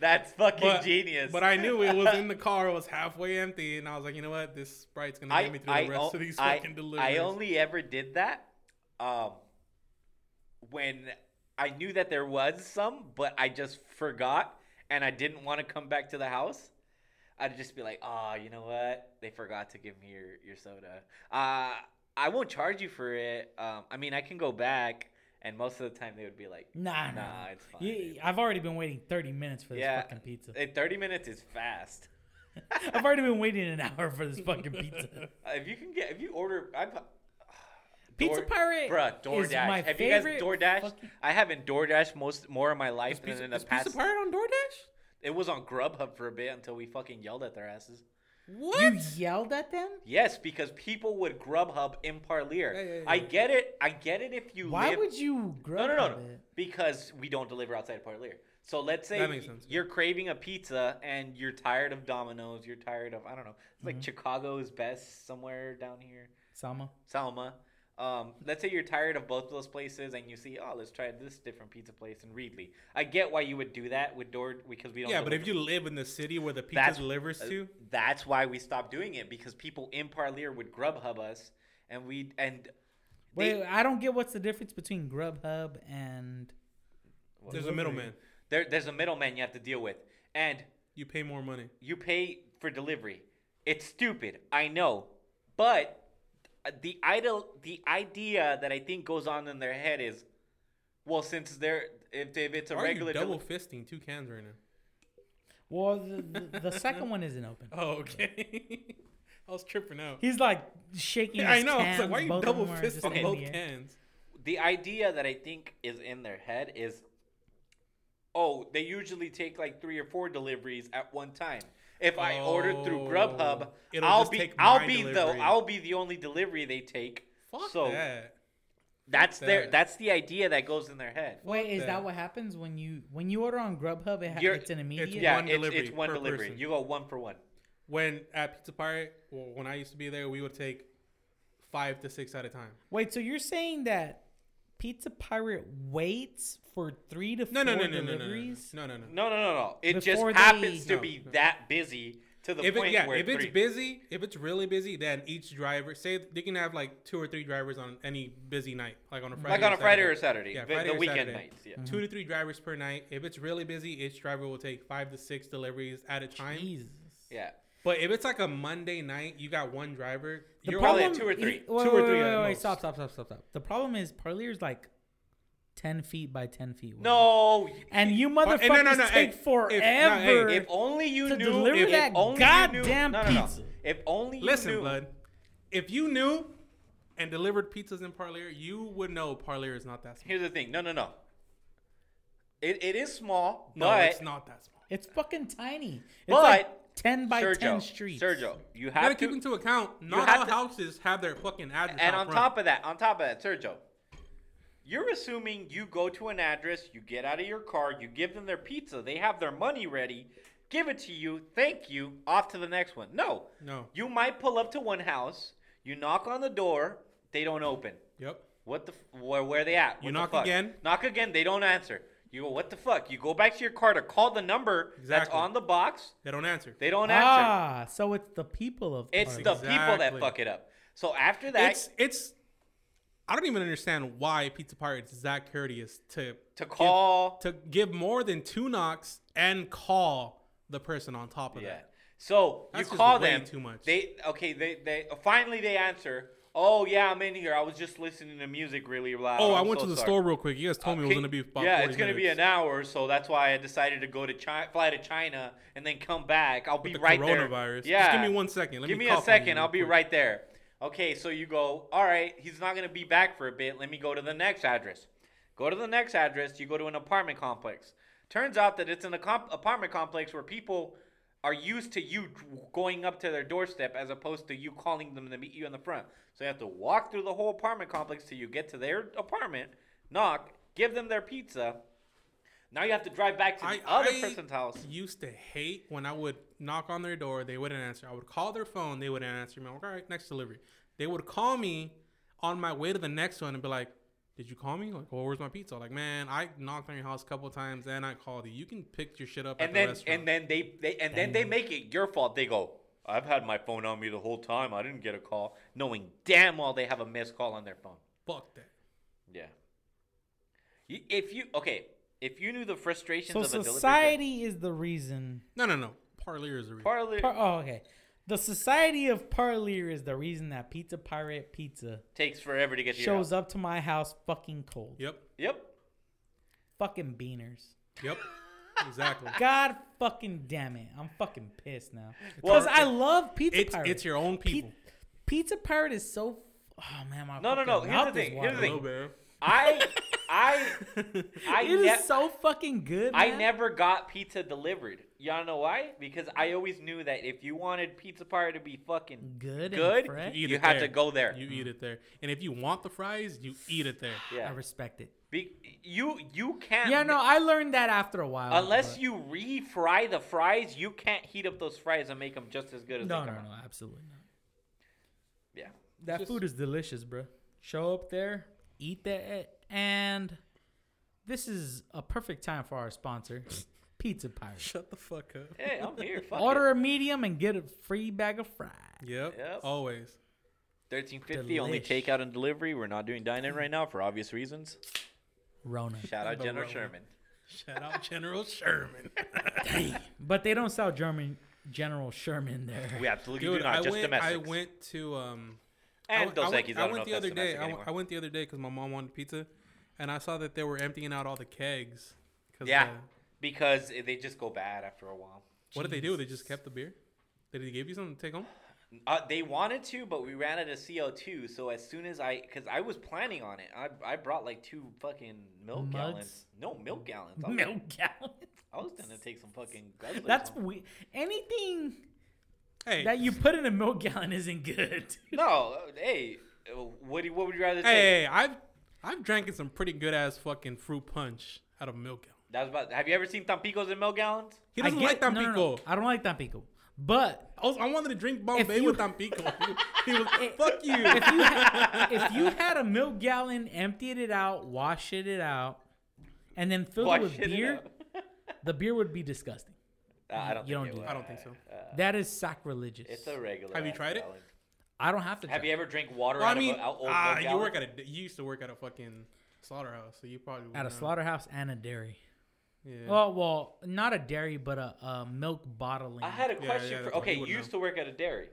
Speaker 3: That's fucking
Speaker 2: But,
Speaker 3: genius.
Speaker 2: But I knew it was in the car. It was halfway empty, and I was like, you know what? This Sprite's gonna get me through the rest
Speaker 3: o-
Speaker 2: of these
Speaker 3: I-
Speaker 2: fucking deliveries.
Speaker 3: I only ever did that um, when I knew that there was some, but I just forgot and I didn't want to come back to the house. I'd just be like, oh, you know what? They forgot to give me your, your soda. Uh, I won't charge you for it. Um, I mean, I can go back. And most of the time, they would be like,
Speaker 4: Nah, nah.
Speaker 3: nah, it's fine.
Speaker 4: You, I've already been waiting 30 minutes for this
Speaker 3: Yeah.
Speaker 4: fucking pizza.
Speaker 3: In 30 minutes is fast.
Speaker 4: I've already been waiting an hour for this fucking pizza.
Speaker 3: Uh, if you can get, if you order, I've,
Speaker 4: Pizza
Speaker 3: Door-
Speaker 4: Pirate
Speaker 3: Bruh,
Speaker 4: is my
Speaker 3: DoorDash. Have you guys
Speaker 4: favorite
Speaker 3: DoorDash?
Speaker 4: fucking-
Speaker 3: I haven't DoorDash most more of my life
Speaker 2: Is
Speaker 3: than
Speaker 2: pizza,
Speaker 3: in the
Speaker 2: is
Speaker 3: past.
Speaker 2: pizza pirate on DoorDash?
Speaker 3: it was on Grubhub for a bit until we fucking yelled at their asses.
Speaker 2: What?
Speaker 4: You yelled at them?
Speaker 3: Yes, because people would Grubhub in Parlier.
Speaker 2: Yeah, yeah, yeah.
Speaker 3: I get it. I get it if you
Speaker 4: Why
Speaker 3: live.
Speaker 4: would you
Speaker 3: no,
Speaker 4: grub
Speaker 3: no, no, no.
Speaker 4: it?
Speaker 3: Because we don't deliver outside Parlier. So let's say
Speaker 2: That makes sense, yeah.
Speaker 3: you're craving a pizza and you're tired of Domino's. You're tired of I don't know. It's
Speaker 2: Mm-hmm.
Speaker 3: like Chicago's best somewhere down here.
Speaker 4: Sama.
Speaker 3: Salma. Um, let's say you're tired of both of those places and you see, oh, let's try this different pizza place in Reedley. I get why you would do that with Door because we don't.
Speaker 2: Yeah, but if
Speaker 3: deliver.
Speaker 2: you live in the city where the pizza
Speaker 3: That's-
Speaker 2: delivers to,
Speaker 3: that's why we stopped doing it because people in Parlier would Grubhub us and we and
Speaker 4: Wait,
Speaker 3: they-
Speaker 4: I don't get what's the difference between Grubhub and
Speaker 2: there's a middleman.
Speaker 3: there, there's a middleman you have to deal with and
Speaker 2: You pay more money.
Speaker 3: you pay for delivery. It's stupid, I know, but the idol, the idea that I think goes on in their head is, well, since they're if, they, if it's a
Speaker 2: Why are you
Speaker 3: regular deli-
Speaker 2: double fisting two cans right now?
Speaker 4: well, the, the, the second one isn't open.
Speaker 2: Oh, okay. I was tripping out.
Speaker 4: He's like shaking.
Speaker 2: Yeah, I
Speaker 4: his
Speaker 2: know. I was
Speaker 4: Cans.
Speaker 2: like, why are you
Speaker 4: Both of
Speaker 2: double
Speaker 4: them are
Speaker 2: fisting
Speaker 4: just in
Speaker 2: both
Speaker 4: the air.
Speaker 2: cans?
Speaker 3: the idea that I think is in their head is, oh, they usually take like three or four deliveries at one time. If I ordered through Grubhub,
Speaker 2: Oh, it'll
Speaker 3: I'll
Speaker 2: just
Speaker 3: be
Speaker 2: take
Speaker 3: I'll
Speaker 2: my
Speaker 3: be
Speaker 2: delivery.
Speaker 3: the I'll be the only delivery they take.
Speaker 2: Fuck
Speaker 3: so
Speaker 2: that.
Speaker 3: that's their
Speaker 2: that.
Speaker 3: that's the idea that goes in their head.
Speaker 4: Wait, is
Speaker 2: that.
Speaker 4: that what happens when you when you order on Grubhub? It ha-
Speaker 3: You're-
Speaker 4: it's an immediate.
Speaker 2: One
Speaker 3: Yeah, it's,
Speaker 2: delivery
Speaker 3: it's one
Speaker 2: per
Speaker 3: delivery.
Speaker 2: person.
Speaker 3: You go one for one.
Speaker 2: When at Pizza Pirate, well, when I used to be there, we would take five to six at a time.
Speaker 4: Wait, so you're saying that Pizza Pirate waits for three to four
Speaker 2: No, no, no, no, no, no, no, no,
Speaker 4: deliveries?
Speaker 2: no, no, no.
Speaker 3: No, no, no, no. It
Speaker 4: Before
Speaker 3: just happens
Speaker 4: they-
Speaker 3: to be that busy to the
Speaker 2: If
Speaker 3: point
Speaker 2: it, yeah,
Speaker 3: where
Speaker 2: if it's
Speaker 3: three-
Speaker 2: busy, if it's really busy, then each driver say they can have like two or three drivers on any busy night, like on a Friday.
Speaker 3: like on
Speaker 2: or
Speaker 3: a Friday or
Speaker 2: Saturday.
Speaker 3: Saturday,
Speaker 2: Yeah,
Speaker 3: the-
Speaker 2: Friday
Speaker 3: the
Speaker 2: or
Speaker 3: weekend
Speaker 2: Saturday. Mm.
Speaker 3: nights.
Speaker 4: Mm-hmm.
Speaker 3: Yeah.
Speaker 2: Two to three drivers per night. If it's really busy, each driver will take five to six deliveries at a time.
Speaker 4: Jesus.
Speaker 3: yeah.
Speaker 2: But if it's like a Monday night, you got one driver.
Speaker 4: The
Speaker 2: you're
Speaker 3: probably
Speaker 2: all,
Speaker 3: at two or three.
Speaker 4: Wait,
Speaker 2: Two or
Speaker 4: wait,
Speaker 2: three
Speaker 4: Wait,
Speaker 2: at
Speaker 4: wait, wait,
Speaker 2: most.
Speaker 4: stop, stop, stop, stop, stop. The problem is Parlier's like ten feet by ten feet. wide.
Speaker 3: No.
Speaker 4: And you
Speaker 2: But-
Speaker 4: motherfuckers
Speaker 2: hey, no, no, no, hey,
Speaker 4: take
Speaker 2: if- no, hey,
Speaker 4: forever.
Speaker 3: If only you
Speaker 4: to
Speaker 3: knew.
Speaker 4: deliver
Speaker 3: if
Speaker 4: that
Speaker 3: only you knew,
Speaker 4: goddamn
Speaker 3: no, no, no.
Speaker 4: pizza.
Speaker 3: If only you
Speaker 2: listen,
Speaker 3: knew.
Speaker 2: bud. If you knew and delivered pizzas in Parlier, you would know Parlier is not that small.
Speaker 3: Here's the thing. No, no, no. It, it is small,
Speaker 2: No,
Speaker 3: but
Speaker 2: it's not that small.
Speaker 4: it's fucking tiny. It's
Speaker 3: But-
Speaker 4: like ten by
Speaker 3: Sergio,
Speaker 4: ten streets.
Speaker 3: Sergio, you
Speaker 2: You gotta
Speaker 3: have
Speaker 2: keep
Speaker 3: to.
Speaker 2: into account not
Speaker 3: have
Speaker 2: all
Speaker 3: to-
Speaker 2: houses have their fucking address.
Speaker 3: And
Speaker 2: out
Speaker 3: on
Speaker 2: front.
Speaker 3: top of that, on top of that, Sergio, you're assuming you go to an address, you get out of your car, you give them their pizza, they have their money ready, give it to you, thank you, off to the next one. No.
Speaker 2: No.
Speaker 3: You might pull up to one house, you knock on the door, they don't open.
Speaker 2: Yep.
Speaker 3: What the? F- where, where they at? What
Speaker 2: You
Speaker 3: the
Speaker 2: knock
Speaker 3: fuck?
Speaker 2: again?
Speaker 3: Knock again. They don't answer. You go. What the fuck? You go back to your car to call the number that's
Speaker 2: Exactly.
Speaker 3: on the box.
Speaker 2: They don't answer.
Speaker 3: They don't answer.
Speaker 4: ah, so it's the people of
Speaker 3: It's
Speaker 4: Parlier.
Speaker 3: the people that
Speaker 2: Exactly.
Speaker 3: fuck it up. So after that,
Speaker 2: it's it's I don't even understand why Pizza Pirates Zach courteous to
Speaker 3: to
Speaker 2: give-
Speaker 3: call.
Speaker 2: to give more than two knocks and call the person on top of
Speaker 3: yeah.
Speaker 2: that.
Speaker 3: So
Speaker 2: That's
Speaker 3: you
Speaker 2: just
Speaker 3: call
Speaker 2: way
Speaker 3: them.
Speaker 2: too much.
Speaker 3: They okay. They they finally they answer. Oh yeah, I'm in here. I was just listening to music really loud.
Speaker 2: Oh, i
Speaker 3: I'm
Speaker 2: went
Speaker 3: so
Speaker 2: to the
Speaker 3: sorry."
Speaker 2: store real quick. You guys told me it was
Speaker 3: Okay,
Speaker 2: gonna be about
Speaker 3: yeah,
Speaker 2: 40
Speaker 3: it's gonna be
Speaker 2: minutes.
Speaker 3: an hour, so that's why I decided to go to China, fly to China, and then come back. I'll be
Speaker 2: the
Speaker 3: right there.
Speaker 2: coronavirus. Just give me one second. Let
Speaker 3: give
Speaker 2: me
Speaker 3: me a
Speaker 2: cough on you
Speaker 3: second.
Speaker 2: real
Speaker 3: I'll be
Speaker 2: quick.
Speaker 3: right there. Okay, so you go. All right, he's not gonna be back for a bit. Let me go to the next address. Go to the next address. You go to an apartment complex. Turns out that it's an accom- apartment complex where people are used to you going up to their doorstep as opposed to you calling them to meet you in the front. So you have to walk through the whole apartment complex till you get to their apartment, knock, give them their pizza. Now you have to drive back to the
Speaker 2: I,
Speaker 3: other
Speaker 2: I
Speaker 3: person's house.
Speaker 2: used to hate when I would knock on their door, they wouldn't answer. I would call their phone, they wouldn't answer me. I'm like, all right, next delivery. They would call me on my way to the next one and be like, Did you call me? Like, well, where's my pizza? Like, man, I knocked on your house a couple times and I called you. You can pick your shit up at
Speaker 3: and
Speaker 2: the
Speaker 3: then
Speaker 2: restaurant.
Speaker 3: and then they, they and then they make it your fault. They go, I've had my phone on me the whole time. I didn't get a call, knowing damn well they have a missed call on their phone.
Speaker 2: Fuck that.
Speaker 3: Yeah. You, if you okay, if you knew the frustrations
Speaker 1: So
Speaker 3: of a delivery
Speaker 1: society is the reason.
Speaker 2: No, no, no. Parlier is the reason.
Speaker 3: parlor
Speaker 1: Par- oh, okay. The society of parlier is the reason that Pizza Pirate Pizza
Speaker 3: takes forever to get to your
Speaker 1: shows
Speaker 3: house.
Speaker 1: up to my house fucking cold.
Speaker 2: yep.
Speaker 3: Yep.
Speaker 1: Fucking beaners.
Speaker 2: Yep. exactly.
Speaker 1: God fucking damn it. I'm fucking pissed now.
Speaker 3: Well,
Speaker 1: Because I love Pizza
Speaker 2: It's
Speaker 1: Pirate.
Speaker 2: it's your own
Speaker 1: Pi-
Speaker 2: people.
Speaker 1: Pizza Pirate is so. Oh man, my
Speaker 3: No, no,
Speaker 1: fucking
Speaker 3: no. Here's the
Speaker 1: mouth is
Speaker 3: thing. Here's the
Speaker 1: watering.
Speaker 3: thing.
Speaker 2: Hello, man.
Speaker 3: I I I
Speaker 1: It is
Speaker 3: ne-
Speaker 1: so fucking good.
Speaker 3: I
Speaker 1: man.
Speaker 3: never got pizza delivered. Y'all know why? Because I always knew that if you wanted pizza pirate to be fucking
Speaker 1: Good and
Speaker 3: good,
Speaker 1: fresh.
Speaker 3: you,
Speaker 2: eat it
Speaker 3: had to
Speaker 2: there.
Speaker 3: go there.
Speaker 2: You eat it there. And if you want the fries, you eat it there.
Speaker 1: I
Speaker 3: yeah.
Speaker 1: respect it.
Speaker 3: Be- you you can't
Speaker 1: Yeah, no, I learned that after a
Speaker 2: Uh,
Speaker 1: while.
Speaker 3: Unless
Speaker 1: but-
Speaker 3: you refry the fries, you can't heat up those fries and make them just as good as
Speaker 1: No,
Speaker 3: they
Speaker 1: no,
Speaker 3: come
Speaker 1: no,
Speaker 3: out.
Speaker 1: absolutely not.
Speaker 3: Yeah.
Speaker 1: That
Speaker 2: Just-
Speaker 1: food is delicious, bro. Show up there, eat that, and this is a perfect time for our sponsor, Pizza Pirate.
Speaker 2: Shut the fuck up.
Speaker 3: Hey, I'm here. Fuck
Speaker 1: Order a medium and get a free bag of fries.
Speaker 2: Yep.
Speaker 3: Yep.
Speaker 2: Always.
Speaker 3: Thirteen fifty only
Speaker 1: Delish.
Speaker 3: takeout and delivery. We're not doing dine in right now for obvious reasons.
Speaker 1: Rona.
Speaker 3: Shout out
Speaker 2: The
Speaker 3: General
Speaker 2: road.
Speaker 3: Sherman.
Speaker 2: Shout out General Sherman.
Speaker 1: But they don't sell German General Sherman there.
Speaker 3: We absolutely
Speaker 2: Dude,
Speaker 3: do not
Speaker 2: I
Speaker 3: just
Speaker 2: went.
Speaker 3: domestics.
Speaker 2: I went to um. I
Speaker 3: and
Speaker 2: went- I
Speaker 3: Dos
Speaker 2: went,
Speaker 3: Equis.
Speaker 2: I
Speaker 3: I don't know
Speaker 2: went
Speaker 3: if
Speaker 2: the
Speaker 3: that's
Speaker 2: other day.
Speaker 3: domestic
Speaker 2: I, went-
Speaker 3: anymore.
Speaker 2: I went the other day because my mom wanted pizza, and I saw that they were emptying out all the kegs. 'cause,
Speaker 3: Yeah,
Speaker 2: uh,
Speaker 3: because they just go bad after a while.
Speaker 2: what did they do? They just kept the beer. Did they give you something to take home?
Speaker 3: Uh, they wanted to, but we ran out of CO2. So as soon as I, because I was planning on it, I, I brought like two fucking milk
Speaker 1: Mugs?
Speaker 3: gallons. No milk gallons. I was,
Speaker 1: Milk gallon.
Speaker 3: I was gonna take some fucking. guzzlers
Speaker 1: That's
Speaker 3: home.
Speaker 1: we anything
Speaker 2: Hey,
Speaker 1: that you put in a milk gallon isn't good.
Speaker 3: no. uh, Hey, uh, what do, what would you
Speaker 2: hey,
Speaker 3: rather take?
Speaker 2: hey, I've I've drank some pretty good ass fucking fruit punch out of milk. gallon.
Speaker 3: That's about. Have you ever seen Tampicos in milk gallons?
Speaker 2: He doesn't
Speaker 1: I get
Speaker 2: like
Speaker 1: it. No, no,
Speaker 2: tampico.
Speaker 1: no. I don't like tampico. But
Speaker 2: I, was, I wanted to drink Bombay
Speaker 1: you-
Speaker 2: with tampico. he was fuck you.
Speaker 1: if you ha- if you had a milk gallon, emptied it out, washed it out, and then filled
Speaker 3: Wash
Speaker 1: it with
Speaker 3: it
Speaker 1: beer,
Speaker 3: up.
Speaker 1: the beer would be disgusting.
Speaker 3: Uh, I don't.
Speaker 1: You
Speaker 3: think
Speaker 1: don't
Speaker 3: it
Speaker 1: do
Speaker 3: would.
Speaker 2: I don't think so.
Speaker 1: that is sacrilegious.
Speaker 3: Uh, It's a regular.
Speaker 2: Have you
Speaker 3: ass
Speaker 2: tried it?
Speaker 3: gallon.
Speaker 1: I don't have to.
Speaker 3: Have
Speaker 1: try.
Speaker 3: you ever drank water
Speaker 2: Well, I
Speaker 3: out
Speaker 2: mean,
Speaker 3: of a, out old
Speaker 2: ah,
Speaker 3: milk
Speaker 2: you
Speaker 3: gallon?
Speaker 2: work at a you used to work at a fucking slaughterhouse, so you probably would
Speaker 1: at a
Speaker 3: Mm.
Speaker 2: know.
Speaker 1: slaughterhouse and a dairy?
Speaker 2: Yeah.
Speaker 1: Well, well, not a dairy, but a, a milk bottling.
Speaker 3: I had a
Speaker 2: yeah,
Speaker 3: question
Speaker 2: that's
Speaker 3: for.
Speaker 2: what
Speaker 3: Okay,
Speaker 2: he Hmm.
Speaker 3: you
Speaker 2: would
Speaker 3: used
Speaker 2: know.
Speaker 3: to work at a dairy.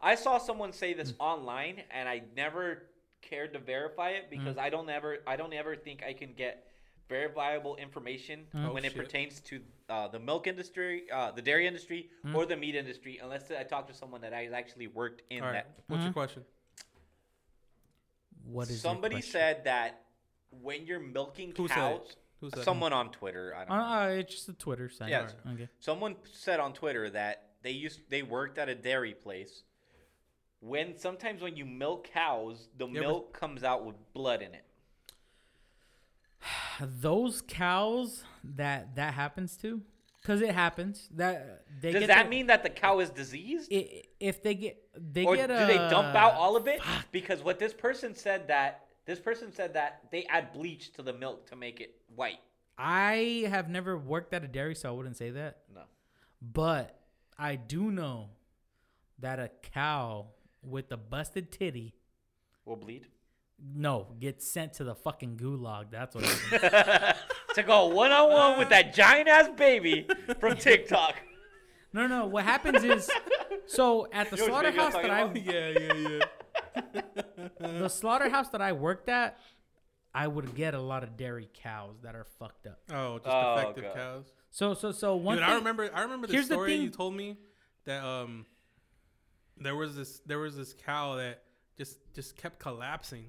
Speaker 3: I saw someone say this online, and I never cared to verify it
Speaker 2: Hmm.
Speaker 3: because I don't ever, I don't ever think I can get verifiable information
Speaker 2: Oh,
Speaker 3: when it
Speaker 2: shit.
Speaker 3: pertains to uh, the milk industry, uh, the dairy industry,
Speaker 2: Hmm.
Speaker 3: or the meat industry, unless I talk to someone that I actually worked in
Speaker 2: All right.
Speaker 3: that
Speaker 2: What's
Speaker 1: Mm-hmm.
Speaker 2: your question?
Speaker 1: What is your
Speaker 3: Somebody
Speaker 1: question?
Speaker 3: said that when you're milking
Speaker 2: Who said
Speaker 3: cows,
Speaker 2: it? Who said it?
Speaker 3: someone on Twitter, I don't
Speaker 1: Uh,
Speaker 3: know.
Speaker 1: uh, it's just a Twitter site.
Speaker 3: Yeah, it's-
Speaker 1: Okay.
Speaker 3: Someone said on Twitter that they used they worked at a dairy place. When sometimes when you milk cows, the
Speaker 2: but-
Speaker 3: milk comes out with blood in it.
Speaker 1: Those cows that that happens to, because it happens that they
Speaker 3: Does
Speaker 1: get
Speaker 3: that
Speaker 1: the-
Speaker 3: mean that the cow is diseased,
Speaker 1: i- if they get they
Speaker 3: or
Speaker 1: get
Speaker 3: do
Speaker 1: a,
Speaker 3: they dump out all of it? Because what this person said that this person said that they add bleach to the milk to make it white.
Speaker 1: I have never worked at a dairy, so I wouldn't say that.
Speaker 3: No,
Speaker 1: But I do know that a cow with a busted titty
Speaker 3: will bleed.
Speaker 1: no gets sent to the fucking gulag. That's what. happens.
Speaker 3: to go one on one with that giant ass baby from TikTok.
Speaker 1: no, no. What happens is so at the
Speaker 3: You know which video I'm
Speaker 1: slaughterhouse that I
Speaker 3: talking
Speaker 2: oh, yeah, yeah, yeah.
Speaker 1: the slaughterhouse that I worked at, I would get a lot of dairy cows that are fucked up.
Speaker 2: Oh, just
Speaker 3: Oh,
Speaker 2: defective
Speaker 3: God.
Speaker 2: cows.
Speaker 1: So so so one.
Speaker 2: Dude,
Speaker 1: thing-
Speaker 2: I remember. I remember the
Speaker 1: Here's the
Speaker 2: story you
Speaker 1: thing.
Speaker 2: told me that um, there was this there was this cow that just just kept collapsing,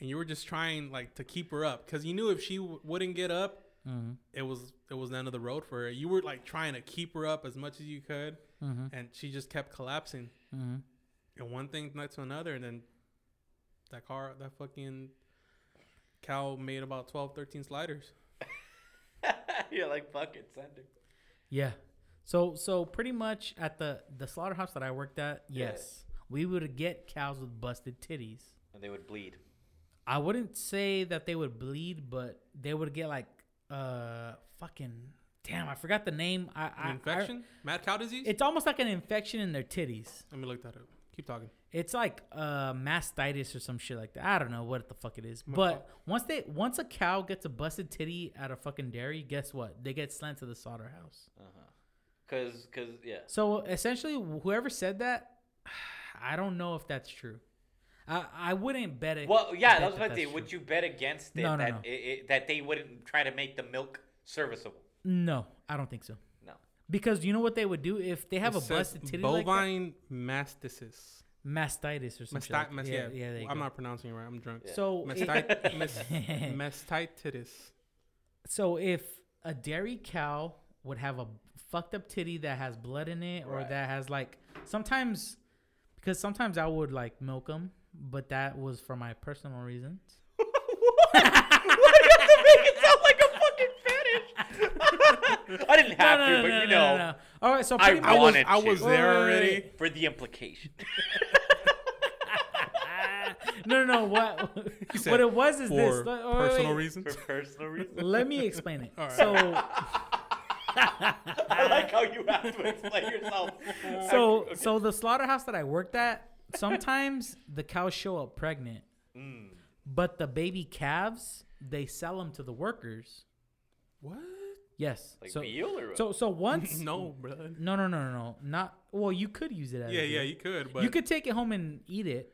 Speaker 2: and you were just trying like to keep her up because you knew if she w- wouldn't get up,
Speaker 1: Mm-hmm.
Speaker 2: it was it was the end of the road for her. You were like trying to keep her up as much as you could,
Speaker 1: Mm-hmm.
Speaker 2: and she just kept collapsing, and one thing led to another, and then that car that fucking cow made about 12 13 sliders
Speaker 3: You're like fuck it, send it.
Speaker 1: Yeah. So so pretty much at the the slaughterhouse that I worked at,
Speaker 3: Yeah.
Speaker 1: yes, we would get cows with busted titties.
Speaker 3: And they would bleed.
Speaker 1: I wouldn't say that they would bleed, but they would get like uh fucking damn. I forgot the name. I, I
Speaker 2: An infection? Mad cow disease?
Speaker 1: I- it's almost like an infection in their titties.
Speaker 2: Let me look that up. Keep talking.
Speaker 1: It's like uh, mastitis or some shit like that. I don't know what the fuck it is.
Speaker 2: My
Speaker 1: But once they once a cow gets a busted titty at a fucking dairy, guess what? They get sent to the slaughterhouse.
Speaker 3: Uh huh. Cause, cause, yeah.
Speaker 1: So essentially, whoever said that, I don't know if that's true. I I wouldn't bet it.
Speaker 3: Well, yeah,
Speaker 1: bet
Speaker 3: that was
Speaker 1: that
Speaker 3: about to say.
Speaker 1: that's
Speaker 3: Would
Speaker 1: true.
Speaker 3: you bet against it
Speaker 1: No, no,
Speaker 3: that
Speaker 1: no.
Speaker 3: It, it, that they wouldn't try to make the milk serviceable?
Speaker 1: No, I don't think so.
Speaker 3: No.
Speaker 1: Because you know what they would do if they have
Speaker 2: It
Speaker 1: a
Speaker 2: says
Speaker 1: Oh, busted titty like that?
Speaker 2: Bovine mastitis.
Speaker 1: mastitis or something.
Speaker 2: Masti- mas- yeah,
Speaker 1: yeah, yeah. there you
Speaker 2: I'm
Speaker 1: go.
Speaker 2: not pronouncing it right. I'm drunk.
Speaker 1: So it-
Speaker 2: Masti- mas- mastitis.
Speaker 1: So if a dairy cow would have a fucked up titty that has blood in it or
Speaker 3: Right.
Speaker 1: that has like sometimes because sometimes I would like milk them, but that was for my personal reasons.
Speaker 3: it sounds like a fucking fetish. I didn't have to, but you know,
Speaker 1: All right, so
Speaker 3: I
Speaker 1: pretty
Speaker 2: I
Speaker 1: much-
Speaker 2: was,
Speaker 3: wanted
Speaker 2: I
Speaker 3: to.
Speaker 2: was
Speaker 1: Wait,
Speaker 2: there
Speaker 1: wait, wait,
Speaker 2: already.
Speaker 1: wait.
Speaker 3: for the implication.
Speaker 1: no, no, no. What
Speaker 2: said
Speaker 1: what it was is this.
Speaker 2: For
Speaker 1: Wait, wait,
Speaker 2: personal
Speaker 1: wait.
Speaker 2: reasons.
Speaker 3: for personal reasons.
Speaker 1: Let me explain it.
Speaker 2: All right.
Speaker 1: So
Speaker 3: I like how you have to explain yourself.
Speaker 1: so so the slaughterhouse that I worked at, sometimes the cows show up pregnant,
Speaker 2: Mm.
Speaker 1: but the baby calves they sell them to the workers.
Speaker 2: What?
Speaker 1: Yes.
Speaker 3: Like
Speaker 1: so
Speaker 3: veal or what?
Speaker 1: so so once no.
Speaker 2: No, brother.
Speaker 1: no no no no not well you could use it as
Speaker 2: Yeah,
Speaker 1: a
Speaker 2: yeah,
Speaker 1: veal.
Speaker 2: you could, but
Speaker 1: you could take it home and eat it.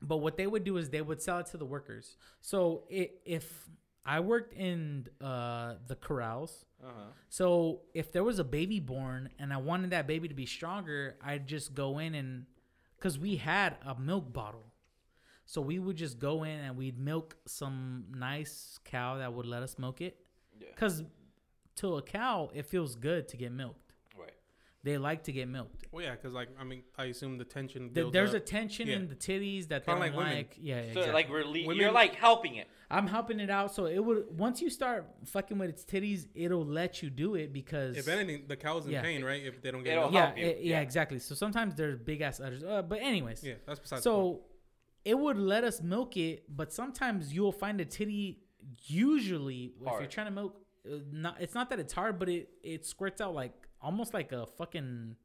Speaker 1: But what they would do is they would sell it to the workers. So i if I worked in uh, the corrals,
Speaker 3: Uh-huh.
Speaker 1: so if there was a baby born and I wanted that baby to be stronger, I'd just go in and because we had a milk bottle. So we would just go in and we'd milk some nice cow that would let us milk it.
Speaker 3: Yeah.
Speaker 1: Because to a cow, it feels good to get milked.
Speaker 3: Right.
Speaker 1: They like to get milked.
Speaker 2: Well, yeah, because like I mean, I assume the tension.
Speaker 1: Th-
Speaker 2: builds
Speaker 1: there's a
Speaker 2: up.
Speaker 1: tension
Speaker 2: Yeah.
Speaker 1: in the titties that
Speaker 2: Kinda
Speaker 1: they
Speaker 2: like
Speaker 1: don't
Speaker 2: women.
Speaker 1: like. Yeah,
Speaker 3: So
Speaker 1: exactly.
Speaker 3: like we're le- you're
Speaker 2: Women-
Speaker 3: like helping it.
Speaker 1: I'm helping it out. So it would once you start fucking with its titties, it'll let you do it because
Speaker 2: If anything, the cow's in
Speaker 1: Yeah.
Speaker 2: pain, right? If they don't get
Speaker 3: It'll
Speaker 2: milk.
Speaker 1: yeah,
Speaker 3: help you.
Speaker 1: it- yeah,
Speaker 3: Yeah.
Speaker 1: exactly. So sometimes there's big ass udders. Uh, but anyways,
Speaker 2: Yeah, that's besides. the point.
Speaker 1: so it would let us milk it, but sometimes you'll find a titty. Usually, if you're
Speaker 3: Hard.
Speaker 1: trying to milk, uh, not it's not that it's hard, but it it squirts out like almost like a fucking.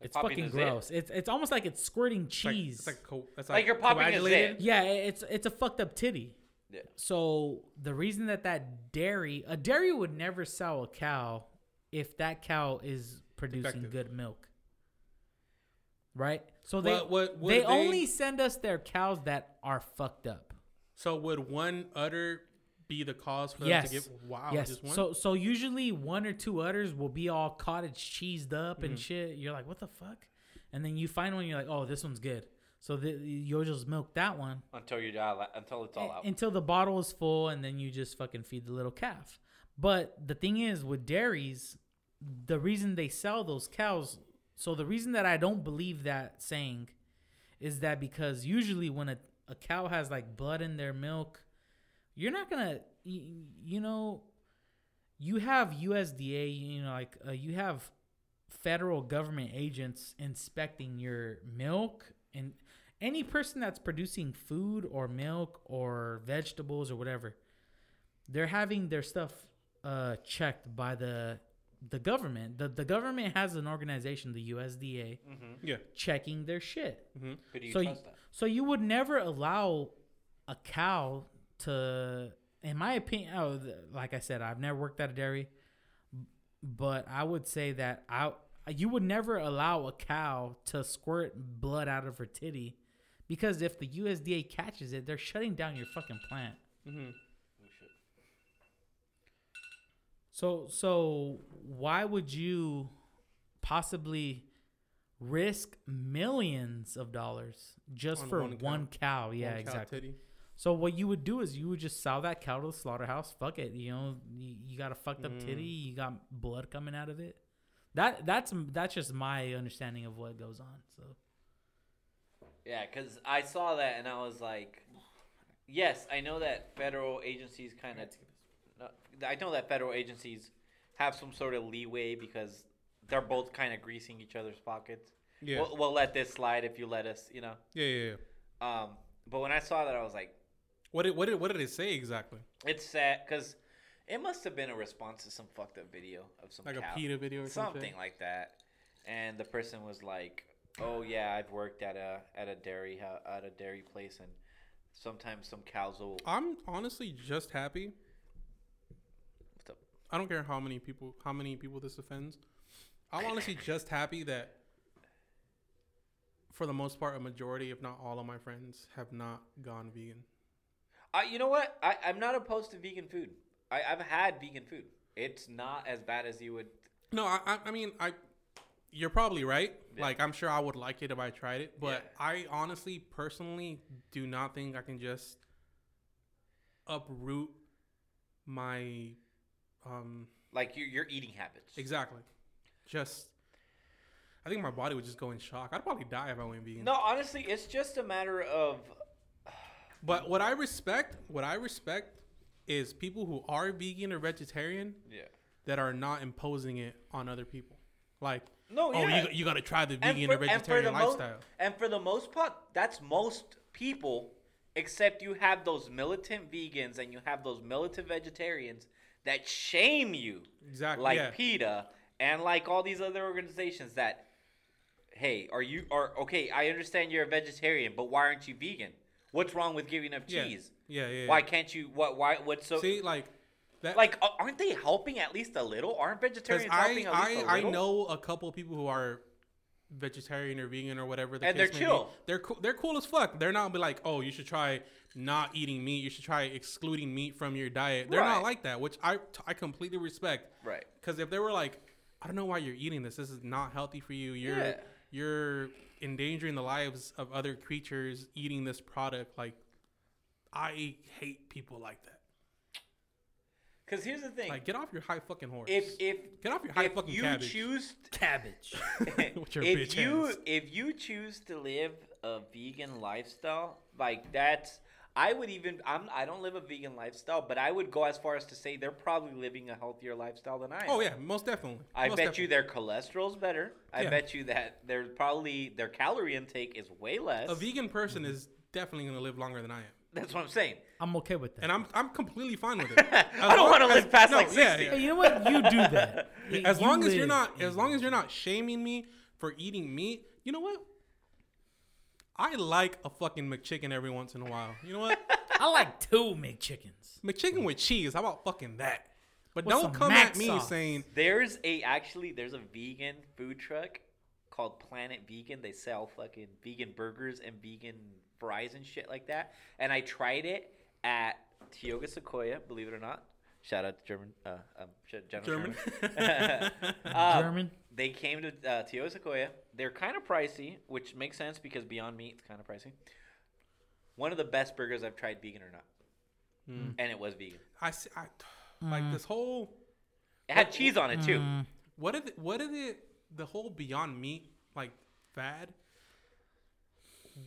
Speaker 1: It's
Speaker 3: popping
Speaker 1: fucking
Speaker 3: the zit.
Speaker 1: gross. It's it's almost like it's squirting
Speaker 2: It's like-
Speaker 1: cheese.
Speaker 2: It's like co- that's
Speaker 3: Like you're popping a
Speaker 2: coagulated.
Speaker 1: Yeah, i- it's it's a fucked up titty.
Speaker 3: Yeah.
Speaker 1: So the reason that that dairy a dairy would never sell a cow if that cow is producing
Speaker 2: Defective.
Speaker 1: good milk. Right? So they
Speaker 2: What- what- would
Speaker 1: they,
Speaker 2: they-
Speaker 1: only send us their cows that are fucked up.
Speaker 2: So would one udder be the cause for them
Speaker 1: yes.
Speaker 2: to get? Wow,
Speaker 1: yes.
Speaker 2: just one.
Speaker 1: So so usually one or two udders will be all cottage cheesed up
Speaker 2: Mm-hmm.
Speaker 1: and shit. You're like, what the fuck? And then you find one, you're like, oh, this one's good. So the, you'll just milk that one.
Speaker 3: Until you die, la- until it's all out.
Speaker 1: until the bottle is full and then you just fucking feed the little calf. But the thing is with dairies, the reason they sell those cows, so the reason that I don't believe that saying is that because usually when a, a cow has like blood in their milk, you're not gonna, you, you know, you have USDA, you know, like uh, you have federal government agents inspecting your milk and any person that's producing food or milk or vegetables or whatever they're having their stuff uh, checked by the the government the, the government has an organization the usda
Speaker 2: yeah,
Speaker 1: checking their shit
Speaker 3: Who do you
Speaker 1: so, you,
Speaker 3: trust that?
Speaker 1: so you would never allow a cow to in my opinion oh, th- like i said i've never worked at a dairy b- but i would say that i you would never allow a cow to squirt blood out of her titty because if the usda catches it they're shutting down your fucking plant
Speaker 2: Oh,
Speaker 1: so so why would you possibly risk millions of dollars just
Speaker 2: On
Speaker 1: for
Speaker 2: one
Speaker 1: one,
Speaker 2: cow.
Speaker 1: cow? Yeah,
Speaker 2: One cow
Speaker 1: exactly.
Speaker 2: titty.
Speaker 1: So what you would do is you would just sell that cow to the slaughterhouse. Fuck it, you know, you, you got a fucked up titty,
Speaker 2: Mm.
Speaker 1: you got blood coming out of it. That that's that's just my understanding of what goes on. So
Speaker 3: Yeah, because I saw that and I was like, yes, I know that federal agencies kind of. I know that federal agencies have some sort of leeway because they're both kind of greasing each other's pockets.
Speaker 2: Yeah.
Speaker 3: We'll, we'll let this slide if you let us, you know.
Speaker 2: Yeah, yeah, yeah.
Speaker 3: Um, But when I saw that, I was like,
Speaker 2: What did what did what did it say exactly?
Speaker 3: it's sad because it must have been a response to some fucked up video of some
Speaker 2: Like a
Speaker 3: cow.
Speaker 2: PETA video or something?
Speaker 3: something like that. And the person was like, "Oh yeah, I've worked at a at a dairy hou- at a dairy place, and sometimes some cows will."
Speaker 2: I'm honestly just happy.
Speaker 3: What's up?
Speaker 2: I don't care how many people how many people this offends. I'm honestly just happy that for the most part a majority, if not all of my friends, have not gone vegan.
Speaker 3: I, you know what? I, I'm not opposed to vegan food. I, I've had vegan food. It's not as bad as you would.
Speaker 2: No, I I- I mean I you're probably right.
Speaker 3: Yeah.
Speaker 2: Like I'm sure I would like it if I tried it, but
Speaker 3: Yeah.
Speaker 2: I honestly personally do not think I can just uproot my um
Speaker 3: Like your your eating habits.
Speaker 2: exactly. Just I think my body would just go in shock. I'd probably die if I went vegan.
Speaker 3: No, honestly, it's just a matter of
Speaker 2: But what I respect, what I respect is people who are vegan or vegetarian
Speaker 3: yeah.
Speaker 2: that are not imposing it on other people. Like,
Speaker 3: No,
Speaker 2: oh,
Speaker 3: yeah.
Speaker 2: you, you got to try the vegan or
Speaker 3: and for
Speaker 2: vegetarian
Speaker 3: the
Speaker 2: lifestyle.
Speaker 3: Most, and for the most part, that's most people, except you have those militant vegans and you have those militant vegetarians that shame you,
Speaker 2: Exactly,
Speaker 3: like
Speaker 2: yeah.
Speaker 3: PETA and like all these other organizations that, hey, are you are okay? I understand you're a vegetarian, but why aren't you vegan? What's wrong with giving up
Speaker 2: Yeah.
Speaker 3: cheese?
Speaker 2: Yeah, yeah. yeah.
Speaker 3: Why can't you? What? Why? What's so?
Speaker 2: See, like that.
Speaker 3: like, a- aren't they helping at least a little? Aren't
Speaker 2: because
Speaker 3: vegetarians
Speaker 2: I,
Speaker 3: helping at least a
Speaker 2: I, I
Speaker 3: little?
Speaker 2: know a couple people who are vegetarian or vegan or whatever. The
Speaker 3: And
Speaker 2: case
Speaker 3: they're
Speaker 2: may be.
Speaker 3: chill.
Speaker 2: They're cool. They're cool as fuck. They're not be like, oh, you should try not eating meat. You should try excluding meat from your diet. They're
Speaker 3: Right.
Speaker 2: not like that, which I I completely respect.
Speaker 3: Right.
Speaker 2: Because if they were like, I don't know why you're eating this. This is not healthy for you. You're
Speaker 3: Yeah.
Speaker 2: you're endangering the lives of other creatures eating this product. Like, I hate people like that.
Speaker 3: Because here's the thing:
Speaker 2: Like, get off your high fucking horse.
Speaker 3: if if
Speaker 2: get off your high
Speaker 3: if
Speaker 2: fucking
Speaker 3: you
Speaker 2: cabbage.
Speaker 3: choose
Speaker 4: Cabbage.
Speaker 2: With your
Speaker 3: if
Speaker 2: bitch
Speaker 3: you
Speaker 2: ass.
Speaker 3: if you choose to live a vegan lifestyle like that's i would even i'm i don't live a vegan lifestyle but i would go as far as to say they're probably living a healthier lifestyle than i am
Speaker 2: oh yeah, most definitely.
Speaker 3: I
Speaker 2: Most
Speaker 3: bet
Speaker 2: definitely.
Speaker 3: you their cholesterol's better. I
Speaker 2: Yeah.
Speaker 3: bet you that they're probably their calorie intake is way less.
Speaker 2: a vegan person is definitely gonna live longer than I am,
Speaker 3: That's what I'm saying.
Speaker 4: I'm okay with that.
Speaker 2: and I'm I'm completely fine with it. As
Speaker 3: I
Speaker 2: long
Speaker 3: don't want to
Speaker 2: as-
Speaker 3: live past
Speaker 2: no,
Speaker 3: like
Speaker 2: yeah,
Speaker 3: 60.
Speaker 2: yeah.
Speaker 4: Hey, you know what? You do that. You-
Speaker 2: As
Speaker 4: you
Speaker 2: long as you're
Speaker 4: live
Speaker 2: not,
Speaker 4: in
Speaker 2: as long as you're not shaming me for eating meat, you know what? I like a fucking McChicken every once in a while. You know what?
Speaker 4: I like two McChickens.
Speaker 2: McChicken with cheese. How about fucking that? But
Speaker 4: With
Speaker 2: don't
Speaker 4: some
Speaker 2: come
Speaker 4: mac
Speaker 2: at me
Speaker 4: sauce.
Speaker 2: saying
Speaker 3: There's a actually there's a vegan food truck called Planet Vegan. They sell fucking vegan burgers and vegan fries and shit like that. And I tried it at Tioga Sequoia, believe it or not. Shout out to German, uh, um, Sh- General
Speaker 2: German.
Speaker 3: Sherman. Uh,
Speaker 4: German.
Speaker 3: They came to uh, Tioga Sequoia. They're kind of pricey, which makes sense because Beyond Meat is kind of pricey. One of the best burgers I've tried, vegan or not, and it was vegan.
Speaker 2: I, s- I-
Speaker 4: Mm.
Speaker 2: like this whole
Speaker 3: It had cheese on it too.
Speaker 2: what did what did it the whole Beyond Meat like fad?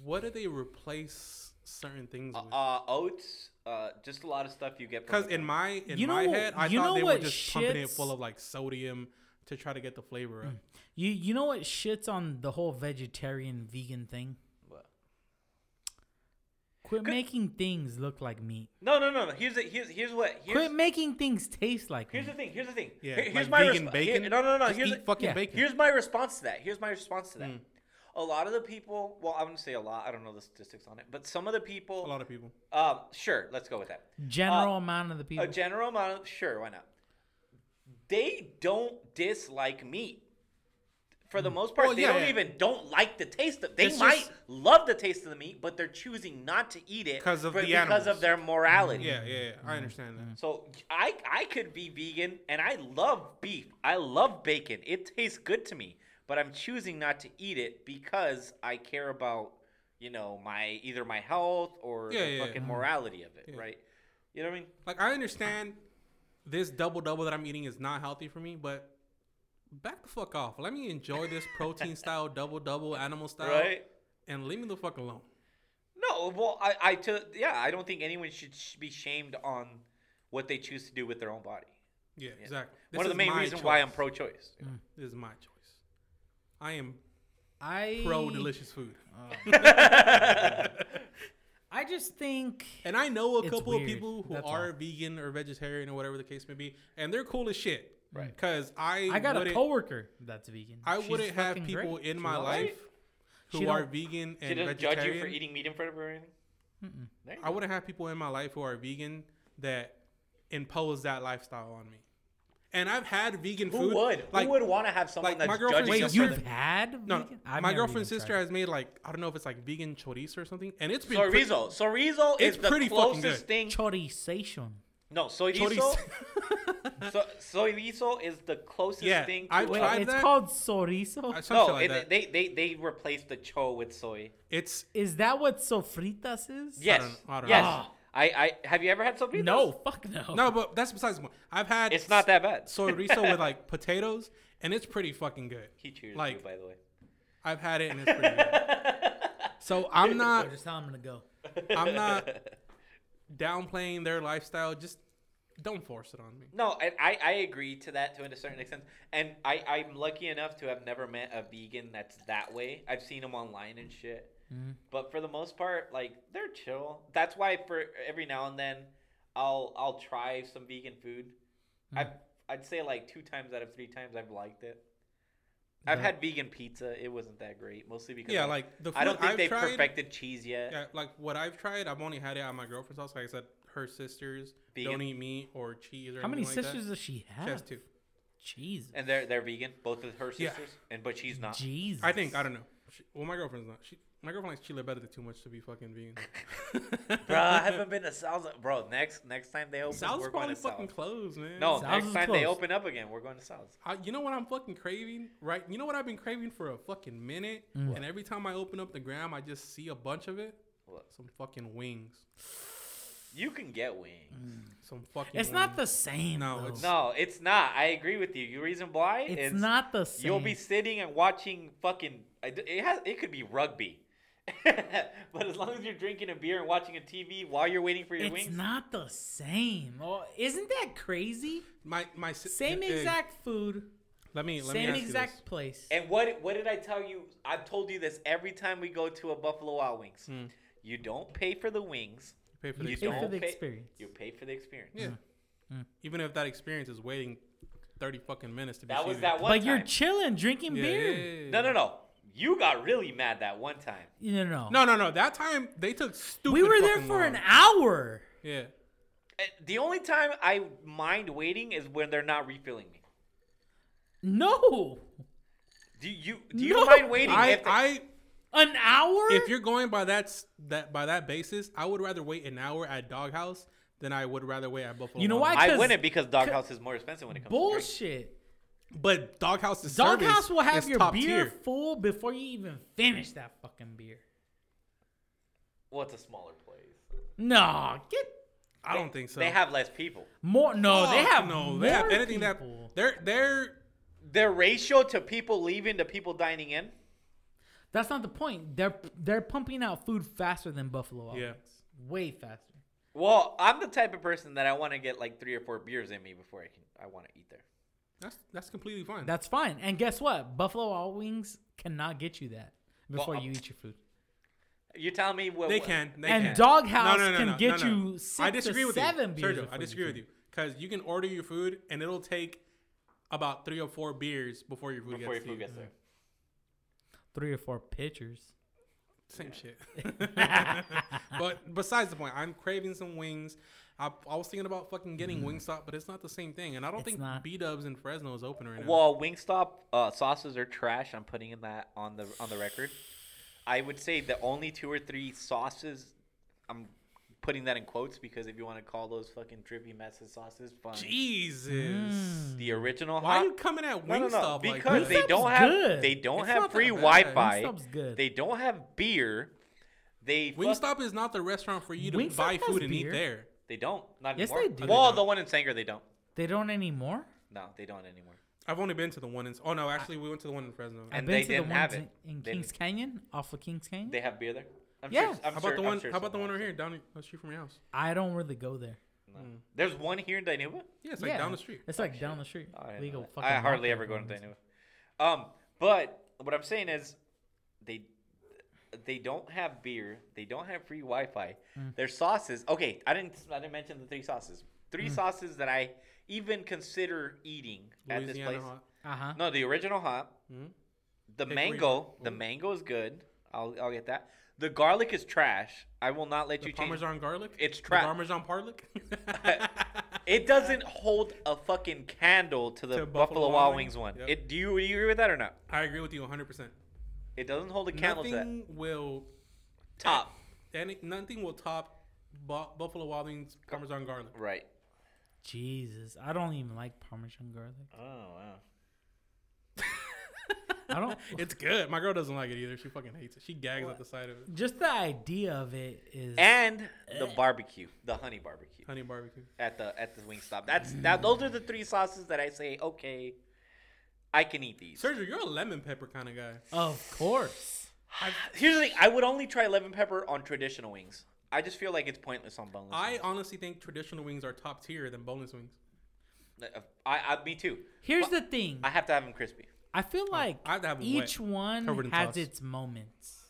Speaker 2: What do they replace certain things with?
Speaker 3: Uh, oats, uh, just a lot of stuff you get. from
Speaker 2: Because
Speaker 3: the
Speaker 2: in
Speaker 3: farm.
Speaker 2: my in
Speaker 4: You
Speaker 2: my
Speaker 4: know-
Speaker 2: head, I
Speaker 4: you
Speaker 2: thought
Speaker 4: know
Speaker 2: they were
Speaker 4: what
Speaker 2: just pumping it
Speaker 4: shits- Mm.
Speaker 2: full of like sodium to try to get the flavor up.
Speaker 4: You you know what shits on the whole vegetarian vegan thing?
Speaker 3: What?
Speaker 4: Quit making things look like meat.
Speaker 3: No, no, no, no. Here's the, here's here's what here's
Speaker 4: Quit making things taste like
Speaker 3: here's the
Speaker 4: meat.
Speaker 3: thing. Here's the thing.
Speaker 2: Yeah,
Speaker 3: Here- here's
Speaker 2: like
Speaker 3: my
Speaker 2: vegan
Speaker 3: resp-
Speaker 2: bacon.
Speaker 3: here- no, no, no.
Speaker 2: Just
Speaker 3: Here's
Speaker 2: eat fucking
Speaker 4: yeah.
Speaker 2: bacon. Mm.
Speaker 3: here's my response to that. Here's my response to that. A lot of the people. Well, I'm gonna say a lot. I don't know the statistics on it, but some of the people.
Speaker 2: A lot of people.
Speaker 4: Mm.
Speaker 3: Um, sure. Let's go with that.
Speaker 4: General amount of the people.
Speaker 3: uh, A general amount. Of, sure. Why not? They don't dislike meat. For the most part,
Speaker 2: Mm. Well,
Speaker 3: they
Speaker 2: yeah,
Speaker 3: don't
Speaker 2: yeah.
Speaker 3: even don't like the taste of. They
Speaker 2: It's
Speaker 3: might
Speaker 2: just-
Speaker 3: love the taste of the meat, but they're choosing not to eat it
Speaker 2: 'Cause of
Speaker 3: for-
Speaker 2: the
Speaker 3: because of
Speaker 2: animals.
Speaker 3: their morality.
Speaker 2: Yeah, yeah, yeah.
Speaker 4: Mm.
Speaker 2: I understand that.
Speaker 3: So I I could be vegan and I love beef. I love bacon. It tastes good to me, but I'm choosing not to eat it because I care about, you know, my either my health or
Speaker 2: Yeah,
Speaker 3: the
Speaker 2: yeah,
Speaker 3: fucking
Speaker 2: yeah.
Speaker 3: morality of it, right? You know what I mean?
Speaker 2: Like I understand this double double that I'm eating is not healthy for me, but back the fuck off. Let me enjoy this protein style double double animal style,
Speaker 3: Right?
Speaker 2: and leave me the fuck alone.
Speaker 3: No, well I I to yeah, I don't think anyone should sh- be shamed on what they choose to do with their own body.
Speaker 2: Yeah, exactly.
Speaker 3: One of
Speaker 2: is
Speaker 3: the main
Speaker 2: my
Speaker 3: reasons why I'm
Speaker 2: choice. Mm.
Speaker 3: pro-choice.
Speaker 2: This is my choice. I am
Speaker 4: I
Speaker 1: Uh,
Speaker 2: pro delicious food.
Speaker 4: I
Speaker 1: I just think
Speaker 2: And I know a
Speaker 1: It's
Speaker 2: couple
Speaker 1: weird,
Speaker 2: of people who
Speaker 1: that's
Speaker 2: are vegan or vegetarian or whatever the case may be, and they're cool as shit.
Speaker 3: Right.
Speaker 2: Because I
Speaker 1: I got a
Speaker 2: wouldn't-
Speaker 1: coworker that's vegan.
Speaker 2: I
Speaker 1: She's
Speaker 2: wouldn't have
Speaker 1: fucking
Speaker 2: people
Speaker 1: great.
Speaker 2: in
Speaker 1: She's
Speaker 2: my
Speaker 1: awesome.
Speaker 2: life
Speaker 1: She
Speaker 2: who are
Speaker 1: don't-
Speaker 2: vegan
Speaker 3: She
Speaker 2: and
Speaker 3: doesn't judge you for
Speaker 2: vegetarian.
Speaker 3: eating meat in front of her or anything. There you
Speaker 2: I
Speaker 3: go.
Speaker 2: wouldn't have people in my life who are vegan that impose that lifestyle on me. And I've had vegan
Speaker 3: Who
Speaker 2: food.
Speaker 3: would?
Speaker 2: Like,
Speaker 3: Who would want to have someone
Speaker 2: like, my
Speaker 3: that's
Speaker 2: girlfriend-
Speaker 3: judging
Speaker 2: Wait,
Speaker 3: them
Speaker 1: Wait,
Speaker 3: for
Speaker 1: you've
Speaker 3: them?
Speaker 1: had
Speaker 2: No,
Speaker 1: vegan? I've
Speaker 2: my
Speaker 1: never even
Speaker 2: girlfriend's
Speaker 1: tried
Speaker 2: sister
Speaker 1: it.
Speaker 2: has made like I don't know if it's like vegan chorizo or something, and it's been pretty-
Speaker 3: Chorizo. Chorizo
Speaker 2: It's
Speaker 3: is the
Speaker 2: pretty fucking
Speaker 3: closest
Speaker 2: good.
Speaker 3: thing.
Speaker 1: chorization.
Speaker 3: No, soyrizo. so, soyrizo is the closest
Speaker 2: Yeah,
Speaker 3: thing. To
Speaker 2: I've
Speaker 3: a-
Speaker 1: Wait,
Speaker 2: tried
Speaker 1: it's
Speaker 2: that?
Speaker 1: called sorizo.
Speaker 2: Uh, some shit
Speaker 3: No,
Speaker 2: like
Speaker 3: it-
Speaker 2: that.
Speaker 3: they they they replaced the cho with soy.
Speaker 2: it's
Speaker 1: Is that what sofritas is?
Speaker 3: Yes.
Speaker 2: don't- I don't
Speaker 3: yes.
Speaker 1: know.
Speaker 3: I, I have you ever had sobritas?
Speaker 1: No, fuck no.
Speaker 2: no, but that's besides the point. I've had
Speaker 3: It's not that bad.
Speaker 2: chorizo with like potatoes, and it's pretty fucking good.
Speaker 3: He cheers you,
Speaker 2: like
Speaker 3: by the way.
Speaker 2: I've had it, and it's pretty good. So I'm
Speaker 1: Oh,
Speaker 2: not
Speaker 1: Just how I'm gonna go.
Speaker 2: I'm not downplaying their lifestyle. Just don't force it on me.
Speaker 3: No, and I, I agree to that to a certain extent. And I, I'm lucky enough to have never met a vegan that's that way. I've seen them online and shit. But for the most part, like they're chill. That's why for every now and then I'll I'll try some vegan food. I've I'd say like two times out of three times I've liked it. I've had vegan pizza. It wasn't that great, mostly because
Speaker 2: Yeah,
Speaker 3: I-
Speaker 2: like, the
Speaker 3: I don't
Speaker 2: food
Speaker 3: think
Speaker 2: I've
Speaker 3: they've
Speaker 2: tried-
Speaker 3: perfected cheese yet.
Speaker 2: Yeah, like what I've tried, I've only had it at my girlfriend's house. Like I said, her sisters
Speaker 3: Vegan.
Speaker 2: don't eat meat or cheese or
Speaker 1: How many
Speaker 2: anything like
Speaker 1: sisters
Speaker 2: That.
Speaker 1: does she have?
Speaker 2: She has two.
Speaker 1: Jesus.
Speaker 3: And they're they're vegan, both of her
Speaker 2: Yeah.
Speaker 3: sisters, and but she's not.
Speaker 1: Jesus.
Speaker 2: uh, I think I don't know. She, well, my girlfriend's not. She, my girlfriend likes chile better than too much to be fucking vegan.
Speaker 3: Bro, I haven't been to Sal's. Bro, next next time they open,
Speaker 2: Sal's
Speaker 3: we're going
Speaker 2: probably
Speaker 3: to
Speaker 2: fucking
Speaker 3: Sal's.
Speaker 2: closed, man.
Speaker 3: No,
Speaker 1: Sal's
Speaker 3: next
Speaker 1: is
Speaker 3: time they
Speaker 1: closed.
Speaker 3: open up again, we're going to Sal's.
Speaker 2: I, you know what I'm fucking craving, right? You know what I've been craving for a fucking minute,
Speaker 1: Mm.
Speaker 2: and every time I open up the gram, I just see a bunch of it.
Speaker 3: What?
Speaker 2: Some fucking wings.
Speaker 3: You can get wings.
Speaker 1: Mm.
Speaker 2: Some fucking.
Speaker 1: It's not the
Speaker 2: wings.
Speaker 1: same.
Speaker 2: No,
Speaker 1: though.
Speaker 2: it's-
Speaker 3: No, it's not. I agree with you. You reason why?
Speaker 1: It's not the same.
Speaker 3: You'll be sitting and watching fucking. It it has. It could be rugby. but as long as you're drinking a beer and watching a TV while you're waiting for your
Speaker 1: It's
Speaker 3: wings,
Speaker 1: not the same. Oh, isn't that crazy?
Speaker 2: my my si-
Speaker 1: Same
Speaker 2: hey,
Speaker 1: exact food,
Speaker 2: Let me let
Speaker 1: same
Speaker 2: me ask
Speaker 1: exact
Speaker 2: you this.
Speaker 1: place.
Speaker 3: And what what did I tell you? I've told you this every time we go to a Buffalo Wild Wings.
Speaker 1: Hmm.
Speaker 3: You don't pay for the wings.
Speaker 2: Pay for
Speaker 1: pay
Speaker 2: the
Speaker 3: You
Speaker 1: for
Speaker 3: don't
Speaker 2: experience.
Speaker 1: the Mm. experience.
Speaker 3: You pay for the experience.
Speaker 2: Yeah. Even if that experience is waiting thirty fucking minutes to be.
Speaker 3: That was
Speaker 2: seated.
Speaker 3: that one.
Speaker 1: but you're
Speaker 3: time.
Speaker 1: chilling, drinking
Speaker 2: Yeah,
Speaker 1: beer.
Speaker 2: yeah, yeah,
Speaker 3: no, no,
Speaker 2: yeah.
Speaker 3: no. You got really mad that one time.
Speaker 1: You know,
Speaker 2: No, no, no. That time they took stupid.
Speaker 1: we were there
Speaker 2: fucking
Speaker 1: for an
Speaker 2: long.
Speaker 1: hour.
Speaker 2: Yeah.
Speaker 3: Uh, The only time I mind waiting is when they're not refilling me.
Speaker 1: No,
Speaker 3: Do you do you
Speaker 1: No.
Speaker 3: mind waiting?
Speaker 2: I,
Speaker 3: if they-
Speaker 2: I
Speaker 1: an hour.
Speaker 2: if you're going by that s- that by that basis, I would rather wait an hour at Doghouse than I would rather wait at Buffalo.
Speaker 1: You know
Speaker 2: Wild
Speaker 1: why?
Speaker 2: Wings.
Speaker 3: I
Speaker 1: because-
Speaker 3: wouldn't because Doghouse is more expensive when it comes to
Speaker 1: bullshit.
Speaker 2: But Doghouse is
Speaker 1: Doghouse will have
Speaker 2: is
Speaker 1: your
Speaker 2: top
Speaker 1: beer
Speaker 2: tier.
Speaker 1: full before you even finish that fucking beer.
Speaker 3: drink. Well, it's a smaller place.
Speaker 1: No, get
Speaker 2: I don't think so.
Speaker 3: They have less people.
Speaker 1: more. No, Oh, they
Speaker 2: Fuck
Speaker 1: have
Speaker 2: no.
Speaker 1: More
Speaker 2: They have anything
Speaker 1: people.
Speaker 2: that they're they're
Speaker 3: Their ratio to people leaving to people dining in.
Speaker 1: That's not the point. They're they're pumping out food faster than Buffalo. Wild
Speaker 2: Yeah.
Speaker 1: Wings. way faster.
Speaker 3: Well, I'm the type of person that I want to get like three or four beers in me before I can. I want to eat there.
Speaker 2: that's that's completely fine.
Speaker 1: That's fine. And guess what? Buffalo Wild Wings cannot get you that before
Speaker 3: Well,
Speaker 2: uh,
Speaker 1: you eat your food.
Speaker 3: You're telling me what
Speaker 2: they
Speaker 3: what-
Speaker 2: can. They
Speaker 1: and
Speaker 2: can.
Speaker 1: Doghouse can get you six
Speaker 2: I disagree
Speaker 1: to
Speaker 2: with
Speaker 1: seven
Speaker 2: you.
Speaker 1: beers.
Speaker 2: Sergio,
Speaker 1: before
Speaker 2: I disagree with you
Speaker 1: finish.
Speaker 2: because you can order your food and it'll take about three or four beers before your food
Speaker 3: before your
Speaker 2: gets to you.
Speaker 3: food gets there.
Speaker 1: Three or four pitchers.
Speaker 2: Same shit. but besides the point, I'm craving some wings. I, I was thinking about fucking getting Wingstop, but it's not the same thing. And I don't
Speaker 1: Mm-hmm. It's
Speaker 2: think
Speaker 1: not.
Speaker 2: B Dubs in Fresno is open right now.
Speaker 3: Well, Wingstop uh, sauces are trash. I'm putting in that on the on the record. I would say the only two or three sauces. I'm putting that in quotes because if you want to call those fucking drippy messes sauces, fun.
Speaker 2: Jesus.
Speaker 1: Mm.
Speaker 3: The original
Speaker 2: Why
Speaker 3: hot.
Speaker 2: are you coming at Wingstop
Speaker 3: no, no, no.
Speaker 2: like
Speaker 3: Because
Speaker 2: that?
Speaker 3: they
Speaker 1: Wingstop's
Speaker 3: don't have
Speaker 1: good.
Speaker 3: they don't
Speaker 2: It's
Speaker 3: have
Speaker 2: not
Speaker 3: free
Speaker 2: that bad.
Speaker 3: Wi-Fi.
Speaker 1: Wingstop's good.
Speaker 3: They don't have beer. They fuck-
Speaker 2: Wingstop is not the restaurant for you to
Speaker 1: Wingstop
Speaker 2: buy
Speaker 1: has
Speaker 2: food and
Speaker 1: beer.
Speaker 2: eat there.
Speaker 3: They don't. Not
Speaker 1: Yes,
Speaker 3: anymore.
Speaker 1: they do.
Speaker 3: Well,
Speaker 2: They
Speaker 3: the one in Sanger, they don't.
Speaker 1: They don't anymore.
Speaker 3: No, they don't anymore.
Speaker 2: I've only been to the one in. Oh no, actually, we went to the one in Fresno.
Speaker 3: And
Speaker 1: I've
Speaker 3: they
Speaker 1: been to the
Speaker 3: didn't have
Speaker 1: ones
Speaker 3: it.
Speaker 1: in, in
Speaker 3: They
Speaker 1: Kings
Speaker 3: didn't.
Speaker 1: Canyon, off of Kings Canyon.
Speaker 3: They have beer there. I'm
Speaker 1: Yeah.
Speaker 3: Sure, I'm
Speaker 2: how about
Speaker 3: sure-
Speaker 2: the
Speaker 3: I'm
Speaker 2: one?
Speaker 3: sure
Speaker 2: how about the
Speaker 3: someone
Speaker 2: one right
Speaker 3: has
Speaker 2: here
Speaker 3: it.
Speaker 2: down the street from your house?
Speaker 1: I don't really go there.
Speaker 3: No. There's one here in Dinuba.
Speaker 2: Yeah, it's like
Speaker 1: Yeah,
Speaker 2: down the street. Oh,
Speaker 1: It's like down the street.
Speaker 3: I, didn't
Speaker 1: We
Speaker 3: know
Speaker 1: go
Speaker 3: that.
Speaker 1: fucking
Speaker 3: I
Speaker 1: walk
Speaker 3: hardly
Speaker 1: there
Speaker 3: ever go to
Speaker 1: for
Speaker 3: Dinuba. Um, but what I'm saying is, they they don't have beer. They don't have free Wi-Fi.
Speaker 2: Hmm.
Speaker 3: Their sauces. Okay, I didn't. I didn't mention the three sauces.
Speaker 2: Hmm.
Speaker 3: Three sauces that I even consider eating at this
Speaker 2: Louisiana
Speaker 3: place.
Speaker 2: hot.
Speaker 1: Uh huh.
Speaker 3: No, the original hop.
Speaker 2: Mhm.
Speaker 3: The
Speaker 2: Hickory
Speaker 3: mango.
Speaker 2: hop.
Speaker 3: The
Speaker 2: Ooh.
Speaker 3: mango is good. I'll, I'll get that. The garlic is trash. I will not let
Speaker 2: The
Speaker 3: you change.
Speaker 2: Parmesan garlic.
Speaker 3: It's
Speaker 2: The
Speaker 3: trap.
Speaker 2: Parmesan parlic.
Speaker 3: It doesn't hold a fucking candle to the
Speaker 2: To
Speaker 3: Buffalo,
Speaker 2: Buffalo
Speaker 3: Wild
Speaker 2: Wild
Speaker 3: Wings one.
Speaker 2: Wings, yep.
Speaker 3: It do you, do you agree with that or not?
Speaker 2: I agree with you 100. percent
Speaker 3: It doesn't hold a candle to that.
Speaker 2: Nothing will,
Speaker 3: Top.
Speaker 2: any, nothing will top Bu- Buffalo Wild Wings Parmesan garlic.
Speaker 3: Right.
Speaker 1: Jesus, I don't even like Parmesan garlic.
Speaker 3: Oh wow.
Speaker 1: I don't.
Speaker 2: It's good. My girl doesn't like it either. She fucking hates it. She gags at the sight of it.
Speaker 1: just the idea of it is.
Speaker 3: And
Speaker 2: Eh.
Speaker 3: the barbecue, the honey barbecue
Speaker 2: Honey barbecue.
Speaker 3: at the at the wing stop. That's that. Those are the three sauces that I say okay, I can eat these.
Speaker 2: Sergio, you're a lemon pepper kind of guy.
Speaker 1: Of course.
Speaker 3: Here's the thing: I would only try lemon pepper on traditional wings. I just feel like it's pointless on boneless.
Speaker 2: I honestly think traditional wings are top tier than boneless wings.
Speaker 3: wings. uh, I, I me too.
Speaker 1: Here's the thing.
Speaker 3: I have to have them crispy.
Speaker 1: I feel like
Speaker 2: Oh, I have to have 'em wet,
Speaker 1: each one
Speaker 2: covered in
Speaker 1: has
Speaker 2: sauce.
Speaker 1: its moments.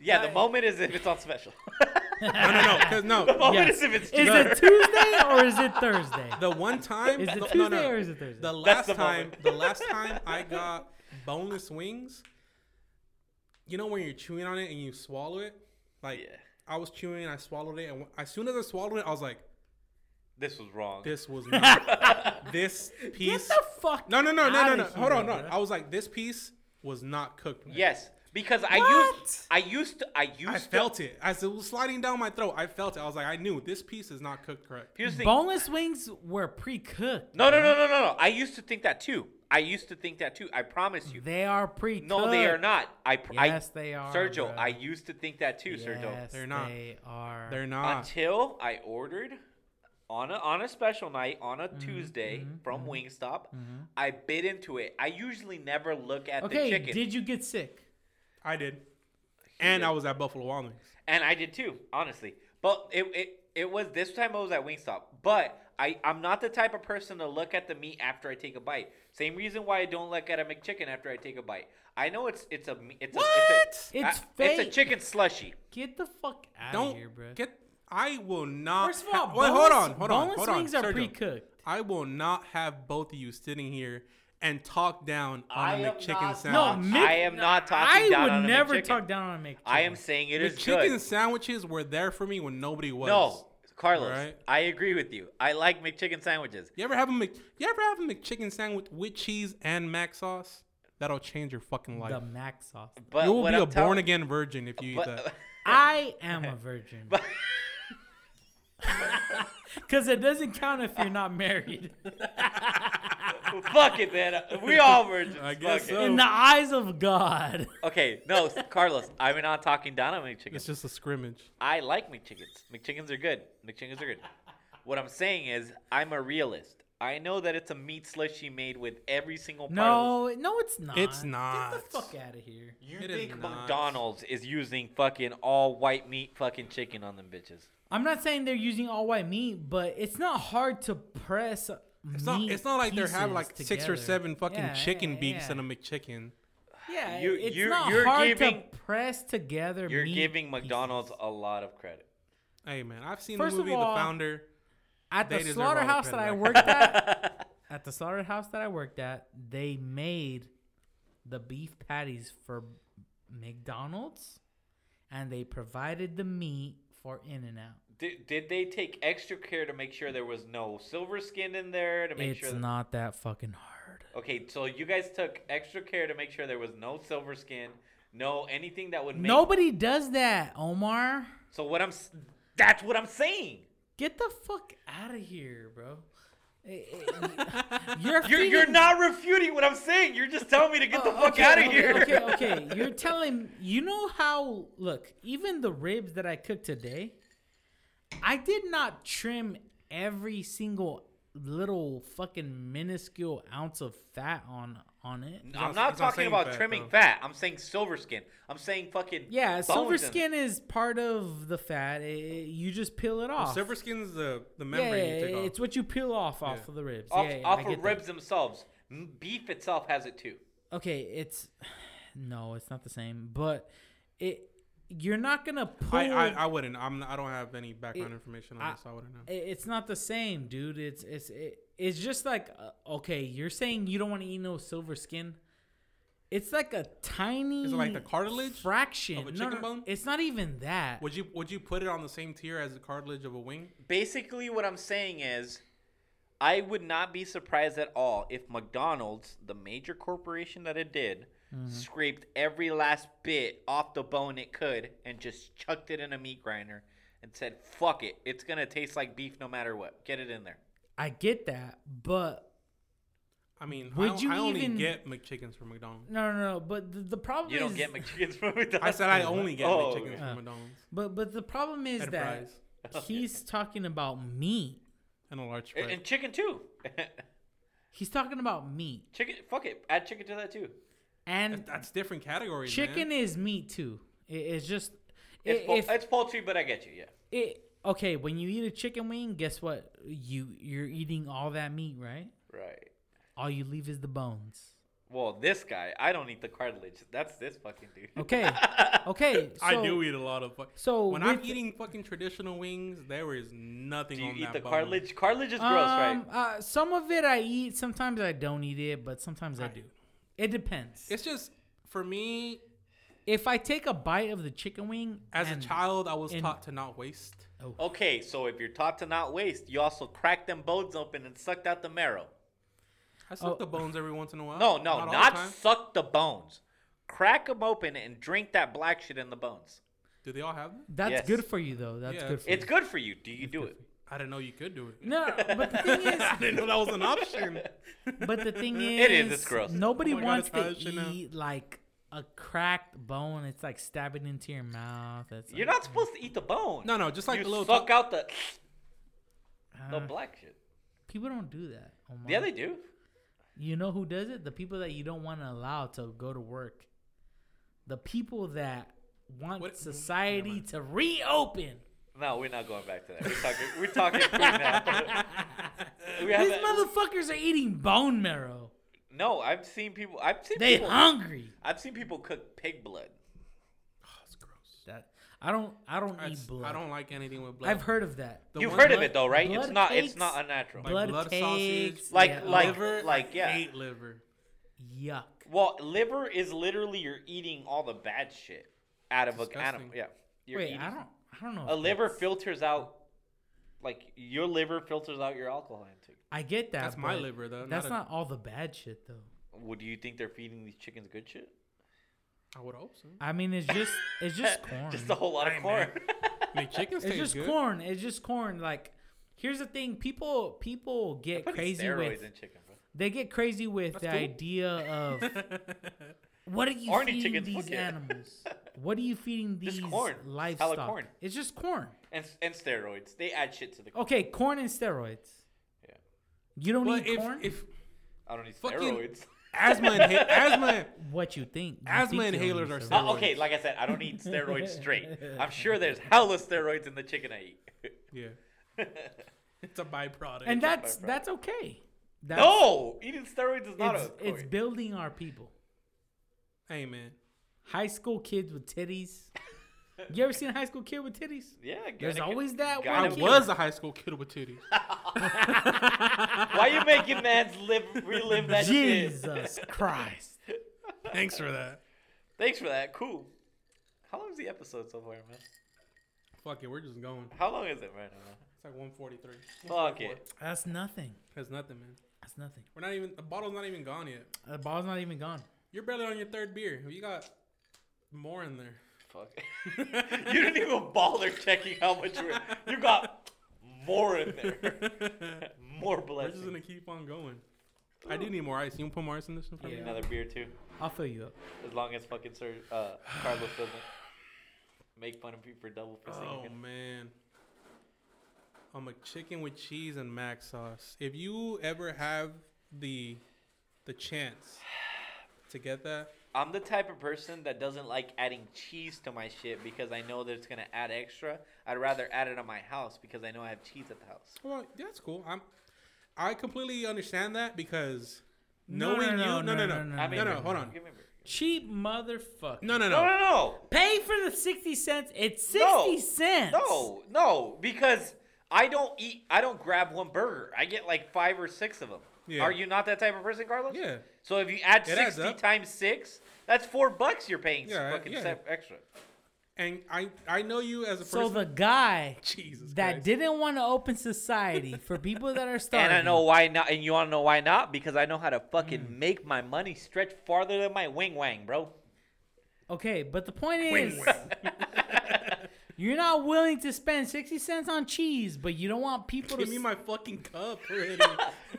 Speaker 3: Yeah, the moment is if it's on special.
Speaker 2: No, no, no. 'cause
Speaker 3: the
Speaker 2: no.
Speaker 3: moment
Speaker 1: Yes.
Speaker 3: is if it's
Speaker 1: Is
Speaker 3: cheaper.
Speaker 1: it Tuesday or is it Thursday?
Speaker 2: The one time.
Speaker 1: Is it
Speaker 2: the,
Speaker 1: Tuesday
Speaker 2: no, no.
Speaker 1: or is it Thursday?
Speaker 2: The
Speaker 3: That's
Speaker 2: last
Speaker 3: the
Speaker 2: time,
Speaker 3: moment.
Speaker 2: the last time I got boneless wings, you know when you're chewing on it and you swallow it, like
Speaker 3: Yeah.
Speaker 2: I was chewing, I swallowed it, and when- as soon as I swallowed it, I was like,
Speaker 3: This was wrong.
Speaker 2: "This was not this
Speaker 1: Get
Speaker 2: piece."
Speaker 1: the fuck.
Speaker 2: No, no, no, no, no,
Speaker 1: outta
Speaker 2: no.
Speaker 1: here,
Speaker 2: Hold on, no.
Speaker 1: bruh.
Speaker 2: I was like, "This piece was not cooked." right."
Speaker 3: Yes, because I used
Speaker 1: What?
Speaker 3: I used to I used
Speaker 2: I
Speaker 3: to-
Speaker 2: felt it as it was sliding down my throat. I felt it. I was like, "I knew this piece is not cooked correct."
Speaker 3: Here's the thing.
Speaker 1: Boneless wings were pre-cooked.
Speaker 3: No, no, no, no, no, no. I used to think that too. I used to think that too. I promise you.
Speaker 1: They are pre-cooked.
Speaker 3: no, they are not. I, pr- I
Speaker 1: Yes, they are.
Speaker 3: Sergio,
Speaker 1: bruh.
Speaker 3: I used to think that too,
Speaker 1: yes,
Speaker 3: Sergio.
Speaker 2: They're not.
Speaker 1: They are.
Speaker 2: They're not.
Speaker 3: Until I ordered on a on a special night on
Speaker 1: Mm-hmm,
Speaker 3: a Tuesday from Wingstop, I bit into it. I usually never look at the
Speaker 1: okay,
Speaker 3: chicken,
Speaker 1: did you get sick?
Speaker 2: I did, and
Speaker 3: did.
Speaker 2: I was at Buffalo Wild Wings.
Speaker 3: and I did too, honestly. But it it, it was this time I was at Wingstop, but. I, I'm not the type of person to look at the meat after I take a bite. Same reason why I don't look at a McChicken after I take a bite. I know it's it's a me- it's a it's a,
Speaker 1: It's
Speaker 3: I- it's a
Speaker 1: fake.
Speaker 3: chicken slushy.
Speaker 1: Get the fuck out
Speaker 2: Don't
Speaker 1: of here, bro.
Speaker 2: get. I will not.
Speaker 1: First of all,
Speaker 2: ha-
Speaker 1: boneless,
Speaker 2: Uh, wait, hold on, hold on,
Speaker 1: boneless
Speaker 2: hold on.
Speaker 1: wings are
Speaker 2: Sergio,
Speaker 1: pre-cooked.
Speaker 2: I will not have both of you sitting here and talk down
Speaker 3: I
Speaker 2: on a
Speaker 3: am
Speaker 2: McChicken
Speaker 3: not-
Speaker 1: No,
Speaker 2: sandwich.
Speaker 3: Mick-
Speaker 1: Mick,
Speaker 3: I am not talking
Speaker 1: I
Speaker 3: down
Speaker 1: would
Speaker 3: on a
Speaker 1: never
Speaker 3: McChicken.
Speaker 1: talk down on a McChicken.
Speaker 3: I am saying it is
Speaker 2: McChicken
Speaker 3: good.
Speaker 2: sandwiches were there for me when nobody was.
Speaker 3: No, Carlos,
Speaker 2: Right?
Speaker 3: I agree with you. I like McChicken sandwiches.
Speaker 2: You ever have a Mc, You ever have a McChicken sandwich with cheese and mac sauce? That'll change your fucking
Speaker 1: the
Speaker 2: life.
Speaker 1: mac sauce.
Speaker 3: But
Speaker 2: you will
Speaker 3: what
Speaker 2: be
Speaker 3: I'm
Speaker 2: a
Speaker 3: tell-
Speaker 2: born again virgin if you eat
Speaker 3: But,
Speaker 2: that.
Speaker 1: I am a virgin.
Speaker 3: but
Speaker 1: Because it doesn't count if you're not married.
Speaker 3: fuck it, man. We all virgins.
Speaker 2: I guess
Speaker 3: Fuck it.
Speaker 2: so.
Speaker 1: In the eyes of God.
Speaker 3: Okay, no, Carlos, I'm not talking down on
Speaker 2: It's
Speaker 3: McChickens.
Speaker 2: just a scrimmage.
Speaker 3: I like McChickens. McChickens are good. McChickens are good. What I'm saying is, I'm a realist. I know that it's a meat slushie made with every single part. of
Speaker 1: No, no, it's not.
Speaker 2: It's
Speaker 1: Get
Speaker 2: not.
Speaker 1: the fuck out of here.
Speaker 3: You
Speaker 2: It is
Speaker 3: think
Speaker 2: not.
Speaker 3: McDonald's is using fucking all white meat fucking chicken on them bitches?
Speaker 1: I'm not saying they're using all white meat, but it's not hard to press.
Speaker 2: It's not. It's not like they're having like six
Speaker 1: together.
Speaker 2: or seven fucking
Speaker 1: Yeah,
Speaker 2: chicken
Speaker 1: yeah,
Speaker 2: beaks
Speaker 1: yeah.
Speaker 2: in a McChicken.
Speaker 1: Yeah,
Speaker 3: You-
Speaker 1: it's
Speaker 3: you-
Speaker 1: not
Speaker 3: you're
Speaker 1: hard
Speaker 3: giving-
Speaker 1: to press together.
Speaker 3: You're
Speaker 1: meat
Speaker 3: giving
Speaker 1: pieces.
Speaker 3: McDonald's a lot of credit.
Speaker 2: Hey man, I've seen
Speaker 1: First
Speaker 2: the
Speaker 1: of
Speaker 2: movie
Speaker 1: all,
Speaker 2: The Founder.
Speaker 1: at
Speaker 2: They
Speaker 1: the
Speaker 2: deserve all the
Speaker 1: slaughterhouse that I
Speaker 2: credit.
Speaker 1: worked at. at the slaughterhouse that I worked at, they made the beef patties for McDonald's, and they provided the meat for In and Out.
Speaker 3: Did, did they take extra care to make sure there was no silver skin in there to make
Speaker 1: It's
Speaker 3: sure
Speaker 1: not that fucking hard.
Speaker 3: Okay, so you guys took extra care to make sure there was no silver skin, no anything that would make
Speaker 1: Nobody does that, Omar.
Speaker 3: So what I'm s- that's what I'm saying.
Speaker 1: Get the fuck out of here, bro. Eh, eh, You're
Speaker 3: You're you're not refuting what I'm saying. You're just telling me to get the fuck out of
Speaker 1: Oh, okay,
Speaker 3: here.
Speaker 1: Okay, okay. You're telling you know how look, even the ribs that I cooked today, I did not trim every single little fucking minuscule ounce of fat on on it.
Speaker 3: I'm
Speaker 2: He's
Speaker 3: not
Speaker 2: not
Speaker 3: talking
Speaker 2: saying
Speaker 3: about
Speaker 2: fat,
Speaker 3: trimming
Speaker 2: though.
Speaker 3: fat. I'm saying silver skin. I'm saying fucking
Speaker 1: Yeah,
Speaker 3: bones
Speaker 1: silver
Speaker 3: and-
Speaker 1: skin is part of the fat. Eh, you just peel it off.
Speaker 2: Silver skin's the the
Speaker 1: ah. yeah,
Speaker 2: membrane you take off.
Speaker 1: it's what you peel off off
Speaker 2: Yeah.
Speaker 1: of the ribs.
Speaker 3: off,
Speaker 1: yeah, yeah, I
Speaker 3: off
Speaker 1: get
Speaker 3: of
Speaker 1: that.
Speaker 3: ribs themselves. M- Beef itself has it too.
Speaker 1: okay, it's no, it's not the same, but it you're not gonna pull.
Speaker 2: I, I, I wouldn't. I'm. not- I don't have any background
Speaker 1: It-
Speaker 2: information
Speaker 1: I-
Speaker 2: on this. so I wouldn't know.
Speaker 1: it- it's not the same, dude. It's it's it, it's just like uh, okay, you're saying you don't want to eat no silver skin. It's like a tiny.
Speaker 2: Is it like the cartilage
Speaker 1: fraction
Speaker 2: of a
Speaker 1: No,
Speaker 2: chicken
Speaker 1: no,
Speaker 2: bone?
Speaker 1: It's not even that.
Speaker 2: Would you would you put it on the same tier as the cartilage of a wing?
Speaker 3: Basically, what I'm saying is, I would not be surprised at all if McDonald's, the major corporation that it did,
Speaker 1: Mm-hmm.
Speaker 3: scraped every last bit off the bone it could and just chucked it in a meat grinder and said, fuck it. It's going to taste like beef no matter what. Get it in there.
Speaker 1: I get that, but
Speaker 2: I mean,
Speaker 1: Would
Speaker 2: I,
Speaker 1: you
Speaker 2: I only
Speaker 1: even-
Speaker 2: get McChickens from McDonald's.
Speaker 1: no, no, no. But the, the problem
Speaker 3: You
Speaker 1: is
Speaker 3: don't get McChickens from McDonald's.
Speaker 2: I said I only get
Speaker 3: Oh,
Speaker 2: McChickens
Speaker 1: yeah.
Speaker 2: from McDonald's
Speaker 1: But but the problem is
Speaker 2: and
Speaker 1: that
Speaker 2: fries
Speaker 1: he's talking about meat.
Speaker 2: and a large
Speaker 3: And,
Speaker 2: fry.
Speaker 3: and chicken too.
Speaker 1: He's talking about meat,
Speaker 3: chicken. Fuck it. Add chicken to that too.
Speaker 1: and
Speaker 2: That- That's different categories.
Speaker 1: chicken
Speaker 2: man.
Speaker 1: is meat too. It, it's just
Speaker 3: It's,
Speaker 1: i-
Speaker 3: pul-
Speaker 1: if
Speaker 3: it's poultry, but I get you. Yeah.
Speaker 1: it, okay when you eat a chicken wing, guess what? You you're eating all that meat, right?
Speaker 3: Right.
Speaker 1: All you leave is the bones.
Speaker 3: Well, this guy, I don't eat the cartilage. That's this fucking dude.
Speaker 1: Okay, okay. So,
Speaker 2: I do eat a lot of. fu-
Speaker 1: So
Speaker 2: when I'm
Speaker 1: with-
Speaker 2: eating fucking traditional wings, there is nothing.
Speaker 3: Do you
Speaker 2: on
Speaker 3: eat
Speaker 2: that
Speaker 3: the
Speaker 2: bone.
Speaker 3: cartilage? Cartilage is gross, right?
Speaker 1: Um, uh, some of it I eat. Sometimes I don't eat it, but sometimes I,
Speaker 2: I-
Speaker 1: do. It depends.
Speaker 2: It's just for me.
Speaker 1: if I take a bite of the chicken wing
Speaker 2: As a
Speaker 1: and-
Speaker 2: child, I was
Speaker 1: and-
Speaker 2: taught to not waste.
Speaker 3: Okay, so if you're taught to not waste, you also crack them bones open and sucked out the marrow.
Speaker 2: I suck
Speaker 1: Oh.
Speaker 2: the bones every once in a while.
Speaker 3: No, no,
Speaker 2: all
Speaker 3: not,
Speaker 2: the time.
Speaker 3: suck the bones. Crack them open and drink that black shit in the bones.
Speaker 2: Do they all have them?
Speaker 1: that's
Speaker 3: Yes.
Speaker 1: good for you though. That's
Speaker 2: Yeah.
Speaker 1: good for
Speaker 3: It's
Speaker 1: you.
Speaker 3: good for you. Do you do it?
Speaker 2: I didn't know you could do it.
Speaker 1: No, but the thing is,
Speaker 2: I didn't know that was an option.
Speaker 1: But the thing is,
Speaker 3: It is, it's gross.
Speaker 1: Nobody
Speaker 2: Oh my God,
Speaker 1: wants
Speaker 2: it's hot as
Speaker 1: to
Speaker 2: shit now.
Speaker 1: eat like a cracked bone. It's like stabbing into your mouth. That's
Speaker 3: You're
Speaker 1: like,
Speaker 3: not supposed to eat the bone.
Speaker 2: No, no, just like
Speaker 3: you
Speaker 2: a little.
Speaker 3: suck out the the
Speaker 1: uh,
Speaker 3: black shit.
Speaker 1: people don't do that. Omar.
Speaker 3: Yeah, they do.
Speaker 1: You know who does it? The people that you don't want to allow to go to work. The people that want
Speaker 2: What-
Speaker 1: society to reopen.
Speaker 3: No, we're not going back to that. We're talking. We're talking food now. we have
Speaker 1: These
Speaker 3: that-
Speaker 1: motherfuckers are eating bone marrow.
Speaker 3: no, I've seen people. I've seen
Speaker 1: They
Speaker 3: people.
Speaker 1: hungry.
Speaker 3: I've seen people cook pig blood.
Speaker 2: That's gross.
Speaker 1: That I don't. I don't
Speaker 2: That's-
Speaker 1: eat blood.
Speaker 2: I don't like anything with blood.
Speaker 1: I've heard of that.
Speaker 2: The
Speaker 3: You've
Speaker 2: one
Speaker 3: heard of
Speaker 2: blood-
Speaker 3: it though, right? It's
Speaker 1: blood
Speaker 3: not.
Speaker 1: cakes-
Speaker 3: it's not unnatural.
Speaker 2: Like blood sausage,
Speaker 3: Like-
Speaker 1: yeah,
Speaker 3: like-
Speaker 2: liver,
Speaker 3: like, yeah.
Speaker 2: hate liver.
Speaker 1: yuck.
Speaker 3: Well, liver is literally you're eating all the bad shit out of an
Speaker 2: Disgusting.
Speaker 3: animal. Yeah, you're
Speaker 1: Wait,
Speaker 3: eating.
Speaker 1: I don't. I don't know.
Speaker 3: a
Speaker 1: if
Speaker 3: liver
Speaker 1: that's-
Speaker 3: filters out, like your liver filters out your alcohol intake.
Speaker 1: I get that.
Speaker 2: That's my
Speaker 1: but
Speaker 2: liver, though,
Speaker 1: That's
Speaker 2: not
Speaker 1: not
Speaker 2: a-
Speaker 1: all the bad shit though.
Speaker 3: Well, do you think they're feeding these chickens good shit?
Speaker 2: I would hope so.
Speaker 1: I mean, it's just it's just corn.
Speaker 3: Just a whole lot of
Speaker 2: Hey,
Speaker 3: corn.
Speaker 2: man. Make chickens
Speaker 1: it's
Speaker 2: taste
Speaker 1: just
Speaker 2: good.
Speaker 1: corn. It's just corn. Like, here's the thing: people people get
Speaker 3: Putting
Speaker 1: crazy
Speaker 3: steroids
Speaker 1: with
Speaker 3: in chicken, bro.
Speaker 1: they get crazy with the
Speaker 2: cool.
Speaker 1: idea of what are you
Speaker 3: Arnie
Speaker 1: feeding
Speaker 3: chickens,
Speaker 1: these
Speaker 3: fuck yeah.
Speaker 1: animals? What are you feeding these
Speaker 3: Just corn. It's hella
Speaker 1: livestock?
Speaker 3: corn.
Speaker 1: It's just corn.
Speaker 3: And and steroids. They add shit to the.
Speaker 1: Okay, corn and steroids.
Speaker 3: Yeah.
Speaker 1: You don't
Speaker 2: But
Speaker 1: eat
Speaker 2: if,
Speaker 1: corn.
Speaker 2: if
Speaker 3: I don't need
Speaker 2: Fucking-
Speaker 3: steroids.
Speaker 2: asthma, inha- asthma,
Speaker 1: what you think? You
Speaker 2: asthma
Speaker 1: think you don't
Speaker 2: inhalers
Speaker 1: eat
Speaker 2: are
Speaker 1: steroids.
Speaker 3: Uh, okay, like I said, I don't eat steroids straight. I'm sure there's hella steroids in the chicken I eat.
Speaker 2: yeah, it's a byproduct.
Speaker 1: and that's
Speaker 3: byproduct.
Speaker 1: that's okay. That's,
Speaker 3: no, eating steroids is not
Speaker 1: it's,
Speaker 3: a.
Speaker 1: it's building our people.
Speaker 2: hey man,
Speaker 1: High school kids with titties. You ever seen a high school kid with titties?
Speaker 3: yeah,
Speaker 1: There's
Speaker 3: gyneco-
Speaker 1: always that
Speaker 2: I
Speaker 1: one
Speaker 3: gyneco-
Speaker 1: kid.
Speaker 2: was a high school kid with titties.
Speaker 3: Why you making man's live relive that shit?
Speaker 1: Jesus Christ.
Speaker 2: Thanks for that.
Speaker 3: Thanks for that. Cool. How long is the episode so far, man?
Speaker 2: Fuck it, we're just going.
Speaker 3: How long is it right now?
Speaker 2: It's like 143.
Speaker 3: Fuck it.
Speaker 1: That's nothing.
Speaker 2: That's nothing, man.
Speaker 1: That's nothing.
Speaker 2: We're not even. The bottle's not even gone yet.
Speaker 1: The ball's not even gone.
Speaker 2: You're barely on your third beer. You got more in there.
Speaker 3: Fuck. you didn't even bother checking how much you were. You got more in there. More
Speaker 2: We're just gonna
Speaker 3: blessings.
Speaker 2: keep on going. I do need more ice. You want to put more ice in this one for
Speaker 3: Give me
Speaker 2: me?
Speaker 3: Another beer too.
Speaker 1: I'll fill you up.
Speaker 3: As long as fucking Sir uh, Carlos doesn't make fun of people for double for
Speaker 2: Oh
Speaker 3: singing.
Speaker 2: man. I'm a chicken with cheese and mac sauce. If you ever have the the chance to get that,
Speaker 3: I'm the type of person that doesn't like adding cheese to my shit because I know that it's gonna add extra. I'd rather add it on my house because I know I have cheese at the house.
Speaker 2: well, that's cool. I'm I completely understand that because
Speaker 1: No, no,
Speaker 2: knowing
Speaker 1: no,
Speaker 2: you no no no no no,
Speaker 1: no, no,
Speaker 3: I mean,
Speaker 2: hold on.
Speaker 3: give me a beer.
Speaker 1: Cheap motherfucker.
Speaker 2: No, no,
Speaker 3: No,
Speaker 2: no.
Speaker 3: no, no.
Speaker 1: Pay for the 60 cents. It's 60
Speaker 3: No.
Speaker 1: cents.
Speaker 3: No, no, because I don't eat. I don't grab one burger. I get like five or six of them.
Speaker 2: Yeah.
Speaker 3: Are you not that type of person, Carlos?
Speaker 2: Yeah.
Speaker 3: So if you add
Speaker 2: It adds
Speaker 3: sixty
Speaker 2: up.
Speaker 3: times six, that's four bucks you're paying
Speaker 2: Yeah,
Speaker 3: fucking
Speaker 2: yeah.
Speaker 3: sep- extra.
Speaker 2: And I, I know you as a person.
Speaker 1: So the guy
Speaker 2: Jesus
Speaker 1: that
Speaker 2: Christ.
Speaker 1: didn't want to open society for people that are starving.
Speaker 3: And I know why not. And you want to know why not? Because I know how to fucking
Speaker 2: Mm.
Speaker 3: make my money stretch farther than my wing wang, bro.
Speaker 1: Okay, but the point is, you're not willing to spend 60 cents on cheese, but you don't want people
Speaker 2: Give
Speaker 1: to.
Speaker 2: me
Speaker 1: s-
Speaker 2: my fucking cup already.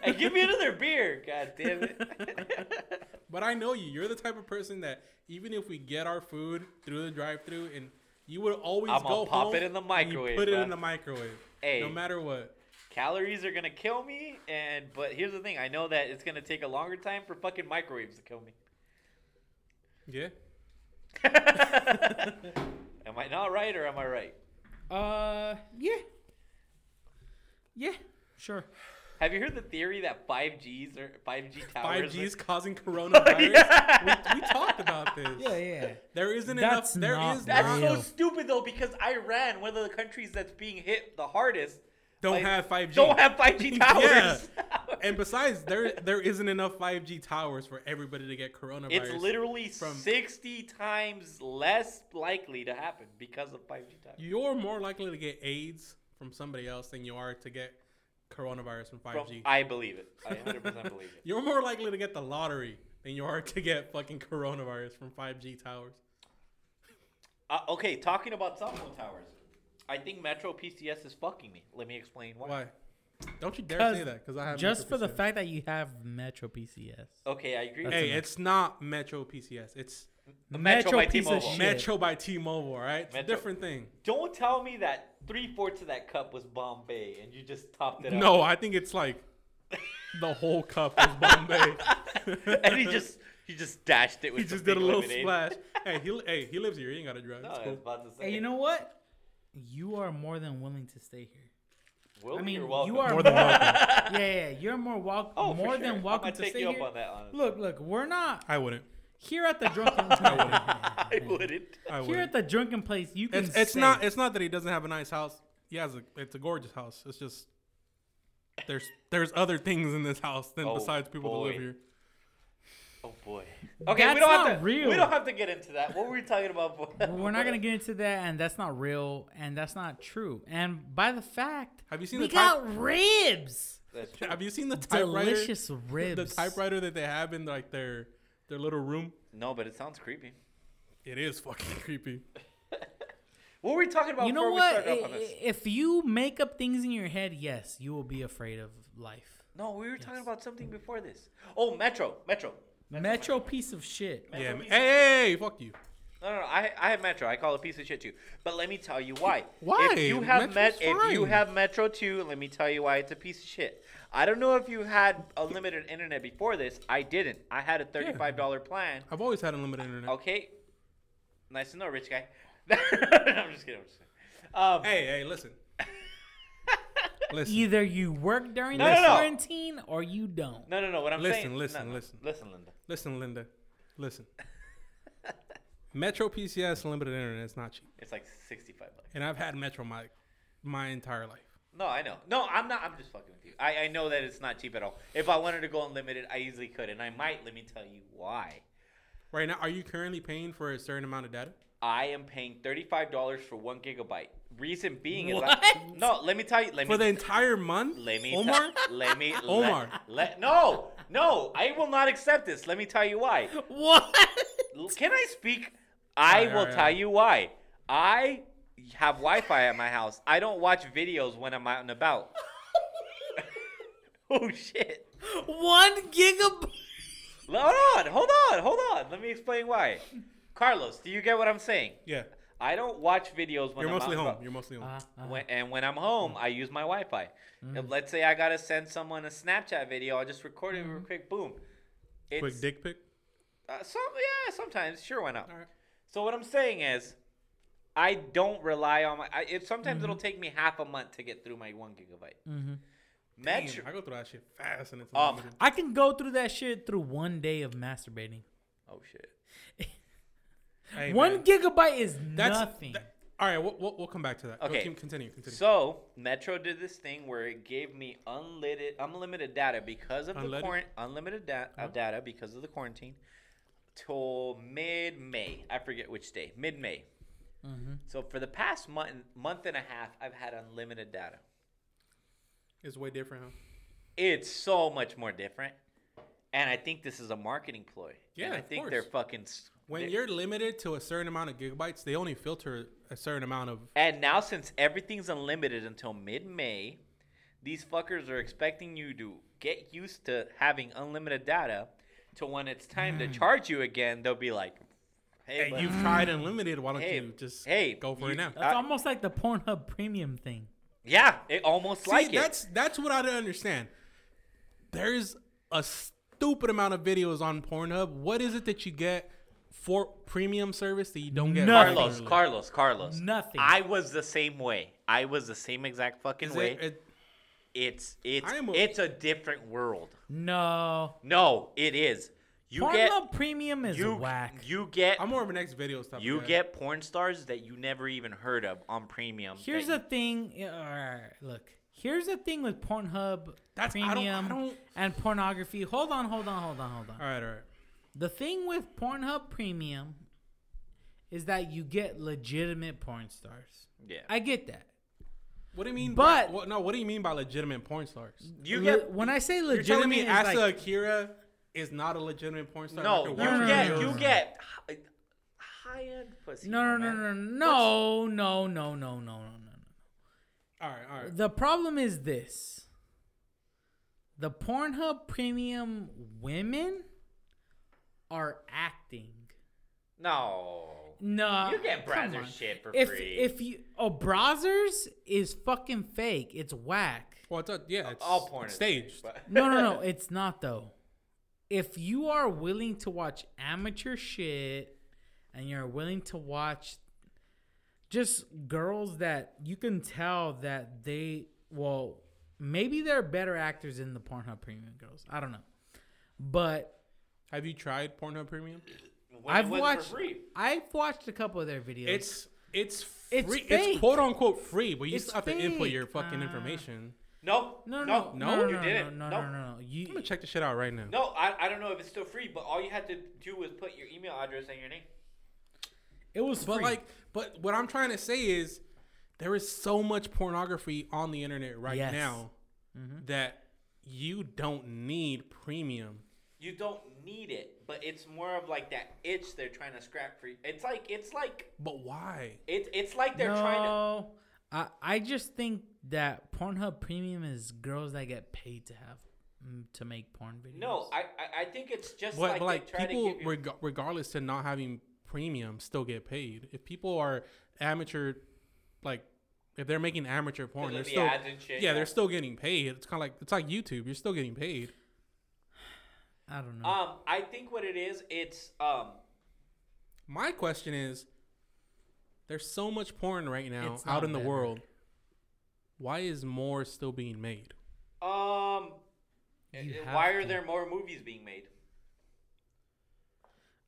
Speaker 3: And give me another beer, god damn it.
Speaker 2: but I know you. You're the type of person that even if we get our food through the drive-through, and you would always
Speaker 3: I'ma
Speaker 2: go
Speaker 3: pop
Speaker 2: home
Speaker 3: it in the
Speaker 2: and you
Speaker 3: microwave,
Speaker 2: put it
Speaker 3: bruh.
Speaker 2: in the microwave.
Speaker 3: Hey.
Speaker 2: No matter what.
Speaker 3: Calories are gonna kill me, and but here's the thing: I know that it's gonna take a longer time for fucking microwaves to kill me.
Speaker 2: Yeah.
Speaker 3: am I not right or am I right?
Speaker 1: Uh, yeah. Yeah, sure.
Speaker 3: Have you heard the theory that 5Gs or 5G
Speaker 2: Five
Speaker 3: towers?
Speaker 2: G's causing coronavirus. we, we talked about this.
Speaker 1: Yeah, yeah.
Speaker 2: There isn't
Speaker 1: That's
Speaker 2: enough. There is
Speaker 1: not
Speaker 3: That's
Speaker 1: Real.
Speaker 3: so stupid though because Iran, one of the countries that's being hit the hardest,
Speaker 2: don't
Speaker 3: like,
Speaker 2: have five G.
Speaker 3: don't have 5G towers.
Speaker 2: And besides, there there isn't enough five G towers for everybody to get coronavirus.
Speaker 3: it's literally
Speaker 2: from-
Speaker 3: 60 times less likely to happen because of 5G towers.
Speaker 2: You're more likely to get AIDS from somebody else than you are to get coronavirus from
Speaker 3: Bro,
Speaker 2: five G.
Speaker 3: I believe it. I 100% believe it.
Speaker 2: You're more likely to get the lottery than you are to get fucking coronavirus from five G towers.
Speaker 3: Uh, okay, talking about cell phone towers, I think Metro PCS is fucking me. Let me explain why.
Speaker 2: Why? Don't you dare
Speaker 1: 'Cause-
Speaker 2: say that because I have
Speaker 1: Just for
Speaker 2: Metro
Speaker 1: the
Speaker 2: PCS.
Speaker 1: fact that you have Metro PCS.
Speaker 3: Okay, I agree. with
Speaker 2: Hey,
Speaker 3: you.
Speaker 2: it's not Metro PCS. It's
Speaker 3: Metro by
Speaker 1: piece of
Speaker 3: T-Mobile.
Speaker 1: shit.
Speaker 2: Metro by T-Mobile. All right, it's a
Speaker 3: Metro-
Speaker 2: different thing.
Speaker 3: Don't tell me that three fourths of that cup was Bombay and you just topped it up.
Speaker 2: No, I think it's like the whole cup is Bombay.
Speaker 3: and he just he just dashed it with
Speaker 2: he just
Speaker 3: some
Speaker 2: did a
Speaker 3: big
Speaker 2: little
Speaker 3: lemonade.
Speaker 2: splash. Hey, he hey he lives here. He ain't got a drug.
Speaker 3: No,
Speaker 2: It's
Speaker 3: I was
Speaker 2: cool.
Speaker 3: about to say.
Speaker 1: And you know what? You are more than willing to stay here.
Speaker 3: Will,
Speaker 1: I mean,
Speaker 3: you're welcome.
Speaker 1: you are
Speaker 2: More than welcome.
Speaker 1: yeah, yeah, yeah. You're more wel-
Speaker 3: oh, for
Speaker 1: more
Speaker 3: sure.
Speaker 1: than welcome
Speaker 3: I'm gonna
Speaker 1: to
Speaker 3: take
Speaker 1: stay
Speaker 3: you up
Speaker 1: here.
Speaker 3: on that. Honestly.
Speaker 1: Look, look, we're not
Speaker 2: I wouldn't.
Speaker 1: here at the drunken. place.
Speaker 3: I wouldn't.
Speaker 2: I
Speaker 1: here
Speaker 2: wouldn't.
Speaker 1: at the drunken place, you can.
Speaker 2: It's, it's
Speaker 1: stay.
Speaker 2: not. It's not that he doesn't have a nice house. He has a. It's a gorgeous house. It's just there's there's other things in this house than
Speaker 3: Oh,
Speaker 2: besides people that
Speaker 3: boy.
Speaker 2: live here.
Speaker 3: Oh boy. Okay,
Speaker 1: That's
Speaker 3: we don't
Speaker 1: not
Speaker 3: have to.
Speaker 1: real.
Speaker 3: We don't have to get into that. What were we talking about?
Speaker 1: We're not gonna get into that, and that's not real, and that's not true. And by the fact,
Speaker 2: Have you seen
Speaker 1: we
Speaker 2: the
Speaker 1: got
Speaker 2: type-
Speaker 1: ribs,
Speaker 3: That's true.
Speaker 2: Have you seen the typewriter?
Speaker 1: delicious ribs.
Speaker 2: The typewriter that they have in like their their little room.
Speaker 3: No, but it sounds creepy.
Speaker 2: It is fucking creepy.
Speaker 3: What were we talking about
Speaker 1: You know
Speaker 3: before we
Speaker 1: what?
Speaker 3: started up on
Speaker 1: I-
Speaker 3: this?
Speaker 1: If you make up things in your head, yes, you will be afraid of life.
Speaker 3: No, we were talking about something before this. Oh, Metro, Metro.
Speaker 1: Metro piece of shit.
Speaker 2: Yeah.
Speaker 3: Metro
Speaker 2: Hey,
Speaker 3: PCS.
Speaker 2: hey, hey, fuck you.
Speaker 3: No, no, no, I, I have Metro. I call it a piece of shit too. But let me tell you why.
Speaker 2: Why?
Speaker 3: If you have Met,
Speaker 2: Metro's
Speaker 3: if you
Speaker 2: fine.
Speaker 3: have Metro too, let me tell you why it's a piece of shit. I don't know if you had unlimited internet before this. I didn't. I had a thirty-five dollar plan.
Speaker 2: I've always had unlimited internet.
Speaker 3: Okay. Nice to know, rich guy. I'm just kidding. I'm just kidding. Um,
Speaker 2: Hey, hey, listen. listen.
Speaker 1: Either you work during
Speaker 3: No,
Speaker 1: the
Speaker 3: no, no.
Speaker 1: quarantine or you don't.
Speaker 3: no, no, no. What I'm
Speaker 2: Listen,
Speaker 3: saying. no,
Speaker 2: listen,
Speaker 3: no.
Speaker 2: listen.
Speaker 3: listen, Linda.
Speaker 2: Listen, Linda. Listen. Metro PCS limited internet is not cheap.
Speaker 3: It's like sixty-five bucks.
Speaker 2: And I've had Metro my my entire life.
Speaker 3: No, I know. No, I'm not. I'm just fucking with you. I, I know that it's not cheap at all. If I wanted to go unlimited, I easily could, and I might. Let me tell you why.
Speaker 2: Right now, are you currently paying for a certain amount of data?
Speaker 3: I am paying thirty-five dollars for one gigabyte. Reason being is I,
Speaker 1: What?
Speaker 3: no. Let me tell you. Let
Speaker 2: For the
Speaker 3: me.
Speaker 2: entire month?
Speaker 3: let me.
Speaker 2: Omar?
Speaker 3: tell- let me. let-
Speaker 2: Omar.
Speaker 3: Let, no, no. I will not accept this. Let me tell you why.
Speaker 1: What?
Speaker 3: L- Can I speak? I
Speaker 2: Alright,
Speaker 3: will
Speaker 2: alright,
Speaker 3: tell
Speaker 2: alright.
Speaker 3: you why. I have Wi-Fi at my house. I don't watch videos when I'm out and about. oh shit.
Speaker 1: One gigabyte.
Speaker 3: L- Hold on, hold on, hold on. Let me explain why. Carlos, do you get what I'm saying?
Speaker 2: yeah.
Speaker 3: I don't watch videos when
Speaker 2: You're
Speaker 3: I'm
Speaker 2: mostly
Speaker 3: out and
Speaker 2: home.
Speaker 3: about.
Speaker 2: You're mostly home.
Speaker 1: Uh, uh,
Speaker 3: When, and when I'm
Speaker 2: Mm.
Speaker 3: home, I use my Wi-Fi. If- Let's say I gotta send someone a Snapchat video, I just record it real quick. Boom. It's,
Speaker 2: Mm-hmm. Quick dick pic.
Speaker 3: Uh, some yeah, sometimes sure why not.
Speaker 2: All right.
Speaker 3: So what I'm saying is, I don't rely on my. I, it sometimes
Speaker 2: Mm-hmm.
Speaker 3: it'll take me half a month to get through my one gigabyte. Metro.
Speaker 2: Damn, I go through that shit fast and it's
Speaker 3: Um,
Speaker 2: unlimited.
Speaker 1: I can go through that shit through one day of masturbating.
Speaker 3: Oh shit.
Speaker 2: Hey,
Speaker 1: One
Speaker 2: man.
Speaker 1: gigabyte is
Speaker 2: That's
Speaker 1: nothing.
Speaker 2: that- all right, we'll, we'll, we'll come back to that.
Speaker 3: Okay.
Speaker 2: Okay. continue, continue.
Speaker 3: So Metro did this thing where it gave me unlimited unlimited data because of the
Speaker 2: Unleaded?
Speaker 3: quarant- unlimited da- uh, data because of the quarantine till mid May. I forget which day. Mid May.
Speaker 2: Mm-hmm.
Speaker 3: So for the past month month and a half, I've had unlimited data.
Speaker 2: it's way different, huh?
Speaker 3: It's so much more different, and I think this is a marketing ploy.
Speaker 2: Yeah,
Speaker 3: and I
Speaker 2: of
Speaker 3: think they're
Speaker 2: course.
Speaker 3: fucking. s-
Speaker 2: When
Speaker 3: they-
Speaker 2: you're limited to a certain amount of gigabytes, they only filter a certain amount of.
Speaker 3: And now, since everything's unlimited until mid May, these fuckers are expecting you to get used to having unlimited data. To when it's time to charge you again, they'll be like, "Hey,
Speaker 2: Hey,
Speaker 3: bud,
Speaker 2: you've tried unlimited. Why don't
Speaker 3: hey,
Speaker 2: you just
Speaker 3: hey,
Speaker 2: go for
Speaker 3: you-
Speaker 2: it now?
Speaker 1: That's
Speaker 3: I-
Speaker 1: almost like the Pornhub premium thing.
Speaker 3: yeah, it almost
Speaker 2: See,
Speaker 3: like it."
Speaker 2: that's that's what I don't understand. There's a stupid amount of videos on Pornhub. What is it that you get for premium service that you don't get?
Speaker 1: Nothing.
Speaker 3: Carlos,
Speaker 2: regularly?
Speaker 3: Carlos, Carlos.
Speaker 1: Nothing.
Speaker 3: I was the same way. I was the same exact fucking
Speaker 2: Is
Speaker 3: way.
Speaker 2: it- it-
Speaker 3: it's it's
Speaker 2: I am a-
Speaker 3: it's a different world.
Speaker 1: No.
Speaker 3: No, it is. You
Speaker 1: Pornhub
Speaker 3: get
Speaker 1: premium is
Speaker 3: you
Speaker 1: whack.
Speaker 3: you get
Speaker 2: I'm more of an ex videos type. of
Speaker 3: You
Speaker 2: guy.
Speaker 3: get porn stars that you never even heard of on premium.
Speaker 1: Here's the
Speaker 3: that
Speaker 1: thing. yeah, all right, look. Here's the thing with Pornhub
Speaker 2: That's- I don't- I
Speaker 1: premium
Speaker 2: don't-
Speaker 1: and pornography. Hold on, hold on, hold on, hold on.
Speaker 2: All right, all right.
Speaker 1: The thing with Pornhub premium is that you get legitimate porn stars.
Speaker 3: you, yeah.
Speaker 1: I get that.
Speaker 2: What do you mean?
Speaker 1: But-
Speaker 2: by, what, no, what do you mean by legitimate porn stars?
Speaker 3: you
Speaker 1: Le-
Speaker 3: get
Speaker 1: when I say
Speaker 2: You're
Speaker 1: legitimate,
Speaker 2: telling me
Speaker 1: it's
Speaker 2: Asa
Speaker 1: like,
Speaker 2: Akira is not a legitimate porn star?
Speaker 3: no,
Speaker 2: I
Speaker 3: you
Speaker 2: could watch
Speaker 3: get
Speaker 2: videos.
Speaker 3: you get high end pussy.
Speaker 1: no, no,
Speaker 3: my
Speaker 1: no,
Speaker 3: man.
Speaker 1: no, no, no, no, no, no, no, no, no.
Speaker 2: All right, all right.
Speaker 1: The problem is this. The Pornhub premium women are acting.
Speaker 3: No.
Speaker 1: No.
Speaker 3: You get
Speaker 1: come
Speaker 3: browser
Speaker 1: on.
Speaker 3: shit for
Speaker 1: if,
Speaker 3: free.
Speaker 1: If you oh browsers is fucking fake. It's whack.
Speaker 2: Well, it's a, yeah, it's
Speaker 3: All porn
Speaker 2: it's
Speaker 3: is
Speaker 2: staged.
Speaker 3: fake, but-
Speaker 1: No, no, no, it's not though. If you are willing to watch amateur shit and you're willing to watch just girls that you can tell that they well maybe they're better actors in the Pornhub premium girls. I don't know. But
Speaker 2: Have you tried Pornhub Premium?
Speaker 3: When it
Speaker 1: I've
Speaker 3: was for
Speaker 1: watched
Speaker 3: free.
Speaker 1: I've watched a couple of their videos.
Speaker 2: It's it's free.
Speaker 1: It's
Speaker 2: It's,
Speaker 1: fake.
Speaker 2: quote unquote free, but you
Speaker 1: It's
Speaker 2: still have to input your
Speaker 1: fake.
Speaker 2: fucking
Speaker 1: Uh,
Speaker 2: information.
Speaker 3: No,
Speaker 1: no, no, no, no,
Speaker 3: you
Speaker 1: no,
Speaker 3: didn't.
Speaker 1: No, no, no, no, no. You,
Speaker 2: I'm gonna check the shit out right now.
Speaker 3: No, I, I don't know if it's still free, but all you had to do was put your email address and your name.
Speaker 1: it was
Speaker 2: But
Speaker 1: free.
Speaker 2: like, but what I'm trying to say is, there is so much pornography on the internet right
Speaker 1: Yes. Mm-hmm.
Speaker 2: now that you don't need premium.
Speaker 3: You don't need it, but it's more of like that itch they're trying to scrap for you. It's like it's like
Speaker 2: But why?
Speaker 3: it's it's like they're trying to
Speaker 1: No, I I just think that Pornhub Premium is girls that get paid to have mm, to make porn videos.
Speaker 3: No, I, I I think it's just
Speaker 2: But
Speaker 3: like,
Speaker 2: but
Speaker 3: they
Speaker 2: like
Speaker 3: try to
Speaker 2: people,
Speaker 3: give you.
Speaker 2: reg- regardless to not having premium, still get paid. If people are amateur, like if they're making amateur porn,
Speaker 3: of
Speaker 2: they're
Speaker 3: the
Speaker 2: still
Speaker 3: ads and shit,
Speaker 2: yeah,
Speaker 3: yeah.
Speaker 2: they're still getting paid. It's kind of like it's like YouTube. You're still getting paid.
Speaker 1: I don't know.
Speaker 3: Um, I think what it is, it's um,
Speaker 2: My question is, there's so much porn right now
Speaker 1: It's
Speaker 2: out
Speaker 1: not
Speaker 2: in the
Speaker 1: better.
Speaker 2: world. Why is more still being made?
Speaker 3: um,
Speaker 1: You
Speaker 3: uh,
Speaker 1: have
Speaker 3: why are
Speaker 1: to.
Speaker 3: there more movies being made?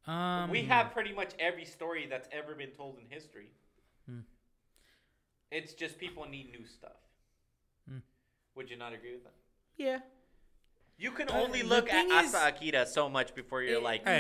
Speaker 1: um,
Speaker 3: we have pretty much every story that's ever been told in history.
Speaker 1: Hmm.
Speaker 3: It's just people need new stuff.
Speaker 1: Hmm.
Speaker 3: Would you not agree with that?
Speaker 1: yeah.
Speaker 3: You can
Speaker 1: Uh,
Speaker 3: only
Speaker 1: the
Speaker 3: look at
Speaker 1: thing
Speaker 3: Asa
Speaker 1: is- Eh,
Speaker 3: Akira so much before you're
Speaker 1: It-
Speaker 3: like, "Mm,
Speaker 2: Hey.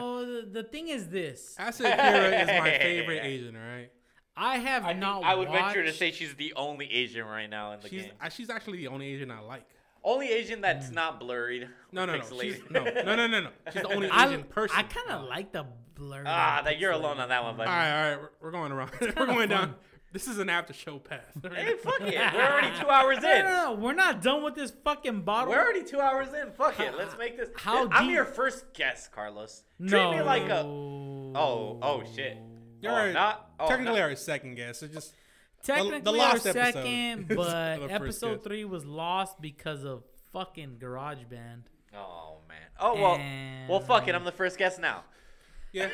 Speaker 1: no, the, the thing is this.
Speaker 2: Asa Akira is my favorite Asian, right?
Speaker 1: I have
Speaker 3: I, think
Speaker 1: not.
Speaker 3: I would venture to
Speaker 1: watched-
Speaker 3: say she's the only Asian right now in the
Speaker 2: She's
Speaker 3: game.
Speaker 2: uh, she's actually the only Asian I like.
Speaker 3: Only Asian that's
Speaker 1: Hmm.
Speaker 3: not blurred.
Speaker 2: No, no, no, she's,
Speaker 3: pixelated.
Speaker 2: no, no, no, no, no. She's the only
Speaker 1: I,
Speaker 2: Asian person.
Speaker 1: I kind of like the blur.
Speaker 3: ah, that you're alone on that one, buddy.
Speaker 2: All right, all right, we're- we're going around. we're going down. This is an after show pass.
Speaker 3: Hey, fuck it. We're already two hours in.
Speaker 1: No, no, no, we're not done with this fucking bottle.
Speaker 3: We're already two hours in. Fuck it. Let's make this.
Speaker 1: How
Speaker 3: I'm
Speaker 1: deep-
Speaker 3: your first guest, Carlos.
Speaker 1: no.
Speaker 3: Treat me like a.
Speaker 1: Oh,
Speaker 3: Oh, oh shit.
Speaker 2: You're
Speaker 3: Oh,
Speaker 2: our-
Speaker 3: not- oh,
Speaker 2: technically
Speaker 3: not-
Speaker 2: our second guest. It's just
Speaker 1: Technically,
Speaker 2: the
Speaker 1: our
Speaker 2: last episode
Speaker 1: second,
Speaker 2: is
Speaker 1: but
Speaker 2: the first
Speaker 1: episode
Speaker 2: guess.
Speaker 1: three was lost because of fucking GarageBand.
Speaker 3: Oh man. Oh well. Well, fuck it. I'm the first guest now.
Speaker 2: yeah.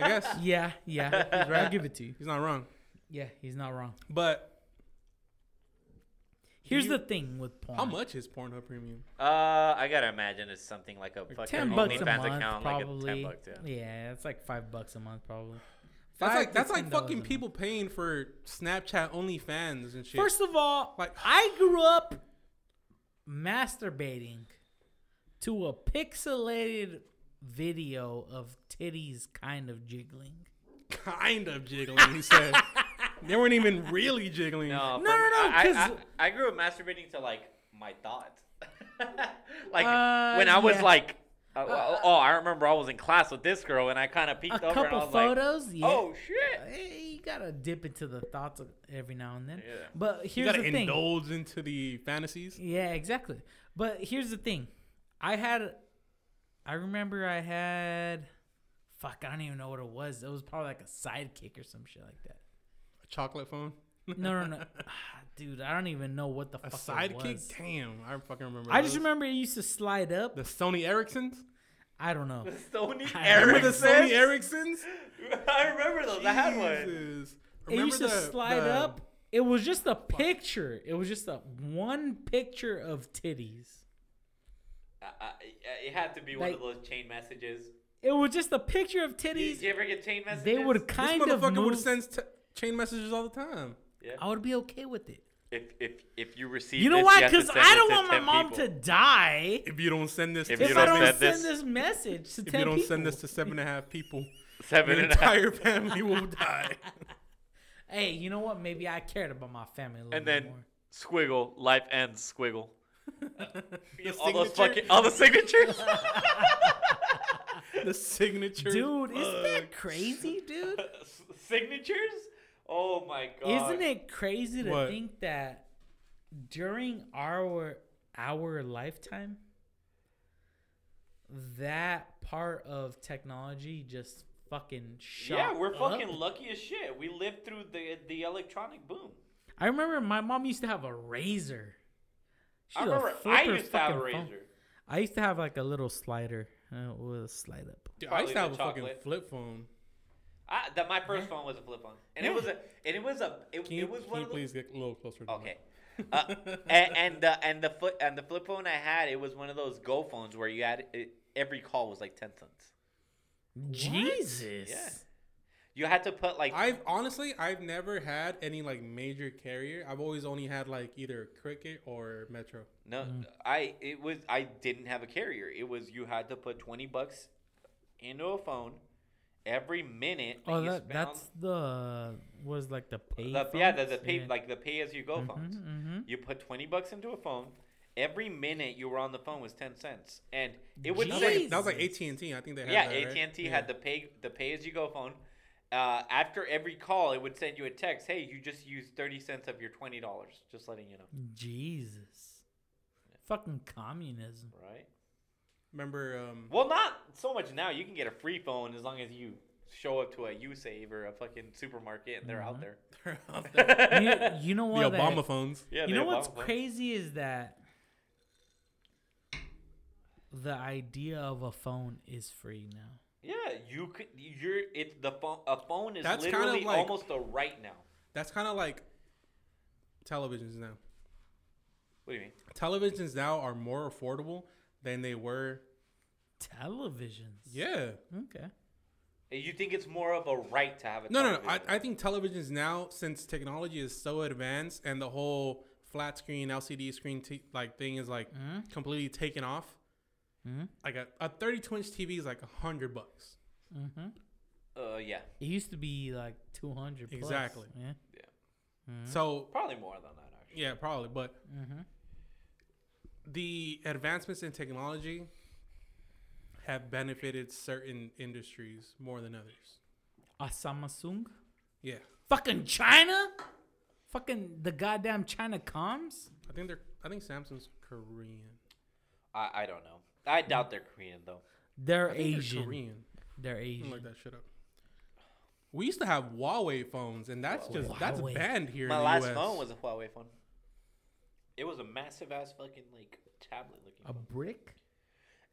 Speaker 2: I guess
Speaker 1: Yeah, yeah, he's right. I'll give it to you.
Speaker 2: he's not wrong.
Speaker 1: Yeah, he's not wrong.
Speaker 2: But
Speaker 1: Here's
Speaker 2: You-
Speaker 1: the thing with porn.
Speaker 2: How much is Pornhub Premium?
Speaker 3: Uh, I gotta imagine it's something like a fucking
Speaker 1: Ten bucks a
Speaker 3: OnlyFans
Speaker 1: month,
Speaker 3: account,
Speaker 1: probably.
Speaker 3: like a ten bucks. Yeah.
Speaker 1: yeah, it's like five bucks a month, probably.
Speaker 2: That's
Speaker 1: Five
Speaker 2: like
Speaker 1: to
Speaker 2: that's like
Speaker 1: $10 a
Speaker 2: fucking
Speaker 1: month.
Speaker 2: people paying for Snapchat OnlyFans and shit.
Speaker 1: First of all,
Speaker 2: Like-
Speaker 1: I grew up masturbating to a pixelated video of titties kind of jiggling.
Speaker 2: kind of jiggling, he said. they weren't even really jiggling.
Speaker 3: No,
Speaker 1: No,
Speaker 3: for
Speaker 1: no,
Speaker 3: me-
Speaker 1: no,
Speaker 3: I,
Speaker 1: 'cause-
Speaker 3: I, I grew up masturbating to like my thoughts. like
Speaker 1: Uh,
Speaker 3: when I was
Speaker 1: yeah.
Speaker 3: like, uh, well, oh, I remember I was in class with this girl and I kind of
Speaker 1: A
Speaker 3: peeked over and I
Speaker 1: couple
Speaker 3: was
Speaker 1: photos,
Speaker 3: like,
Speaker 1: yeah.
Speaker 3: oh shit.
Speaker 1: Eh, you gotta dip into the thoughts of every now and then.
Speaker 3: Yeah.
Speaker 1: But
Speaker 2: you
Speaker 1: here's
Speaker 2: gotta
Speaker 1: the thing.
Speaker 2: indulge into the fantasies.
Speaker 1: Yeah, exactly. But here's the thing. I had I remember I had fuck, I don't even know what it was. It was probably like a sidekick or some shit like that.
Speaker 2: A chocolate phone.
Speaker 1: No, no, no. Ah, Dude, I don't even know what the
Speaker 2: A
Speaker 1: fuck it was.
Speaker 2: sidekick? Damn, I fucking remember.
Speaker 1: I just
Speaker 2: those.
Speaker 1: remember it used to slide up.
Speaker 2: the Sony Ericssons.
Speaker 1: I don't know.
Speaker 3: Sony
Speaker 1: I
Speaker 3: Ericsson.
Speaker 2: Remember the Sony Ericssons?
Speaker 3: I remember those. I had one.
Speaker 2: Jesus.
Speaker 1: It used to
Speaker 2: the-
Speaker 1: slide
Speaker 2: the-
Speaker 1: up. It was just a picture. It was just a one picture of titties.
Speaker 3: I, I, it had to be one of
Speaker 1: Like-
Speaker 3: those chain messages.
Speaker 1: It was just a picture of
Speaker 3: Did you,
Speaker 1: titties.
Speaker 3: ever get chain messages?
Speaker 1: They would
Speaker 2: This
Speaker 1: kind of
Speaker 2: motherfucker would
Speaker 1: move.
Speaker 2: send t- chain messages all the time.
Speaker 3: Yeah.
Speaker 1: I would be okay with it.
Speaker 3: If if if you receive,
Speaker 1: You know why? Because I don't want my mom to die
Speaker 2: If you don't send this,
Speaker 3: If
Speaker 2: to
Speaker 3: you
Speaker 1: if I
Speaker 3: don't
Speaker 1: don't
Speaker 3: send
Speaker 1: send
Speaker 3: this-
Speaker 1: this, message to
Speaker 2: if
Speaker 1: ten
Speaker 2: you don't
Speaker 1: people.
Speaker 2: send this to seven and a half people,
Speaker 3: seven
Speaker 2: your
Speaker 3: and a half.
Speaker 2: entire family will die.
Speaker 1: hey, you know what? Maybe I cared about my family a little
Speaker 3: And
Speaker 1: bit
Speaker 3: then
Speaker 1: more.
Speaker 3: squiggle. Life ends. Squiggle.
Speaker 2: The
Speaker 3: all those
Speaker 2: signature-
Speaker 3: fucking all the signatures.
Speaker 2: the signature.
Speaker 1: Dude, isn't
Speaker 2: bug.
Speaker 1: that crazy, dude?
Speaker 3: signatures. Oh my god.
Speaker 1: Isn't it crazy to
Speaker 2: What?
Speaker 1: think that during our our lifetime, that part of technology just fucking shot
Speaker 3: Yeah, we're
Speaker 1: up?
Speaker 3: fucking lucky as shit. We lived through the the electronic boom.
Speaker 1: I remember my mom used to have a razor. She
Speaker 3: I
Speaker 1: had a
Speaker 3: remember
Speaker 1: flip
Speaker 3: I
Speaker 1: her
Speaker 3: used to have a
Speaker 1: fucking phone.
Speaker 3: razor.
Speaker 1: I used to have like a little slider uh, with a slide up.
Speaker 2: Dude, I used
Speaker 3: Probably
Speaker 2: to have
Speaker 3: the
Speaker 2: a fucking
Speaker 3: chocolate.
Speaker 2: flip phone.
Speaker 3: I, that my first phone was a flip phone, and it was a and it was a it,
Speaker 2: Can you,
Speaker 3: it was
Speaker 2: can
Speaker 3: one
Speaker 2: you
Speaker 3: of those.
Speaker 2: please get a little closer? To
Speaker 3: Okay. Uh, and, and the and the foot and the flip phone I had, it was one of those Go phones where you had it, every call was like ten cents.
Speaker 1: Jesus.
Speaker 3: Yeah. You had to put like
Speaker 2: I've honestly, I've never had any like major carrier. I've always only had like either Cricket or Metro.
Speaker 3: no, I it was I didn't have a carrier. It was you had to put twenty bucks into a phone every minute.
Speaker 1: Oh,
Speaker 3: you
Speaker 1: that,
Speaker 3: spent on-
Speaker 1: that's the was like the pay.
Speaker 3: the, yeah, the, the pay
Speaker 1: phones?
Speaker 3: like the pay as you go phones.
Speaker 1: mhm.
Speaker 3: You put twenty bucks into a phone. Every minute you were on the phone was ten cents, and it would
Speaker 2: That was
Speaker 3: say
Speaker 2: like, that was like AT and T. I think they had
Speaker 3: yeah,
Speaker 2: that, right?
Speaker 3: AT and T had the pay the pay as you go phone. Uh, after every call, it would send you a text. Hey, you just used thirty cents of your twenty dollars. Just letting you
Speaker 2: Mm.
Speaker 3: know,
Speaker 1: Jesus. Fucking communism.
Speaker 3: right?
Speaker 2: Remember, um,
Speaker 3: Well, not so much now. You can get a free phone as long as you show up to a USave or a fucking supermarket, and they're
Speaker 2: Mm-hmm.
Speaker 3: out there.
Speaker 2: the
Speaker 1: You, you know what? that-
Speaker 2: Obama phones.
Speaker 3: Yeah,
Speaker 1: you
Speaker 3: the
Speaker 1: know what's
Speaker 3: Obama phone.
Speaker 1: crazy is that the idea of a phone is free now.
Speaker 3: Yeah, you could. You're it's the phone. A phone is
Speaker 2: That's kinda
Speaker 3: literally
Speaker 2: like-
Speaker 3: almost a right now.
Speaker 2: That's kind of like televisions now.
Speaker 3: What do you mean?
Speaker 2: Televisions now are more affordable than they were.
Speaker 1: Televisions.
Speaker 2: Yeah.
Speaker 1: Okay.
Speaker 3: You think it's more of a right to have a
Speaker 2: No, no, no. I,
Speaker 3: television?
Speaker 2: I think televisions now, since technology is so advanced and the whole flat screen, LCD screen t- like thing is like completely taken off.
Speaker 1: Mhm.
Speaker 2: Like a, a 32 inch TV is like a hundred bucks.
Speaker 1: Mm-hmm.
Speaker 3: uh, yeah,
Speaker 1: It used to be like two hundred.
Speaker 2: Exactly.
Speaker 1: Yeah.
Speaker 2: So
Speaker 3: probably more than that actually.
Speaker 2: yeah, probably. But
Speaker 1: Mhm. Mm-hmm.
Speaker 2: the advancements in technology have benefited certain industries more than others.
Speaker 1: A Samsung.
Speaker 2: Yeah,
Speaker 1: Fucking China? Fucking the goddamn China comms?
Speaker 2: I think they're. I think Samsung's Korean.
Speaker 3: I, I don't know. I doubt they're Korean though.
Speaker 1: They're
Speaker 2: I think
Speaker 1: Asian. They're,
Speaker 2: They're Korean. I'm
Speaker 1: Asian.
Speaker 2: gonna look that shit up. We used to have Huawei phones, and that's just that's
Speaker 1: Huawei.
Speaker 2: banned here.
Speaker 3: My
Speaker 2: in the
Speaker 3: last
Speaker 2: US.
Speaker 3: phone was a Huawei phone. It was a massive ass fucking like tablet looking.
Speaker 1: A
Speaker 3: phone.
Speaker 1: brick?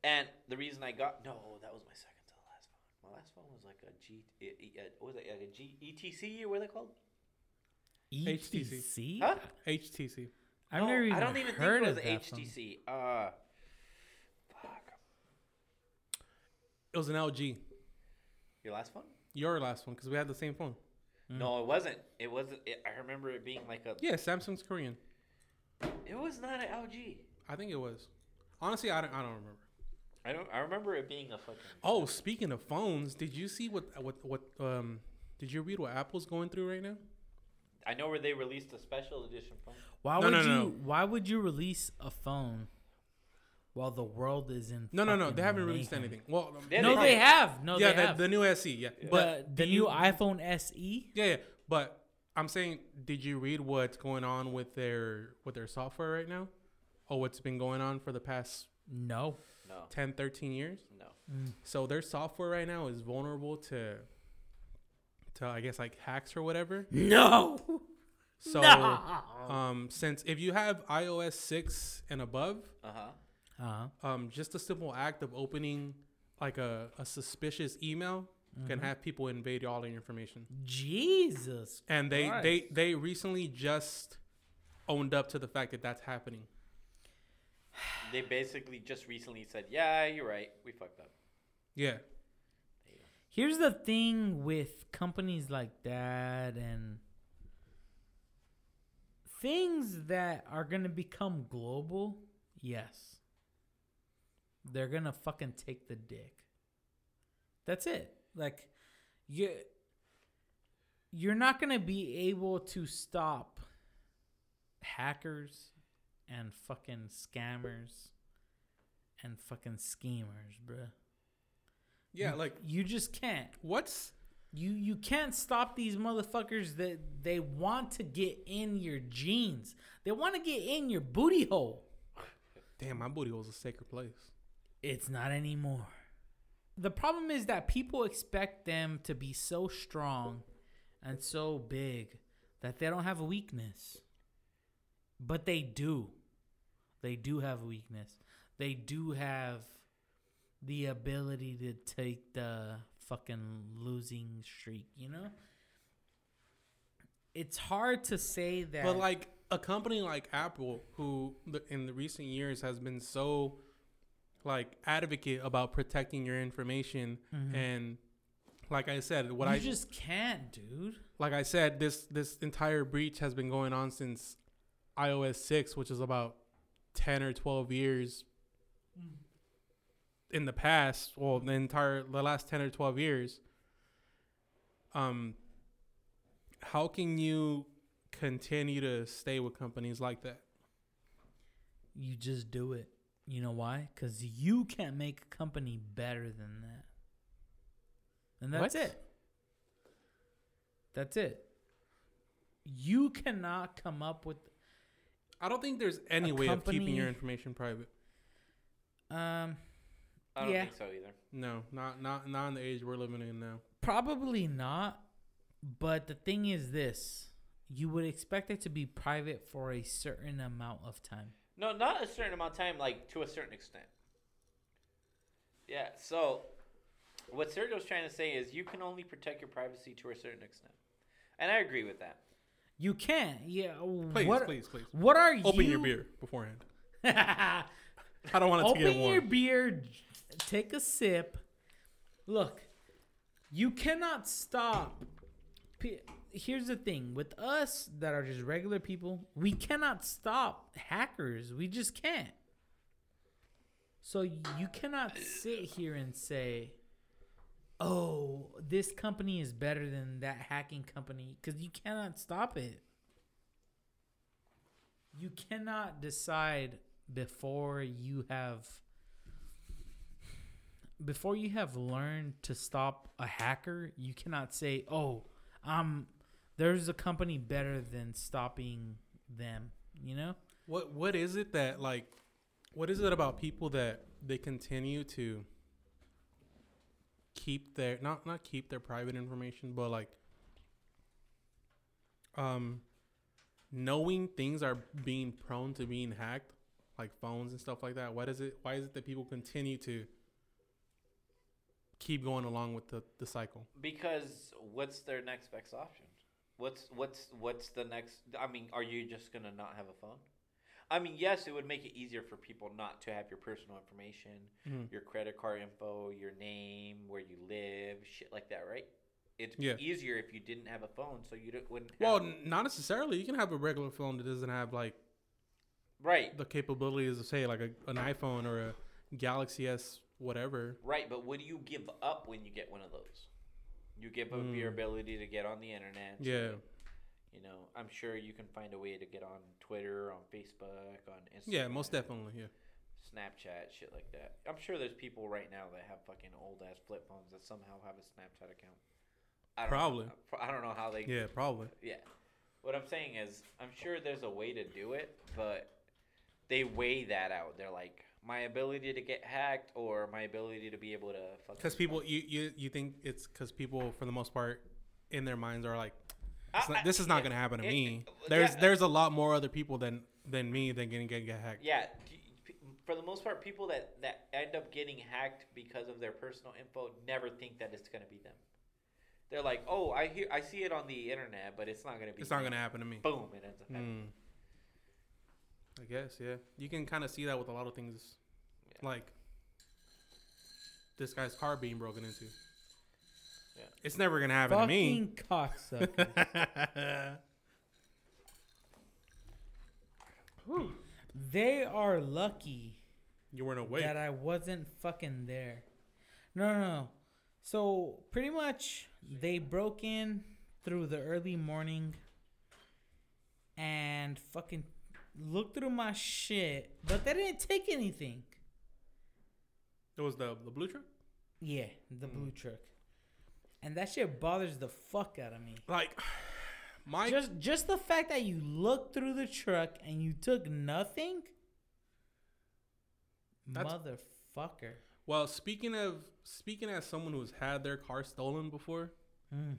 Speaker 3: And the reason I got no, oh, that was my second to the last phone. My last phone was like a G, e- e- uh, what was it like a E G ETC or what are they called?
Speaker 2: HTC.
Speaker 1: HTC?
Speaker 3: Huh?
Speaker 2: HTC.
Speaker 1: E I've
Speaker 3: No,
Speaker 1: never even
Speaker 3: I don't even
Speaker 1: heard
Speaker 3: think
Speaker 1: of
Speaker 3: it
Speaker 1: that
Speaker 3: was HTC. Uh,
Speaker 2: It was an LG.
Speaker 3: your last one?
Speaker 2: Your last one, because we had the same phone.
Speaker 3: No, it wasn't. It wasn't. It, I remember it being like a.
Speaker 2: Yeah, Samsung's Korean.
Speaker 3: It was not an LG.
Speaker 2: I think it was. Honestly, I don't, I don't remember.
Speaker 3: I don't. I remember it being a fucking.
Speaker 2: Oh, speaking of phones, did you see what what what um did you read what Apple's going through right now?
Speaker 3: I know where they released a special edition phone.
Speaker 1: Why
Speaker 2: No,
Speaker 1: would
Speaker 2: no,
Speaker 1: you?
Speaker 2: no, no.
Speaker 1: Why would you release a phone while the world is in?
Speaker 2: No, no, no.
Speaker 1: fucking
Speaker 2: They haven't released
Speaker 1: mayhem?
Speaker 2: anything. Well, um,
Speaker 3: Yeah,
Speaker 1: No,
Speaker 3: they
Speaker 1: they
Speaker 3: did.
Speaker 1: have. No,
Speaker 2: yeah,
Speaker 1: they
Speaker 2: the,
Speaker 1: have.
Speaker 2: the new SE, yeah. But
Speaker 1: but the new iPhone E? SE.
Speaker 2: yeah, yeah, but I'm saying, did you read what's going on with their with their software right now? Or what's been going on for the past
Speaker 1: No.
Speaker 3: No,
Speaker 2: 10, 13 years?
Speaker 3: no.
Speaker 2: So their software right now is vulnerable to to I guess like hacks or whatever.
Speaker 1: No.
Speaker 2: So um since if you have iOS 6 and above,
Speaker 3: Uh huh.
Speaker 1: Uh-huh.
Speaker 2: um, just the simple act of opening like a, a suspicious email can have people invade all your information.
Speaker 1: Jesus.
Speaker 2: And they,
Speaker 1: Christ.
Speaker 2: they they recently just owned up to the fact that that's happening.
Speaker 3: They basically just recently said, "Yeah, you're right. We fucked up."
Speaker 2: Yeah.
Speaker 1: Here's the thing with companies like that and things that are going to become global. Yes. They're going to fucking take the dick. That's it. Like you you're not going to be able to stop hackers and fucking scammers and fucking schemers, bruh.
Speaker 2: Yeah, like
Speaker 1: You just can't.
Speaker 2: what's
Speaker 1: You you can't stop these motherfuckers that they want to get in your jeans. They want to get in your booty hole.
Speaker 2: damn my booty was a sacred place.
Speaker 1: It's not anymore. The problem is that people expect them to be so strong and so big that they don't have a weakness. But they do. They do have a weakness. They do have the ability to take the fucking losing streak, you know? It's hard to say that.
Speaker 2: But like a company like Apple, who the- in the recent years has been so like advocate about protecting your information and like I said, what
Speaker 1: you
Speaker 2: I
Speaker 1: just can't, dude.
Speaker 2: like I said, this this entire breach has been going on since iOS six, which is about ten or twelve years
Speaker 1: Mm-hmm.
Speaker 2: in the past. Well, the entire the last ten or twelve years. Um, how can you continue to stay with companies like that?
Speaker 1: you just do it. You know why? Because you can't make a company better than that. And that's
Speaker 2: What?
Speaker 1: it. That's it. You cannot come up with
Speaker 2: I don't think there's any
Speaker 1: A
Speaker 2: way of keeping
Speaker 1: company-
Speaker 2: your information private.
Speaker 1: um
Speaker 3: I don't
Speaker 1: Yeah.
Speaker 3: think so either.
Speaker 2: No, not not not in the age we're living in now.
Speaker 1: probably not, but the thing is this. You would expect it to be private for a certain amount of time.
Speaker 3: No, not a certain amount of time, like to a certain extent. Yeah, so what Sergio's trying to say is you can only protect your privacy to a certain extent. And I agree with that.
Speaker 1: You can't. Yeah.
Speaker 2: Please,
Speaker 1: what,
Speaker 2: please, please.
Speaker 1: What are you
Speaker 2: Open your beer beforehand.
Speaker 1: beer.
Speaker 2: I don't want it to get
Speaker 1: Open
Speaker 2: warm.
Speaker 1: your beer, j- take a sip. Look, you cannot stop. P- Here's the thing with us that are just regular people, we cannot stop hackers. We just can't. So you cannot sit here and say, oh, this company is better than that hacking company because you cannot stop it. You cannot decide before you have before you have learned to stop a hacker, you cannot say, "Oh, um there's a company better than stopping them." You know?
Speaker 2: What what is it that like what is it about people that they continue to keep their not not keep their private information but like um knowing things are being prone to being hacked like phones and stuff like that why does it why is it that people continue to keep going along with the, the cycle
Speaker 3: Because what's their next best option? What's what's what's the next I mean, are you just gonna not have a phone? I mean, yes, it would make it easier for people not to have your personal information,
Speaker 2: Mm-hmm.
Speaker 3: your credit card info, your name, where you live, shit like that, right? It's
Speaker 2: Yeah.
Speaker 3: easier if you didn't have a phone, so you don't, wouldn't.
Speaker 2: Well,
Speaker 3: have,
Speaker 2: n- not necessarily. You can have a regular phone that doesn't have like
Speaker 3: right,
Speaker 2: the capabilities of say like a, an iPhone or a Galaxy S whatever.
Speaker 3: right. But what do you give up when you get one of those? You give up your ability to get on the internet.
Speaker 2: Hmm.
Speaker 3: you
Speaker 2: Yeah.
Speaker 3: You know, I'm sure you can find a way to get on Twitter, on Facebook, on Instagram.
Speaker 2: Yeah, most definitely. Yeah.
Speaker 3: Snapchat, shit like that. I'm sure there's people right now that have fucking old ass flip phones that somehow have a Snapchat account. I don't
Speaker 2: Probably.
Speaker 3: Know, I don't know how they. Yeah.
Speaker 2: Yeah, probably.
Speaker 3: What I'm saying is, I'm sure there's a way to do it, but they weigh that out. They're like, my ability to get hacked or my ability to be able to fucking.
Speaker 2: Because people, you, you you think it's because people for the most part in their minds are like, it's
Speaker 3: I-
Speaker 2: not,
Speaker 3: I-
Speaker 2: this is not
Speaker 3: yeah,
Speaker 2: gonna happen to
Speaker 3: it-
Speaker 2: me.
Speaker 3: it-
Speaker 2: There's
Speaker 3: yeah.
Speaker 2: there's a lot more other people than than me that can get, get hacked.
Speaker 3: Yeah, d- p- for the most part, people that that end up getting hacked because of their personal info never think that it's gonna be them. They're like, oh, I hear, I see it on the internet, but it's not gonna be.
Speaker 2: It's not
Speaker 3: me."
Speaker 2: gonna happen to me.
Speaker 3: Boom! It ends up happening.
Speaker 2: Mm. I guess yeah. You can kind of see that with a lot of things, like this guy's car being broken into.
Speaker 3: Yeah.
Speaker 2: It's never gonna happen to me.
Speaker 5: Fucking cocksucker.
Speaker 1: They are lucky
Speaker 2: you weren't awake.
Speaker 1: that I wasn't fucking there. No, no, no. So pretty much they broke in through the early morning and fucking looked through my shit, but they didn't take anything.
Speaker 2: it was the the blue truck.
Speaker 1: Yeah, the
Speaker 2: Mm.
Speaker 1: blue truck. And that shit bothers the fuck out of me.
Speaker 2: Like my
Speaker 1: Just just the fact that you looked through the truck and you took nothing?
Speaker 2: That's-
Speaker 1: Motherfucker.
Speaker 2: Well, speaking of speaking as someone who's had their car stolen before,
Speaker 1: Mm.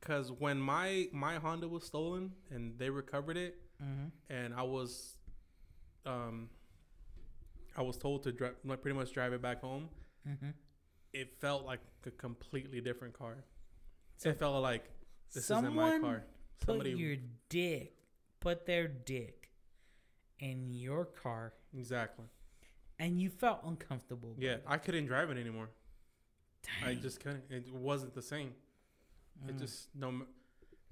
Speaker 2: because when my my Honda was stolen and they recovered it,
Speaker 1: Mhm.
Speaker 2: and I was, um, I was told to drive like pretty much drive it back home.
Speaker 1: Mhm.
Speaker 2: It felt like a completely different car. It felt like this isn't
Speaker 1: Someone
Speaker 2: my car.
Speaker 1: Put
Speaker 2: Somebody
Speaker 1: your dick, put their dick in your car
Speaker 2: exactly.
Speaker 1: and you felt uncomfortable. bro.
Speaker 2: Yeah, I couldn't drive it anymore. I
Speaker 1: Dang.
Speaker 2: just couldn't. It wasn't the same. It just no, m-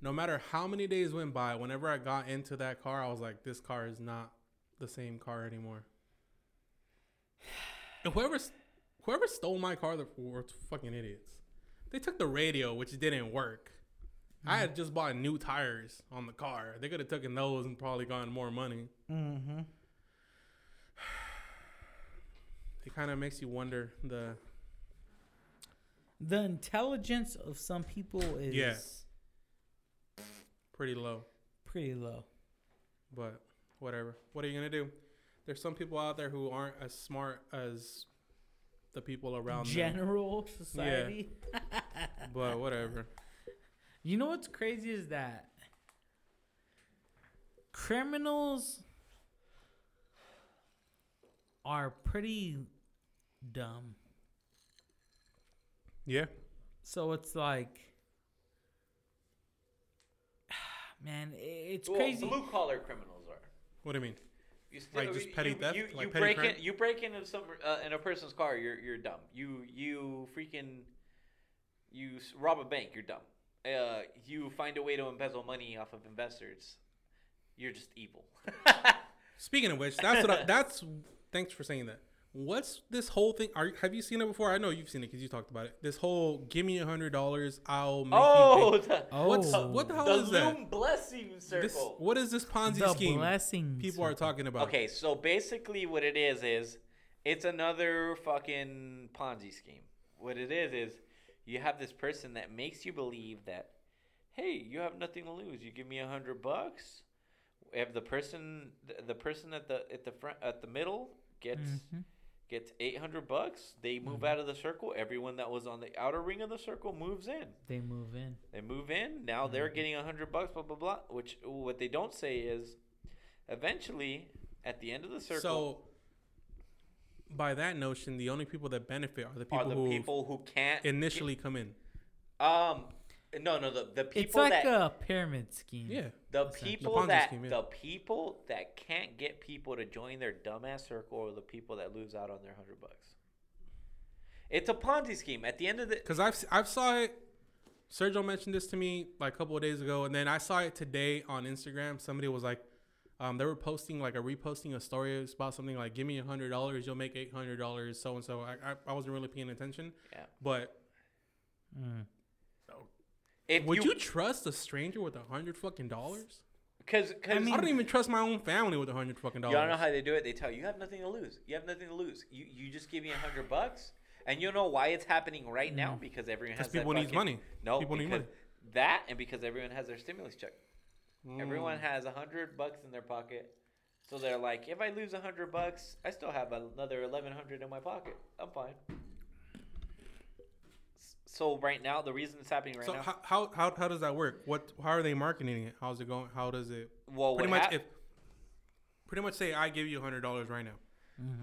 Speaker 2: no matter how many days went by, whenever I got into that car, I was like, this car is not the same car anymore. And whoever, s- whoever stole my car, the were fucking idiots. They took the radio, which didn't work. I had just bought new tires on the car. They could have taken those and probably gotten more money.
Speaker 1: Mm-hmm.
Speaker 2: It kind of makes you wonder the
Speaker 1: The intelligence of some people is
Speaker 2: Yeah. pretty low.
Speaker 1: pretty low.
Speaker 2: But whatever. What are you gonna do? There's some people out there who aren't as smart as the people around
Speaker 1: General society.
Speaker 2: them. But whatever.
Speaker 1: You know what's crazy is that criminals are pretty dumb.
Speaker 2: Yeah.
Speaker 1: So it's like, man, i- it's
Speaker 3: Well,
Speaker 1: crazy.
Speaker 3: blue collar criminals are.
Speaker 2: What do you mean?
Speaker 3: You still,
Speaker 2: Like, just
Speaker 3: you-
Speaker 2: petty
Speaker 3: you,
Speaker 2: theft?
Speaker 3: You,
Speaker 2: Like
Speaker 3: you
Speaker 2: petty
Speaker 3: break
Speaker 2: crime?
Speaker 3: in. You break into some uh, in a person's car. You're you're dumb. You you freaking you s- rob a bank. You're dumb. Uh, you find a way to embezzle money off of investors. You're just evil.
Speaker 2: Speaking of which, that's what I, that's. Thanks for saying that. What's this whole thing? Are have you seen it before? I know you've seen it because you talked about it. This whole give me a hundred dollars, I'll make you.
Speaker 3: oh,
Speaker 2: Think.
Speaker 3: the,
Speaker 2: What's what the hell
Speaker 3: the
Speaker 2: is that?
Speaker 3: loom blessing circle.
Speaker 2: This what is this Ponzi
Speaker 1: the
Speaker 2: scheme?
Speaker 1: blessings.
Speaker 2: People are talking about.
Speaker 3: Okay, so basically what it is is it's another fucking Ponzi scheme. What it is is you have this person that makes you believe that hey, you have nothing to lose. You give me a hundred bucks. If the person the- the person at the at the front at the middle gets
Speaker 2: Mm-hmm.
Speaker 3: gets eight hundred bucks, they move out of the circle. Everyone that was on the outer ring of the circle moves in.
Speaker 1: They move in.
Speaker 3: They move in. Now they're
Speaker 2: Mm-hmm.
Speaker 3: getting a hundred bucks. Blah blah blah. Which what they don't say is, eventually, at the end of the circle,
Speaker 2: So, by that notion, the only people that benefit are the people
Speaker 3: are the
Speaker 2: who
Speaker 3: people who can't
Speaker 2: initially come in.
Speaker 3: Um, No, no, the, the
Speaker 1: It's
Speaker 3: people
Speaker 1: like
Speaker 3: that
Speaker 1: a pyramid scheme.
Speaker 2: Yeah.
Speaker 3: the
Speaker 1: Listen, the
Speaker 3: people
Speaker 2: Ponzi
Speaker 3: that
Speaker 2: scheme, yeah.
Speaker 3: the people that can't get people to join their dumbass circle are the people that lose out on their hundred bucks. It's a Ponzi scheme. At the end of the
Speaker 2: Because I've s- I've saw it. Sergio mentioned this to me like a couple of days ago, and then I saw it today on Instagram. Somebody was like, um, they were posting like a reposting a story about something like, "Give me a hundred dollars, you'll make eight hundred dollars." So and so. I, I I wasn't really paying attention.
Speaker 3: Yeah.
Speaker 2: But
Speaker 3: if
Speaker 2: would you, trust a stranger with a hundred fucking dollars?
Speaker 3: because
Speaker 2: I, don't even trust my own family with a hundred fucking dollars.
Speaker 3: Y'all know how they do it. They tell you, you have nothing to lose. You have nothing to lose. You you just give me a hundred bucks, and you'll know why it's happening right now because everyone has that
Speaker 2: Mm. people needs
Speaker 3: fucking-
Speaker 2: money.
Speaker 3: No,
Speaker 2: People need
Speaker 3: because
Speaker 2: money.
Speaker 3: That and because everyone has their stimulus check.
Speaker 2: Mm.
Speaker 3: Everyone has a hundred bucks in their pocket, so they're like, if I lose a hundred bucks, I still have another eleven hundred in my pocket. I'm fine. S- So right now, the reason it's happening right
Speaker 2: so
Speaker 3: now.
Speaker 2: how, how how how does that work? What how are they marketing it? How's it going? How does it?
Speaker 3: well,
Speaker 2: pretty
Speaker 3: what
Speaker 2: much
Speaker 3: hap-
Speaker 2: if pretty much say I give you a hundred dollars right now.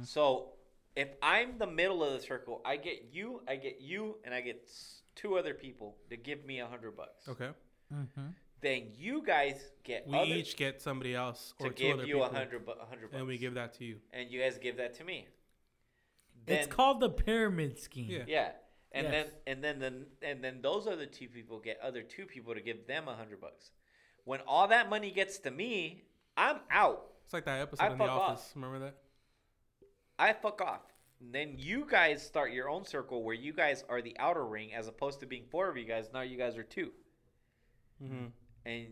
Speaker 3: So if I'm the middle of the circle, I get you, I get you, and I get s- two other people to give me a hundred bucks.
Speaker 2: Okay.
Speaker 1: Mm-hmm.
Speaker 3: Then you guys get
Speaker 2: We
Speaker 3: other
Speaker 2: each get somebody else
Speaker 3: to
Speaker 2: or two
Speaker 3: give
Speaker 2: other
Speaker 3: you
Speaker 2: people,
Speaker 3: a hundred, bu- a hundred bucks,
Speaker 2: and we give that to you.
Speaker 3: and you guys give that to me.
Speaker 1: It's called the pyramid scheme.
Speaker 2: Yeah.
Speaker 3: yeah, and
Speaker 1: Yes.
Speaker 3: then and then the and then those other two people get other two people to give them a hundred bucks. When all that money gets to me, I'm out.
Speaker 2: It's like that episode
Speaker 3: I
Speaker 2: in The
Speaker 3: fuck off.
Speaker 2: Office. Remember that?
Speaker 3: I fuck off. Then you guys start your own circle where you guys are the outer ring as opposed to being four of you guys. Now you guys are two. And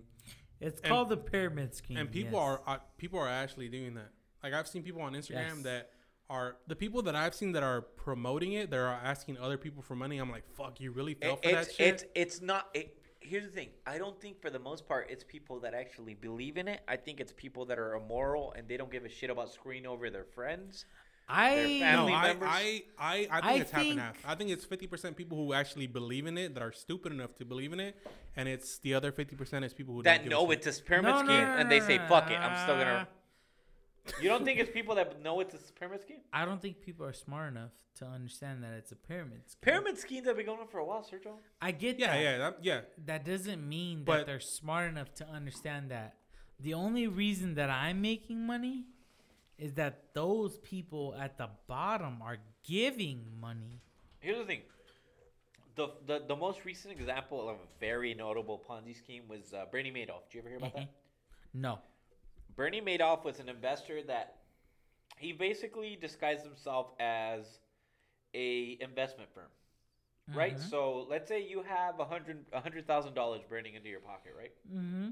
Speaker 1: It's called the pyramid scheme.
Speaker 2: And people
Speaker 1: Mm, yes.
Speaker 2: are uh, people are actually doing that. Like I've seen people on Instagram
Speaker 1: Yes.
Speaker 2: that are the people that I've seen that are promoting it. That are asking other people for money. I'm like, fuck, you really fell
Speaker 3: it-
Speaker 2: for
Speaker 3: it's,
Speaker 2: that shit.
Speaker 3: it's, it's not. It, here's the thing I don't think for the most part it's people that actually believe in it. I think it's people that are immoral and they don't give a shit about screwing over their friends.
Speaker 1: I
Speaker 3: their
Speaker 2: no,
Speaker 3: family
Speaker 2: I,
Speaker 3: members.
Speaker 2: I, I, I
Speaker 1: I
Speaker 2: think it's half and
Speaker 1: think-
Speaker 2: half. I think it's fifty percent people who actually believe in it that are stupid enough to believe in it, and it's the other fifty percent is people who
Speaker 3: That
Speaker 2: don't give
Speaker 3: know
Speaker 2: a shit.
Speaker 3: it's a pyramid
Speaker 1: No, no,
Speaker 3: scheme
Speaker 1: no,
Speaker 3: and they
Speaker 1: no,
Speaker 3: say,
Speaker 1: no,
Speaker 3: fuck it, I'm still gonna.
Speaker 1: uh,
Speaker 3: You don't think it's people that know it's a pyramid scheme?
Speaker 1: I don't think people are smart enough to understand that it's a pyramid scheme.
Speaker 3: Pyramid schemes have been going on for a while, Sergio.
Speaker 1: I get
Speaker 2: Yeah,
Speaker 1: that.
Speaker 2: yeah, that, yeah.
Speaker 1: That doesn't mean
Speaker 2: But-
Speaker 1: that they're smart enough to understand that. The only reason that I'm making money is that those people at the bottom are giving money.
Speaker 3: Here's the thing. The, the, the most recent example of a very notable Ponzi scheme was uh, Bernie Madoff. Did you ever hear about that?
Speaker 1: Mm-hmm. No.
Speaker 3: Bernie Madoff was an investor that he basically disguised himself as a investment firm. Right?
Speaker 1: Mm-hmm.
Speaker 3: So let's say you have a hundred a hundred thousand dollars burning into your pocket, right?
Speaker 1: Mm-hmm.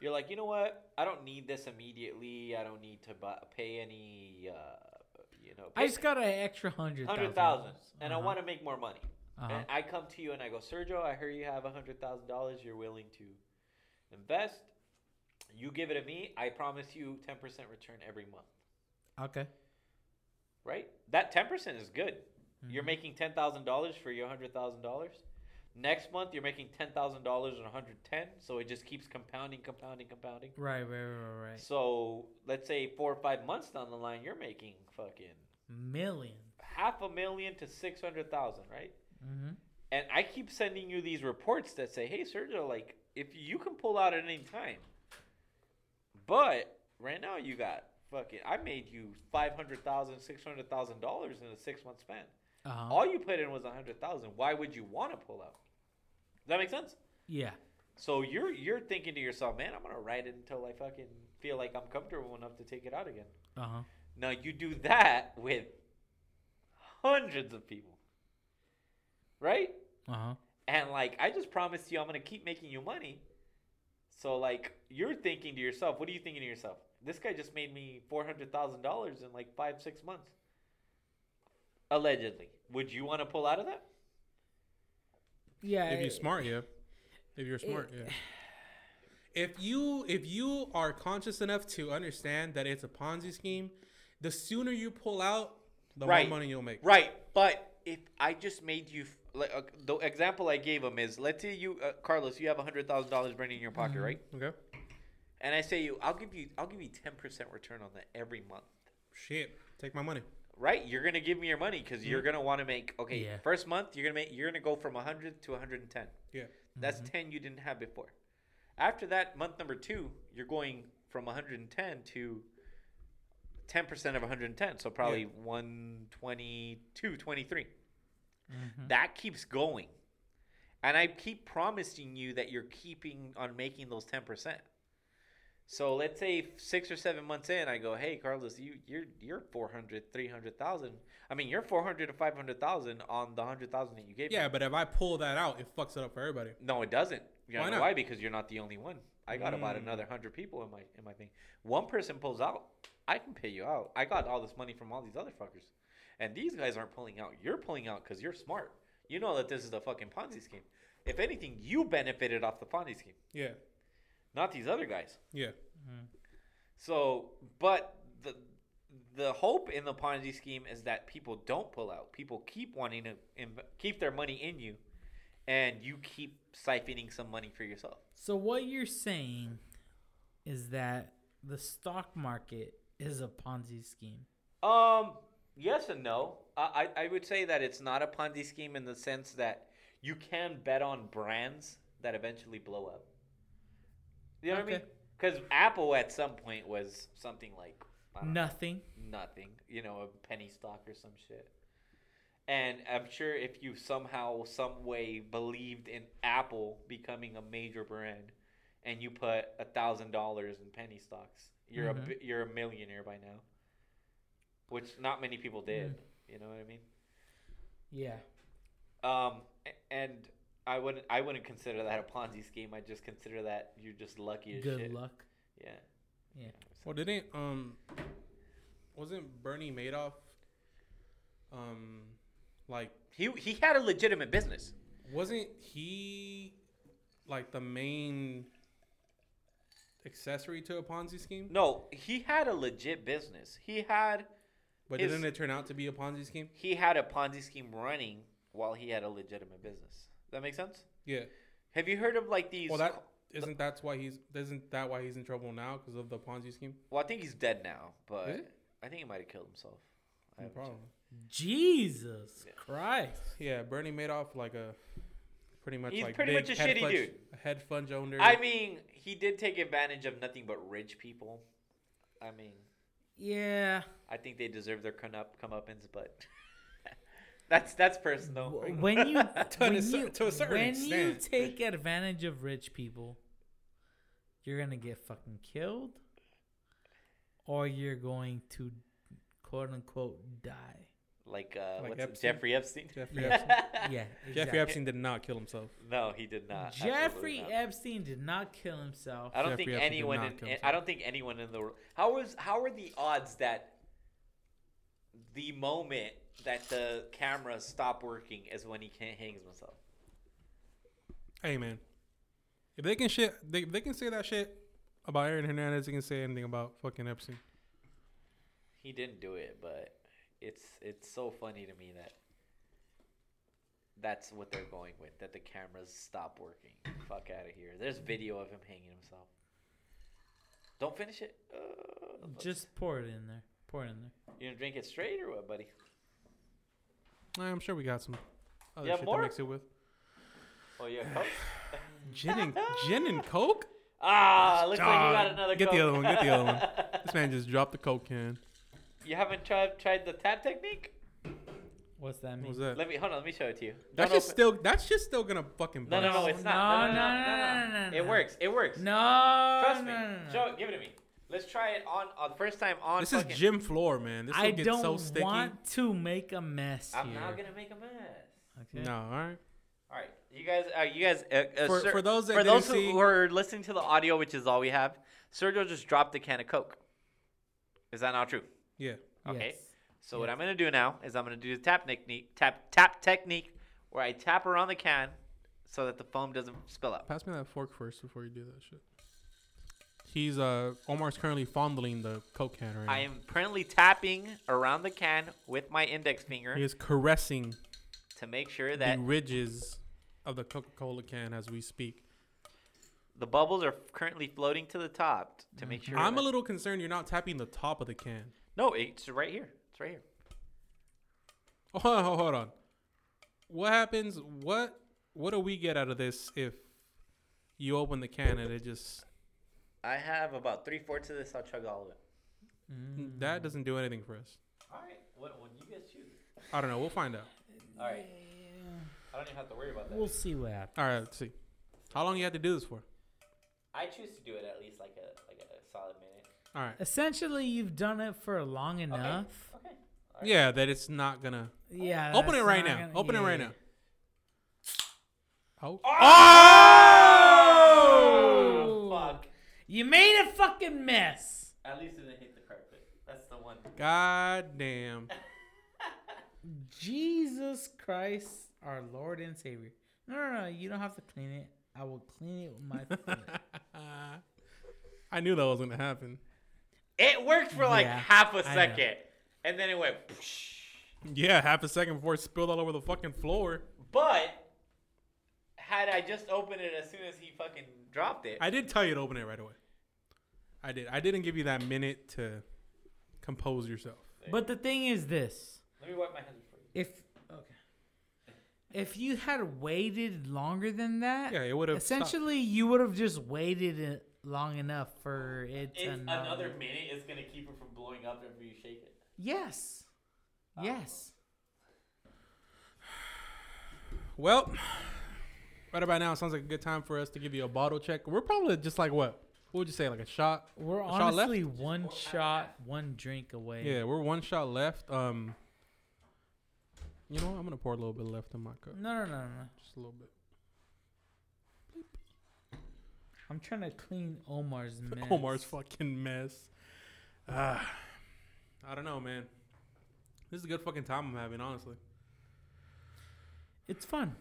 Speaker 3: You're like, you know what? I don't need this immediately. I don't need to buy, pay any, uh, you know.
Speaker 1: I
Speaker 3: pay-
Speaker 1: just got an extra hundred
Speaker 3: hundred thousand, and I want to make more money.
Speaker 1: Uh-huh.
Speaker 3: And I come to you and I go, Sergio, I hear you have a hundred thousand dollars. You're willing to invest. You give it to me. I promise you ten percent return every month.
Speaker 1: Okay.
Speaker 3: Right? That ten percent is good. You're
Speaker 1: Mm-hmm.
Speaker 3: making ten thousand dollars for your hundred thousand dollars. Next month, you're making ten thousand dollars and one hundred ten. So it just keeps compounding, compounding, compounding.
Speaker 1: Right, right, right, right.
Speaker 3: So let's say four or five months down the line, you're making fucking
Speaker 1: Million.
Speaker 3: half a million to six hundred thousand, right?
Speaker 1: Mm-hmm.
Speaker 3: And I keep sending you these reports that say, "Hey, Sergio, like if you can pull out at any time, but right now you got fucking. I made you five hundred thousand, six hundred thousand dollars in a six month span.
Speaker 1: Uh-huh.
Speaker 3: All you put in was a hundred thousand. Why would you want to pull out? Does that make sense?
Speaker 1: Yeah.
Speaker 3: So you're you're thinking to yourself, man, I'm gonna ride it until I fucking feel like I'm comfortable enough to take it out again.
Speaker 1: Uh-huh.
Speaker 3: Now you do that with hundreds of people, right?
Speaker 1: Uh-huh.
Speaker 3: And like, I just promised you I'm gonna keep making you money. So like, you're thinking to yourself, what are you thinking to yourself? This guy just made me four hundred thousand dollars in like five six months, allegedly. Would you want to pull out of that?
Speaker 1: Yeah.
Speaker 2: if
Speaker 1: it-
Speaker 2: you're smart, yeah. If you're smart, yeah. If you if you are conscious enough to understand that it's a Ponzi scheme, the sooner you pull out, the
Speaker 3: Right.
Speaker 2: more money you'll make.
Speaker 3: Right, but if I just made you, f- like, uh, the example I gave him is, let's say you, uh, Carlos, you have hundred thousand dollars burning in your pocket, right?
Speaker 2: Okay.
Speaker 3: And I say you, I'll give you, I'll give you ten percent return on that every month.
Speaker 2: Shit. Take my money.
Speaker 3: right? You're gonna give me your money because you're gonna want to make okay.
Speaker 1: Yeah.
Speaker 3: First month, you're gonna make you're gonna go from 100 to 110.
Speaker 2: Yeah.
Speaker 3: That's
Speaker 2: Mm-hmm.
Speaker 3: 10 you didn't have before. After that, month number two, you're going from 110 to 10% of 110. So probably 122, 23.
Speaker 2: Mm-hmm.
Speaker 3: That keeps going. And I keep promising you that you're keeping on making those 10%. So let's say six or seven months in, I go, hey, Carlos, you, you're, you're 400, 300,000. I mean, you're 400 to 500,000 on the 100,000 that you gave me.
Speaker 2: Yeah, but if I pull that out, it fucks it up for everybody.
Speaker 3: No, it doesn't. You
Speaker 2: Why
Speaker 3: know
Speaker 2: not? Hmm.
Speaker 3: why? Because you're not the only one. I got about another hundred people in my in my thing. One person pulls out, I can pay you out. I got all this money from all these other fuckers, and these guys aren't pulling out. You're pulling out because you're smart. You know that this is a fucking Ponzi scheme. If anything, you benefited off the Ponzi scheme,
Speaker 2: Yeah.
Speaker 3: not these other guys.
Speaker 2: Yeah.
Speaker 3: So, but the the hope in the Ponzi scheme is that people don't pull out. People keep wanting to inv- keep their money in you, and you keep siphoning some money for yourself.
Speaker 1: So what you're saying is that the stock market is a Ponzi scheme.
Speaker 3: Um, yes and no. I, I I would say that it's not a Ponzi scheme in the sense that you can bet on brands that eventually blow up. You know what I
Speaker 1: Okay.
Speaker 3: mean? Because Apple at some point was something like I don't know,
Speaker 1: Nothing.
Speaker 3: nothing, you know, a penny stock or some shit. And I'm sure if you somehow, some way believed in Apple becoming a major brand, and you put a thousand dollars in penny stocks, you're
Speaker 1: Mm-hmm.
Speaker 3: a bi- you're a millionaire by now. Which not many people
Speaker 1: Mm.
Speaker 3: did. You know what I mean?
Speaker 1: Yeah.
Speaker 3: Um, a- and I wouldn't I wouldn't consider that a Ponzi scheme. I just consider that you're just lucky as
Speaker 1: Good
Speaker 3: shit.
Speaker 1: luck.
Speaker 3: Yeah.
Speaker 1: Yeah.
Speaker 2: Well, didn't um, wasn't Bernie Madoff um, like
Speaker 3: He he had a legitimate business.
Speaker 2: wasn't he like the main accessory to a Ponzi scheme?
Speaker 3: No, he had a legit business. He had
Speaker 2: But
Speaker 3: his-
Speaker 2: didn't it turn out to be a Ponzi scheme?
Speaker 3: he had a Ponzi scheme running while he had a legitimate business. That makes sense.
Speaker 2: Yeah.
Speaker 3: Have you heard of like these?
Speaker 2: Well, that isn't that's why he's isn't that why he's in trouble now because of the Ponzi scheme?
Speaker 3: Well, I think he's dead now, but
Speaker 2: Is he?
Speaker 3: I think he might have killed himself. I
Speaker 2: No
Speaker 3: haven't checked.
Speaker 2: problem.
Speaker 1: Jesus Christ.
Speaker 2: Yeah, Bernie Madoff like a pretty much
Speaker 3: He's
Speaker 2: like
Speaker 3: pretty
Speaker 2: big
Speaker 3: much a
Speaker 2: head
Speaker 3: shitty
Speaker 2: fudge-
Speaker 3: dude.
Speaker 2: head fund owner.
Speaker 3: I mean, he did take advantage of nothing but rich people. I mean,
Speaker 1: Yeah.
Speaker 3: I think they deserve their come up comeuppance, but that's that's personal.
Speaker 1: W- When you
Speaker 2: a
Speaker 1: when
Speaker 2: cer-
Speaker 1: you,
Speaker 2: to a certain
Speaker 1: when you
Speaker 2: extent.
Speaker 1: take advantage of rich people, you're gonna get fucking killed, or you're going to quote unquote die.
Speaker 3: like uh,
Speaker 2: Like
Speaker 3: what's it,
Speaker 2: Epstein?
Speaker 3: Jeffrey Epstein?
Speaker 2: Jeffrey Epstein.
Speaker 1: Yeah.
Speaker 2: Jeffrey
Speaker 1: Exactly.
Speaker 2: Epstein did not kill himself.
Speaker 3: No, he did not. Absolutely
Speaker 1: Jeffrey
Speaker 3: not.
Speaker 1: Epstein did not kill himself.
Speaker 3: I don't
Speaker 2: Jeffrey
Speaker 3: think
Speaker 2: Epstein did
Speaker 3: anyone
Speaker 2: not
Speaker 3: in,
Speaker 2: kill
Speaker 3: I
Speaker 2: himself.
Speaker 3: don't think anyone in the world how was how are the odds that the moment that the cameras stop working is when he can't hang himself.
Speaker 2: Hey man, if they can shit, they if they can say that shit about Aaron Hernandez. They can say anything about fucking Epstein.
Speaker 3: He didn't do it, but it's it's so funny to me that that's what they're going with that the cameras stop working. Fuck out of here. There's video of him hanging himself. Don't finish it. Uh,
Speaker 1: Just pour it in there. Pour it in there.
Speaker 3: you gonna drink it straight or what, buddy?
Speaker 2: I'm sure we got some other
Speaker 3: You have
Speaker 2: shit
Speaker 3: more?
Speaker 2: to mix it with.
Speaker 3: Oh yeah, Coke?
Speaker 2: Gin and gin and coke.
Speaker 3: ah, looks like you got
Speaker 2: Dog,
Speaker 3: another.
Speaker 2: get the
Speaker 3: Coke.
Speaker 2: other one. Get the other one. This man just dropped the coke can.
Speaker 3: You haven't tried tried the tap technique?
Speaker 1: What's that
Speaker 2: What
Speaker 1: mean?
Speaker 2: was that?
Speaker 3: Let me hold on. Let me show it to you.
Speaker 2: That's
Speaker 3: no,
Speaker 2: just still. That's just still gonna fucking.
Speaker 3: No, no, no,
Speaker 2: bust.
Speaker 3: it's not.
Speaker 1: No,
Speaker 3: No, no, no,
Speaker 1: no,
Speaker 3: no, no,
Speaker 1: no, no, no.
Speaker 3: It works. It works.
Speaker 1: No.
Speaker 3: Trust me.
Speaker 1: no, no, no.
Speaker 3: Show it. Give it to me. Let's try it on on first time on.
Speaker 2: This is
Speaker 3: fucking-
Speaker 2: gym floor, man. This will
Speaker 1: I
Speaker 2: get
Speaker 1: don't
Speaker 2: so sticky.
Speaker 1: want to make a mess
Speaker 3: I'm
Speaker 1: here.
Speaker 3: not gonna make a mess.
Speaker 1: okay?
Speaker 2: No, all right.
Speaker 3: All right, you guys. Uh, you guys. Uh, uh,
Speaker 2: For-
Speaker 3: Ser-
Speaker 2: for those that
Speaker 3: for those
Speaker 2: didn't see-
Speaker 3: who are listening to the audio, which is all we have, Sergio just dropped a can of Coke. Is that not true?
Speaker 2: Yeah.
Speaker 3: Okay.
Speaker 1: Yes.
Speaker 3: So what I'm gonna do now is I'm gonna do the tap technique, tap tap technique, where I tap around the can, so that the foam doesn't spill out.
Speaker 2: Pass me that fork first before you do that shit. He's uh Omar's currently fondling the coke can right now.
Speaker 3: I am currently tapping around the can with my index
Speaker 2: He
Speaker 3: finger
Speaker 2: is caressing
Speaker 3: to make sure that
Speaker 2: the ridges of the Coca-Cola can as we speak.
Speaker 3: the bubbles are currently floating to the top to make sure.
Speaker 2: Mm-hmm. I'm a
Speaker 3: that-
Speaker 2: little concerned you're not tapping the top of the can.
Speaker 3: no, it's right here. It's right here.
Speaker 2: Hold on, hold hold on. What happens? What what do we get out of this if you open the can and it just
Speaker 3: I have about three fourths of this. I'll chug all of it.
Speaker 1: Mm.
Speaker 2: that doesn't do anything for us?
Speaker 3: All right. What when you guys choose?
Speaker 2: I don't know. We'll find out.
Speaker 3: All right. I don't even have to worry about that.
Speaker 1: We'll see what happens.
Speaker 2: All right. Let's see. How long you had to do this for?
Speaker 3: I choose to do it at least like a like a solid minute.
Speaker 2: All right.
Speaker 1: Essentially, you've done it for long enough.
Speaker 3: Okay.
Speaker 2: Yeah, that it's not gonna
Speaker 1: Yeah.
Speaker 2: open it
Speaker 1: that's
Speaker 2: right
Speaker 1: not
Speaker 2: now.
Speaker 1: gonna-
Speaker 2: Open it
Speaker 1: yeah.
Speaker 2: right now. Oh.
Speaker 3: Oh! Fuck.
Speaker 1: You made a fucking mess.
Speaker 3: At least it didn't hit the carpet. That's the one.
Speaker 2: God damn.
Speaker 1: Jesus Christ, our Lord and Savior. No, no, no. You don't have to clean it. I will clean it with my foot.
Speaker 2: I knew that was gonna happen.
Speaker 3: It worked for like
Speaker 1: Yeah,
Speaker 3: half a
Speaker 1: know.
Speaker 3: second, and then it went.
Speaker 2: Yeah, half a second before it spilled all over the fucking floor.
Speaker 3: But had I just opened it as soon as he fucking dropped it,
Speaker 2: I did tell you to open it right away. I did. I didn't give you that minute to compose yourself.
Speaker 1: but the thing is this.
Speaker 3: let me wipe my hands for you.
Speaker 1: If okay. If you had waited longer than that,
Speaker 2: Yeah, it would have stopped.
Speaker 1: essentially you would have just waited it long enough for it to
Speaker 3: It's
Speaker 1: not-
Speaker 3: another minute is gonna keep it from blowing up after you shake it.
Speaker 1: Yes. Yes.
Speaker 2: Well, right about now, it sounds like a good time for us to give you a bottle check. We're probably just like what? What would you say? Like a shot?
Speaker 1: We're
Speaker 2: A shot left?
Speaker 1: honestly one shot, one drink away.
Speaker 2: Yeah, we're one shot left. Um, you know, what? I'm gonna pour a little bit left in my cup,
Speaker 1: No, no, no, no.
Speaker 2: just a little bit.
Speaker 1: I'm trying to clean Omar's mess.
Speaker 2: Omar's fucking mess. Ah, I don't know, man. This is a good fucking time I'm having, honestly.
Speaker 1: It's fun.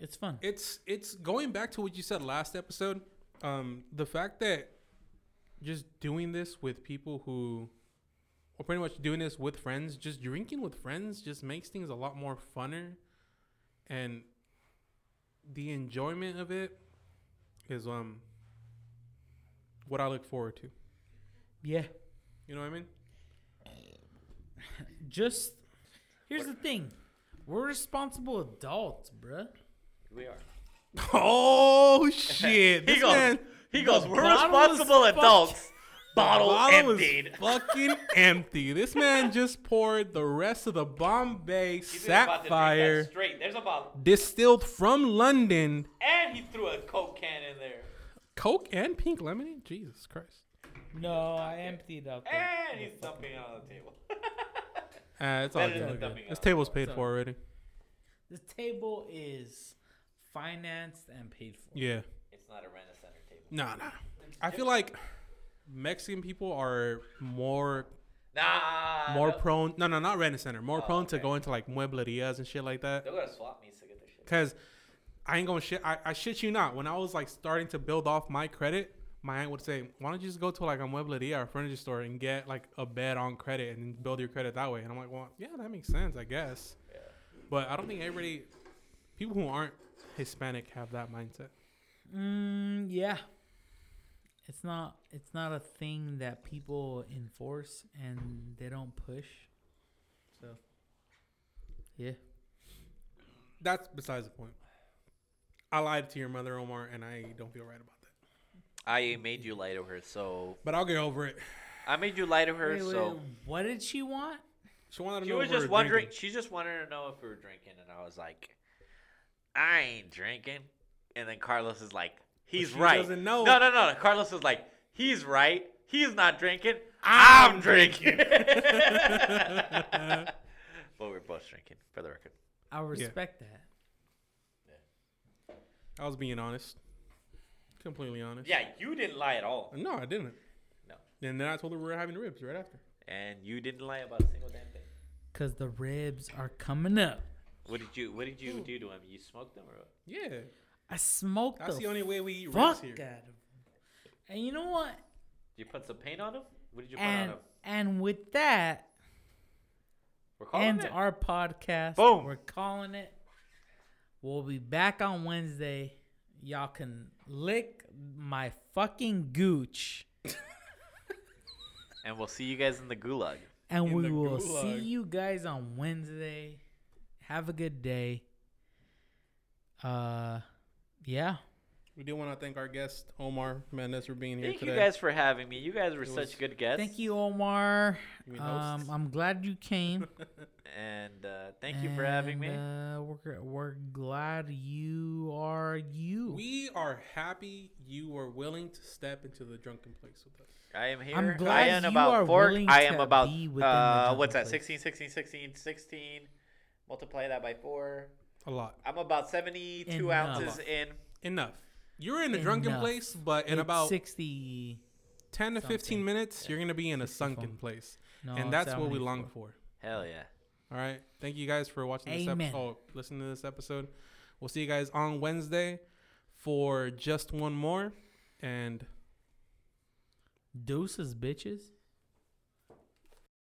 Speaker 1: It's fun.
Speaker 2: It's it's going back to what you said last episode. Um, the fact that just doing this with people who, or pretty much doing this with friends, just drinking with friends, just makes things a lot more funner, and the enjoyment of it is um what I look forward to.
Speaker 1: Yeah.
Speaker 2: You know what I mean?
Speaker 1: Just here's the thing. We're responsible adults, bruh.
Speaker 3: We are.
Speaker 2: Oh shit!
Speaker 3: He
Speaker 2: This
Speaker 3: goes.
Speaker 2: man,
Speaker 3: he goes. We're
Speaker 1: bottle is
Speaker 3: responsible
Speaker 1: fuck-
Speaker 3: adults. Bottle,
Speaker 2: the is
Speaker 3: emptied.
Speaker 2: fucking empty. This man just poured the rest of the Bombay
Speaker 3: He's about to drink that
Speaker 2: Sapphire
Speaker 3: Straight. There's about
Speaker 2: distilled from London,
Speaker 3: and he threw a coke can in there.
Speaker 2: Coke and pink lemonade. Jesus Christ!
Speaker 1: No, I emptied out.
Speaker 3: And he's thumping it on the table.
Speaker 2: Uh, it's all
Speaker 3: Better than
Speaker 2: good.
Speaker 3: dumping it
Speaker 2: This
Speaker 3: on
Speaker 2: table's paid for already.
Speaker 1: The table is financed and paid for.
Speaker 2: Yeah.
Speaker 3: it's not a rent a center table.
Speaker 2: Nah, nah. I feel like Mexican people are more
Speaker 3: Nah.
Speaker 2: more
Speaker 3: they'll-
Speaker 2: prone. No, no, not rent a center. More
Speaker 3: Oh,
Speaker 2: prone to
Speaker 3: okay.
Speaker 2: going to like mueblerias and shit like that.
Speaker 3: They'll go to swap meets to get their shit.
Speaker 2: Cause I ain't gonna shit. I, I shit you not. When I was like starting to build off my credit, my aunt would say, "Why don't you just go to like a muebleria or furniture store and get like a bed on credit and then build your credit that way?" And I'm like, "Well, yeah, that makes sense, I guess."
Speaker 3: Yeah.
Speaker 2: But I don't think everybody, people who aren't Hispanic, have that mindset.
Speaker 1: Mm, yeah. It's not it's not a thing that people enforce and they don't push. So Yeah.
Speaker 2: That's besides the point. I lied to your mother, Omar, and I don't feel right about that.
Speaker 3: I made you lie to her, so
Speaker 2: But I'll get over it.
Speaker 3: I made you lie to her,
Speaker 1: Wait, wait,
Speaker 3: so
Speaker 1: what did she want?
Speaker 2: She wanted to
Speaker 3: she
Speaker 2: know.
Speaker 3: was
Speaker 2: if we
Speaker 3: just
Speaker 2: were
Speaker 3: wondering.
Speaker 2: drinking.
Speaker 3: She just wanted to know if we were drinking, and I was like, I ain't drinking. And then Carlos is like, he's
Speaker 2: she
Speaker 3: right.
Speaker 2: doesn't know.
Speaker 3: No, no, no. Carlos is like, he's right. He's not drinking. I'm,
Speaker 2: I'm
Speaker 3: drinking. but we're both drinking, for the record.
Speaker 1: I respect that.
Speaker 2: I was being honest, completely honest.
Speaker 3: Yeah, you didn't lie at all,
Speaker 2: No, I didn't.
Speaker 3: No.
Speaker 2: And then I told her we were having ribs right after.
Speaker 3: and you didn't lie about a single damn thing.
Speaker 1: Cause the ribs are coming up.
Speaker 3: What did you What did you do to him? You smoked them, or what?
Speaker 2: Yeah.
Speaker 1: I smoked
Speaker 2: That's
Speaker 1: the,
Speaker 2: the only way we eat ribs
Speaker 1: fuck
Speaker 2: here.
Speaker 1: out of 'em. And you know what?
Speaker 3: you put some paint on him? What did you put
Speaker 1: And
Speaker 3: on him?
Speaker 1: and with that
Speaker 3: We're calling
Speaker 1: ends
Speaker 3: it.
Speaker 1: our podcast.
Speaker 3: Boom.
Speaker 1: We're calling it. We'll be back on Wednesday. Y'all can lick my fucking gooch.
Speaker 3: and we'll see you guys in the gulag.
Speaker 1: And
Speaker 2: In
Speaker 1: we
Speaker 2: the
Speaker 1: will
Speaker 2: gulag.
Speaker 1: see you guys on Wednesday. Have a good day. Uh, yeah.
Speaker 2: We do want to thank our guest Omar Mendez for being here
Speaker 3: Thank
Speaker 2: today.
Speaker 3: you guys for having me. You guys were
Speaker 2: It was-
Speaker 3: such good guests.
Speaker 1: Thank you, Omar.
Speaker 2: You mean host?
Speaker 1: Um, I'm glad you came.
Speaker 3: And uh, thank you for having me.
Speaker 1: And, Uh, we're gr- we're glad you are you.
Speaker 2: we are happy you were willing to step into the drunken place with us.
Speaker 3: I am here.
Speaker 1: uh, I'm
Speaker 3: I
Speaker 1: glad
Speaker 3: am
Speaker 1: you
Speaker 3: about
Speaker 1: are
Speaker 3: fork.
Speaker 1: willing
Speaker 3: I am
Speaker 1: to
Speaker 3: about
Speaker 1: be within the
Speaker 3: uh,
Speaker 1: Dunkin'
Speaker 3: what's that?
Speaker 1: place.
Speaker 3: 16, 16, 16, 16. Multiply that by four.
Speaker 2: A lot.
Speaker 3: I'm about 72
Speaker 1: Enough.
Speaker 3: ounces in.
Speaker 2: Enough. You're in a drunken
Speaker 1: Enough.
Speaker 2: place, but in
Speaker 1: It's
Speaker 2: about
Speaker 1: 60.
Speaker 2: 10 to 15
Speaker 1: something.
Speaker 2: minutes, you're going to be in a sunken
Speaker 1: four.
Speaker 2: place.
Speaker 1: No,
Speaker 2: and
Speaker 1: it's
Speaker 2: that's
Speaker 1: how
Speaker 2: what we
Speaker 1: many
Speaker 2: long
Speaker 1: four.
Speaker 2: for.
Speaker 3: Hell yeah.
Speaker 2: All right. Thank you guys for watching this
Speaker 1: Amen.
Speaker 2: episode. Oh, listening to this episode. We'll see you guys on Wednesday for just one more. And
Speaker 1: Deuces, bitches.